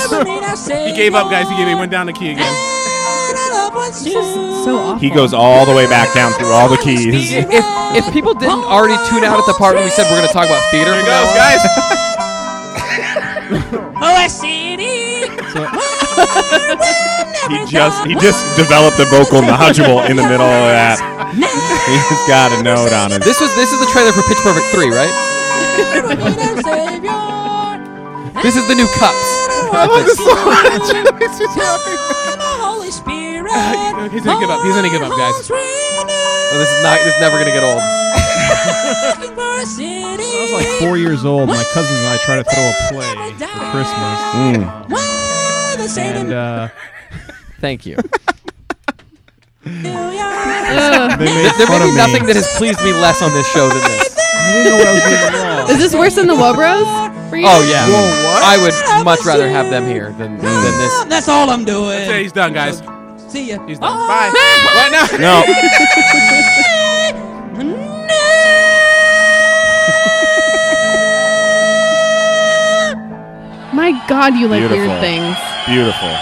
Speaker 1: He gave up, guys. He gave. He went down the key again.
Speaker 5: so awful.
Speaker 4: He goes all the way back down through all the keys.
Speaker 2: If, if people didn't already tune out at the part when we said we're going to talk about theater,
Speaker 1: Here
Speaker 2: from
Speaker 1: it
Speaker 2: now
Speaker 1: goes,
Speaker 2: on-
Speaker 1: guys.
Speaker 8: Oh, a city.
Speaker 4: He just he just developed a vocal nodule in the middle of that. He's got a note on it.
Speaker 2: This was this is the trailer for Pitch Perfect three, right? This is the new Cups.
Speaker 1: I love this song.
Speaker 8: Holy Spirit. He's
Speaker 1: gonna give up. He's gonna give up, guys.
Speaker 2: Oh, this is not. This is never going to get old.
Speaker 3: I was like four years old. My cousins and I tried to throw a play for Christmas,
Speaker 4: Mm.
Speaker 3: and uh,
Speaker 2: Thank you.
Speaker 5: Ugh.
Speaker 3: they made
Speaker 2: Th- there
Speaker 3: fun
Speaker 2: may
Speaker 3: of
Speaker 2: be
Speaker 3: me.
Speaker 2: nothing that has pleased me less on this show than this.
Speaker 3: I didn't know what I was doing wrong.
Speaker 5: Is this worse than the Wobros? for you?
Speaker 2: Oh yeah. I would much rather have them here than
Speaker 8: Mm.
Speaker 2: than this.
Speaker 8: That's all I'm
Speaker 1: Yeah,
Speaker 8: doing.
Speaker 1: he's done, guys.
Speaker 8: See ya.
Speaker 1: He's done.
Speaker 8: Oh.
Speaker 1: Bye. What now?
Speaker 4: No.
Speaker 5: My God, you like
Speaker 4: Beautiful.
Speaker 5: weird things.
Speaker 4: Beautiful.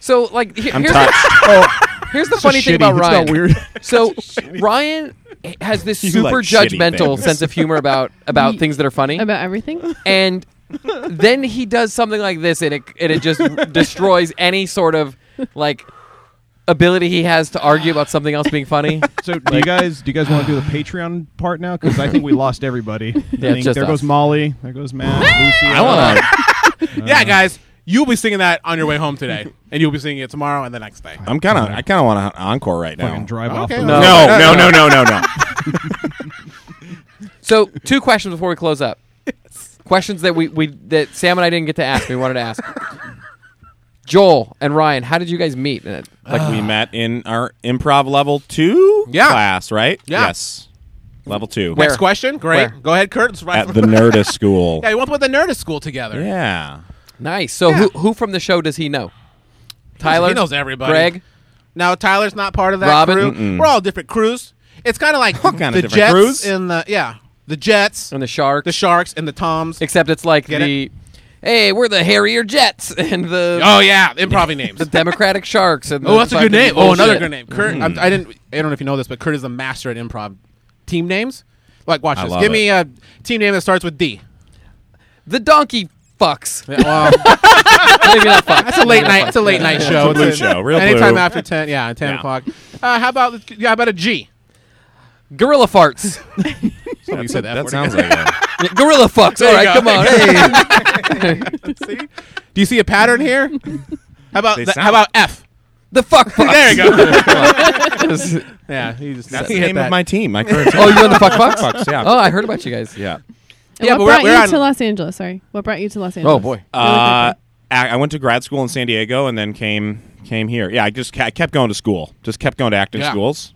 Speaker 2: So like, he-
Speaker 4: I'm
Speaker 2: here's,
Speaker 4: touched.
Speaker 2: the, here's the
Speaker 3: It's just
Speaker 2: funny thing
Speaker 3: shitty.
Speaker 2: about
Speaker 3: It's not
Speaker 2: Ryan.
Speaker 3: weird.
Speaker 2: So Ryan has this
Speaker 4: You
Speaker 2: super
Speaker 4: like shitty
Speaker 2: judgmental
Speaker 4: things.
Speaker 2: sense of humor about about things that are funny,
Speaker 5: About everything?
Speaker 2: and then he does something like this, and it and it just destroys any sort of like ability he has to argue about something else being funny.
Speaker 3: So do you guys do you guys want to do the Patreon part now? Because I think we lost everybody. I think
Speaker 2: just
Speaker 3: there
Speaker 2: us.
Speaker 3: goes Molly. There goes Matt. Lucy.
Speaker 2: I want to.
Speaker 1: Yeah,
Speaker 4: Um,
Speaker 1: guys. You'll be singing that on your way home today, and you'll be singing it tomorrow and the next day.
Speaker 4: I'm kind of I kind of want an encore right now.
Speaker 3: fucking drive off.
Speaker 1: Okay.
Speaker 3: the
Speaker 2: No.
Speaker 3: road.
Speaker 4: No, no, no, no, no, no.
Speaker 2: So two questions before we close up. Questions that we, we that Sam and I didn't get to ask. We wanted to ask. Joel and Ryan, how did you guys meet? Uh,
Speaker 4: Like we met in our improv level two
Speaker 1: Yeah.
Speaker 4: class, right?
Speaker 1: Yeah.
Speaker 4: Yes. Level two.
Speaker 2: Where?
Speaker 1: Next question. Great.
Speaker 2: Where?
Speaker 1: Go ahead, Kurt. It's right
Speaker 4: At the Nerdist School.
Speaker 1: yeah, you want to put the Nerdist school together.
Speaker 4: Yeah.
Speaker 2: Nice. So who who from the show does he know? Tyler.
Speaker 1: He knows everybody.
Speaker 2: Greg.
Speaker 1: Now Tyler's not part of that
Speaker 2: Robin?
Speaker 1: crew. We're all different crews. It's kind of like
Speaker 4: kinda
Speaker 1: the
Speaker 4: different
Speaker 1: Jets
Speaker 4: crews?
Speaker 1: and the yeah, the Jets,
Speaker 2: And the sharks.
Speaker 1: the Sharks, and the Toms.
Speaker 2: Except it's like
Speaker 1: Get
Speaker 2: the, hey, we're the Harrier Jets and the
Speaker 1: oh yeah, improv names.
Speaker 2: the Democratic Sharks and
Speaker 1: oh,
Speaker 2: the
Speaker 1: that's a good name.
Speaker 2: fucking
Speaker 1: Oh, another
Speaker 2: bullshit.
Speaker 1: good name. Kurt.
Speaker 4: Mm-hmm.
Speaker 1: I'm, I didn't. I don't know if you know this, but Kurt is the master at improv team names. Like, watch
Speaker 4: I
Speaker 1: this.
Speaker 4: love
Speaker 1: Give
Speaker 4: it.
Speaker 1: me a team name that starts with D. Um,
Speaker 2: The Donkey Fucks.
Speaker 1: Well,
Speaker 2: Maybe not fucks.
Speaker 1: that's a late night. It's a late night show.
Speaker 4: a blue show, real
Speaker 1: anytime
Speaker 4: blue.
Speaker 1: after ten. Yeah, ten
Speaker 4: Yeah.
Speaker 1: o'clock. Uh, how about yeah, how about a G?
Speaker 2: Gorilla farts.
Speaker 1: Somebody said that.
Speaker 4: That
Speaker 1: word
Speaker 4: sounds
Speaker 1: again.
Speaker 4: like a-
Speaker 2: Yeah, Gorilla fucks. All right,
Speaker 1: you go.
Speaker 2: come on. Hey.
Speaker 1: Do you see a pattern here? How about
Speaker 4: They
Speaker 1: the-
Speaker 4: sound-
Speaker 1: how about F?
Speaker 2: The fuck fucks.
Speaker 1: There you go.
Speaker 2: go.
Speaker 1: Yeah, he just
Speaker 4: That's
Speaker 1: he
Speaker 4: the
Speaker 1: hit
Speaker 4: name
Speaker 1: that.
Speaker 4: of my team. My current team.
Speaker 2: oh, you on the fuck fucks?
Speaker 4: Fucks, yeah.
Speaker 2: Oh, I heard about you guys.
Speaker 4: Yeah.
Speaker 5: And
Speaker 1: Yeah, but
Speaker 5: what
Speaker 1: we're-
Speaker 5: brought
Speaker 1: we're
Speaker 5: you
Speaker 1: on-
Speaker 5: to Los Angeles? Sorry, what brought you to Los Angeles?
Speaker 2: Oh boy.
Speaker 4: Uh, I I went to grad school in San Diego and then came came here. Yeah, I just ca- I kept going to school. Just kept going to acting
Speaker 1: Yeah.
Speaker 4: schools,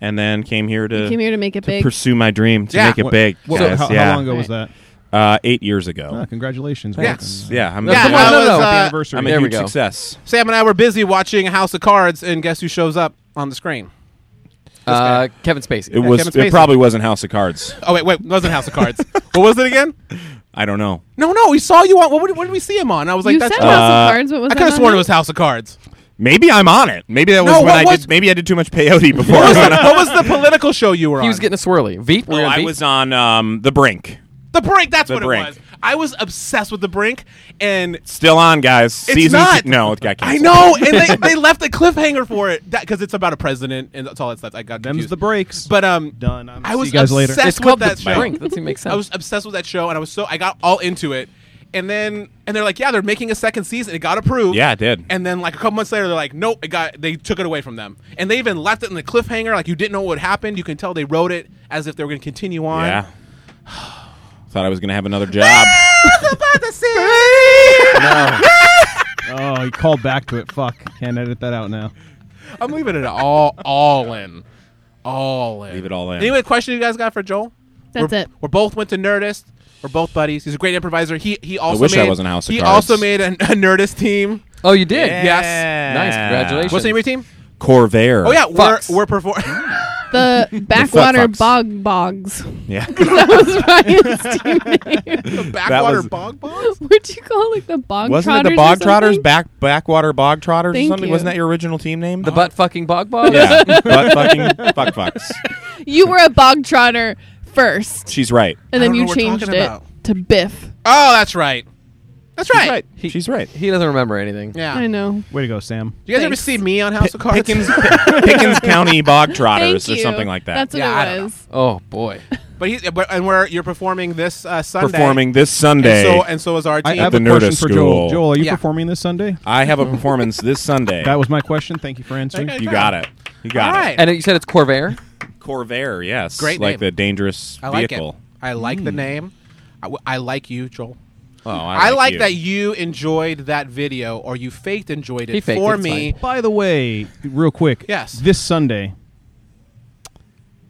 Speaker 4: and then came here to
Speaker 5: You came here to make it
Speaker 4: to
Speaker 5: big.
Speaker 4: pursue my dream to
Speaker 1: Yeah.
Speaker 4: make it
Speaker 3: What-
Speaker 4: big.
Speaker 3: what-
Speaker 4: guys.
Speaker 3: how, how
Speaker 4: yeah,
Speaker 3: long ago was that?
Speaker 4: Uh, eight years ago.
Speaker 3: Ah, congratulations.
Speaker 1: Yes.
Speaker 3: Welcome.
Speaker 4: Yeah, I'm
Speaker 2: No,
Speaker 1: Yeah,
Speaker 2: come on,
Speaker 1: I
Speaker 2: no,
Speaker 1: was,
Speaker 2: no.
Speaker 1: uh,
Speaker 3: Happy anniversary.
Speaker 4: I'm a
Speaker 2: There we
Speaker 4: huge
Speaker 2: go.
Speaker 4: success.
Speaker 1: Sam and I were busy watching House of Cards, and guess who shows up on the screen?
Speaker 2: Uh, Kevin Spacey.
Speaker 4: It was.
Speaker 1: Kevin Spacey.
Speaker 4: It probably wasn't House of Cards.
Speaker 1: Oh wait, wait, it wasn't House of Cards. what was it again?
Speaker 4: I don't know.
Speaker 1: No, no, we saw you on. What, did- what did we see him on? I was like,
Speaker 5: you
Speaker 1: that's.
Speaker 5: said
Speaker 1: I
Speaker 5: House of Cards, but was
Speaker 1: could have sworn it was House of Cards.
Speaker 4: Maybe I'm on it. Maybe that was
Speaker 1: No,
Speaker 4: when
Speaker 1: what
Speaker 4: I
Speaker 1: was-
Speaker 4: did. Maybe I did too much peyote before.
Speaker 1: What was, the,
Speaker 4: I
Speaker 1: what was the political show you were on?
Speaker 2: He was getting a swirly. Veep. Were
Speaker 4: No,
Speaker 2: you on
Speaker 4: I
Speaker 2: Veep?
Speaker 4: was on um, the brink.
Speaker 1: the brink. That's
Speaker 4: The
Speaker 1: what
Speaker 4: Brink.
Speaker 1: it was. I was obsessed with the brink, and
Speaker 4: Still on, guys. It's Season
Speaker 1: not.
Speaker 4: Two. No, it got
Speaker 1: I
Speaker 4: canceled.
Speaker 1: know, and they, they left a cliffhanger for it because it's about a president, and that's all that stuff. I got
Speaker 3: Them's
Speaker 1: confused.
Speaker 3: the breaks.
Speaker 1: but um,
Speaker 3: Done. I'm-
Speaker 1: I
Speaker 3: see
Speaker 1: was
Speaker 3: you guys later.
Speaker 1: obsessed
Speaker 2: It's
Speaker 1: with
Speaker 2: called
Speaker 1: that
Speaker 2: the
Speaker 1: show.
Speaker 2: Brink. That doesn't make sense.
Speaker 1: I was obsessed with that show, and I was so I got all into it. And then and they're like, yeah, they're making a second season. It got approved.
Speaker 4: Yeah, it did.
Speaker 1: And then like a couple months later, they're like, nope, it got. They took it away from them, and they even left it in the cliffhanger. Like you didn't know what happened. You can tell they wrote it as if they were going to continue on.
Speaker 4: Yeah. Thought I was gonna have another job.
Speaker 1: Ah!
Speaker 3: oh, he called back to it. Fuck. Can't edit that out now.
Speaker 1: I'm leaving it all all in, all in.
Speaker 4: Leave it all in.
Speaker 1: Anyway, question you guys got for Joel?
Speaker 5: That's
Speaker 1: we're,
Speaker 5: it.
Speaker 1: We're both went to Nerdist. We're both buddies. He's a great improviser. He he also
Speaker 4: wish I
Speaker 1: made,
Speaker 4: was in House of
Speaker 1: He
Speaker 4: Cards.
Speaker 1: also made an- a Nerdist team.
Speaker 2: oh, you did.
Speaker 4: Yeah.
Speaker 1: Yes.
Speaker 2: Nice. Congratulations.
Speaker 1: What's the name of your team?
Speaker 4: Corvair.
Speaker 1: Oh yeah, we're
Speaker 2: Fox.
Speaker 1: we're performing.
Speaker 5: the backwater
Speaker 4: fucks.
Speaker 5: bog bogs.
Speaker 4: Yeah.
Speaker 5: that was Ryan's team name.
Speaker 1: Backwater
Speaker 4: was-
Speaker 1: bog bogs.
Speaker 5: What'd you call like the bog?
Speaker 4: Wasn't it the
Speaker 5: trotters or
Speaker 4: Bog Trotters?
Speaker 5: something?
Speaker 4: Back Backwater Bog Trotters
Speaker 5: Thank
Speaker 4: or something?
Speaker 5: you.
Speaker 4: Wasn't that your original team name? Uh-huh.
Speaker 2: The butt fucking bog bog.
Speaker 4: Yeah. butt fucking fuck fucks.
Speaker 5: You were a bog trotter first,
Speaker 4: She's right.
Speaker 5: and
Speaker 1: I
Speaker 5: then
Speaker 1: don't know
Speaker 5: you
Speaker 1: what we're
Speaker 5: changed
Speaker 1: talking
Speaker 5: it
Speaker 1: about.
Speaker 5: to Biff.
Speaker 1: Oh, that's right. That's right.
Speaker 2: He-
Speaker 4: She's right.
Speaker 2: He doesn't remember anything.
Speaker 1: Yeah.
Speaker 5: I know.
Speaker 3: Way to go, Sam.
Speaker 1: Do you guys ever
Speaker 5: Thanks.
Speaker 1: see me on House of Cards?
Speaker 4: Pickens, Pickens County Bog Trotters
Speaker 5: Thank
Speaker 4: or
Speaker 5: you.
Speaker 4: something like that.
Speaker 5: That's what
Speaker 1: Yeah, I don't
Speaker 5: it was.
Speaker 2: Oh boy.
Speaker 1: but he but, and where you're performing this uh, Sunday.
Speaker 4: Performing this
Speaker 1: And
Speaker 4: Sunday.
Speaker 1: so and so is our
Speaker 3: I
Speaker 1: team.
Speaker 3: have
Speaker 4: the
Speaker 3: a question
Speaker 4: Nerdist
Speaker 3: for Joel.
Speaker 4: School.
Speaker 3: Joel, are you
Speaker 1: Yeah.
Speaker 3: performing this Sunday?
Speaker 4: I have a performance this Sunday.
Speaker 3: That was my question. Thank you for answering.
Speaker 1: Okay.
Speaker 4: you got it. You got
Speaker 1: All
Speaker 4: it.
Speaker 1: right.
Speaker 2: And you said it's Corvair.
Speaker 4: Corvair, yes.
Speaker 1: Great
Speaker 4: Like
Speaker 1: name.
Speaker 4: the dangerous
Speaker 1: I like
Speaker 4: vehicle.
Speaker 1: it. I like the
Speaker 5: Hmm.
Speaker 1: name. I, w- I like you, Joel.
Speaker 4: Oh, I like,
Speaker 1: I like
Speaker 4: you.
Speaker 1: that you enjoyed that video, or you faked enjoyed
Speaker 2: He
Speaker 1: it
Speaker 2: faked
Speaker 1: for
Speaker 2: it, it's
Speaker 1: me.
Speaker 3: By the way, real quick.
Speaker 1: Yes.
Speaker 3: This Sunday.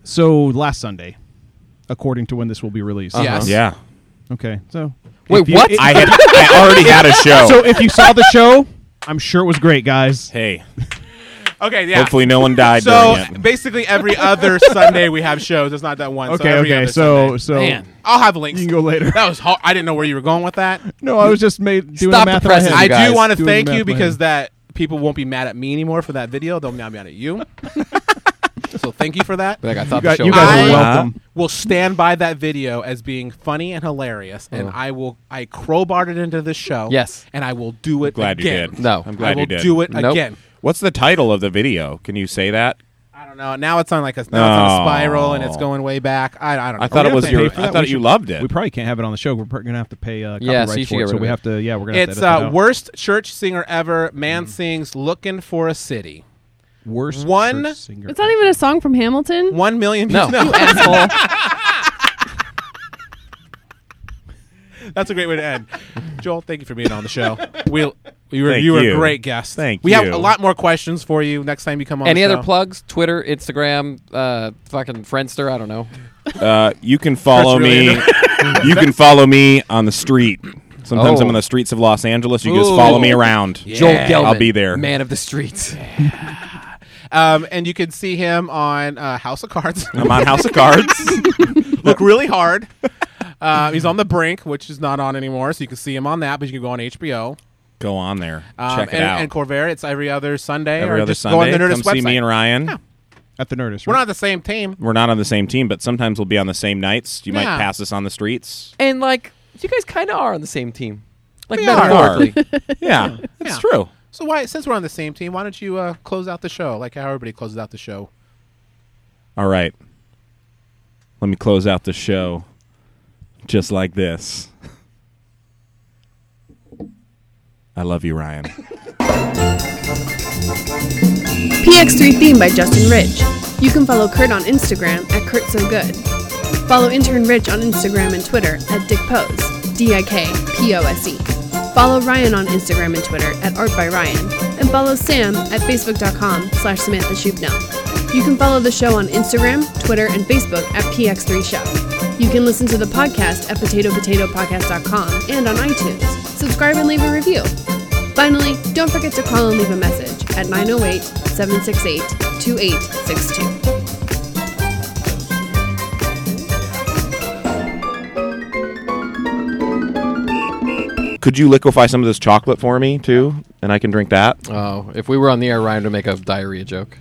Speaker 3: So last Sunday, according to when this will be released.
Speaker 1: Yes.
Speaker 4: Yeah.
Speaker 3: Okay. So.
Speaker 2: Wait,
Speaker 3: if you-
Speaker 2: what?
Speaker 3: it-
Speaker 4: I had I already had a show.
Speaker 3: so if you saw the show, I'm sure it was great, guys.
Speaker 4: hey,
Speaker 1: Okay, yeah.
Speaker 4: hopefully no one died
Speaker 1: so
Speaker 4: during it.
Speaker 1: basically, every other Sunday we have shows. It's not that one. so
Speaker 3: Okay.
Speaker 1: every
Speaker 3: okay.
Speaker 1: other
Speaker 3: So
Speaker 1: Sunday.
Speaker 3: so
Speaker 2: Man.
Speaker 1: I'll have links.
Speaker 3: you can go later.
Speaker 1: That was hard. I didn't know where you were going with that.
Speaker 3: No, I was just made doing
Speaker 2: Stop
Speaker 3: the math
Speaker 2: the
Speaker 3: in my head.
Speaker 2: presses,
Speaker 1: I
Speaker 2: you guys.
Speaker 1: do want to
Speaker 3: Doing
Speaker 1: thank
Speaker 3: math
Speaker 1: you
Speaker 3: plan.
Speaker 1: because that people won't be mad at me anymore for that video. They'll now be mad at you. so thank you for that.
Speaker 2: Like I thought
Speaker 3: You
Speaker 2: the
Speaker 3: guys-
Speaker 2: show.
Speaker 3: you
Speaker 2: was
Speaker 3: guys
Speaker 1: I
Speaker 3: are welcome.
Speaker 1: will stand by that video as being funny and hilarious, and I will. I crowbarred it into this show.
Speaker 2: Uh-huh. Yes.
Speaker 1: and I will do it.
Speaker 4: glad
Speaker 1: again.
Speaker 4: you did.
Speaker 2: No.
Speaker 4: I'm glad
Speaker 1: I will
Speaker 4: you did.
Speaker 1: do it
Speaker 2: Nope.
Speaker 1: again.
Speaker 4: What's the title of the video? Can you say that?
Speaker 1: I don't know. Now it's on like a now it's on a
Speaker 4: Oh.
Speaker 1: spiral, and it's going way back. I, I don't. know.
Speaker 4: I thought
Speaker 3: we
Speaker 4: it
Speaker 3: have
Speaker 4: was
Speaker 3: to
Speaker 4: your.
Speaker 3: pay for
Speaker 4: I
Speaker 3: that?
Speaker 4: thought
Speaker 3: We
Speaker 4: you
Speaker 3: should-
Speaker 4: loved it.
Speaker 3: We probably can't have it on the show. We're probably gonna have to pay uh,
Speaker 2: Yeah,
Speaker 3: copyright
Speaker 2: so you should
Speaker 3: for
Speaker 2: get
Speaker 3: it. So
Speaker 2: rid
Speaker 3: we
Speaker 2: of
Speaker 3: have to. Yeah, we're gonna.
Speaker 1: It's
Speaker 3: have to edit
Speaker 1: uh,
Speaker 3: that out.
Speaker 1: worst church singer ever. Man sings looking for a city.
Speaker 3: worst
Speaker 1: one-
Speaker 3: church singer.
Speaker 5: It's not even a song from Hamilton.
Speaker 1: One million.
Speaker 2: No.
Speaker 1: asshole. That's a great way to end. Joel, thank you for being on the show. We'll, you were,
Speaker 4: Thank
Speaker 1: you were a
Speaker 4: you.
Speaker 1: great guest.
Speaker 4: Thank
Speaker 1: we We have
Speaker 4: you.
Speaker 1: a lot more questions for you next time you come on.
Speaker 2: Any
Speaker 1: the
Speaker 2: other
Speaker 1: show.
Speaker 2: plugs? Twitter, Instagram, uh, fucking Friendster. I don't know.
Speaker 4: Uh, you can follow
Speaker 1: That's really
Speaker 4: me. you can follow me on the street. Sometimes
Speaker 2: Oh.
Speaker 4: I'm on the streets of Los Angeles. You can just
Speaker 1: Ooh.
Speaker 4: follow me around.
Speaker 1: Yeah.
Speaker 2: Joel Gelman,
Speaker 4: I'll be there.
Speaker 2: man of the streets.
Speaker 1: Um, and you can see him on uh, House of Cards.
Speaker 4: I'm on House of Cards.
Speaker 1: Look really hard. Uh, he's on The Brink, which is not on anymore, so you can see him on that. But you can go on HBO.
Speaker 4: Go on there.
Speaker 1: Um,
Speaker 4: Check it
Speaker 1: and,
Speaker 4: out.
Speaker 1: And Corvair, it's every other Sunday.
Speaker 4: Every
Speaker 1: or
Speaker 4: other
Speaker 1: just Go on
Speaker 4: Sunday,
Speaker 1: the
Speaker 4: come
Speaker 1: Nerdist
Speaker 4: see me
Speaker 1: website.
Speaker 4: and Ryan.
Speaker 2: e-
Speaker 3: at the Nerdist.
Speaker 1: We're
Speaker 3: right?
Speaker 1: not the same team.
Speaker 4: We're not on the same team, but sometimes we'll be on the same nights. You
Speaker 1: Yeah.
Speaker 4: might pass us on the streets.
Speaker 2: And like you guys kind of are on the same team, like
Speaker 1: We are.
Speaker 2: metaphorically.
Speaker 4: Yeah, it's
Speaker 1: Yeah.
Speaker 4: true.
Speaker 1: So why, since we're on the same team, why don't you uh, close out the show like how everybody closes out the show?
Speaker 4: All right. Let me close out the show just like this. I love you, Ryan.
Speaker 5: PX3 theme by Justin Ridge. You can follow Kurt on Instagram at Kurt So Good. Follow intern Rich on Instagram and Twitter at Dick Pose, D I K P O S E. Follow Ryan on Instagram and Twitter at Art by Ryan, and follow Sam at facebook.com slash Samantha Shubno. You can follow the show on Instagram, Twitter, and Facebook at PX3 Show. You can listen to the podcast at potatopotatopodcast.com and on iTunes. Subscribe and leave a review. Finally, don't forget to call and leave a message at 908 768 2862.
Speaker 4: Could you liquefy some of this chocolate for me too, and I can drink that?
Speaker 2: Oh, if we were on the air, Ryan would make a diarrhea joke.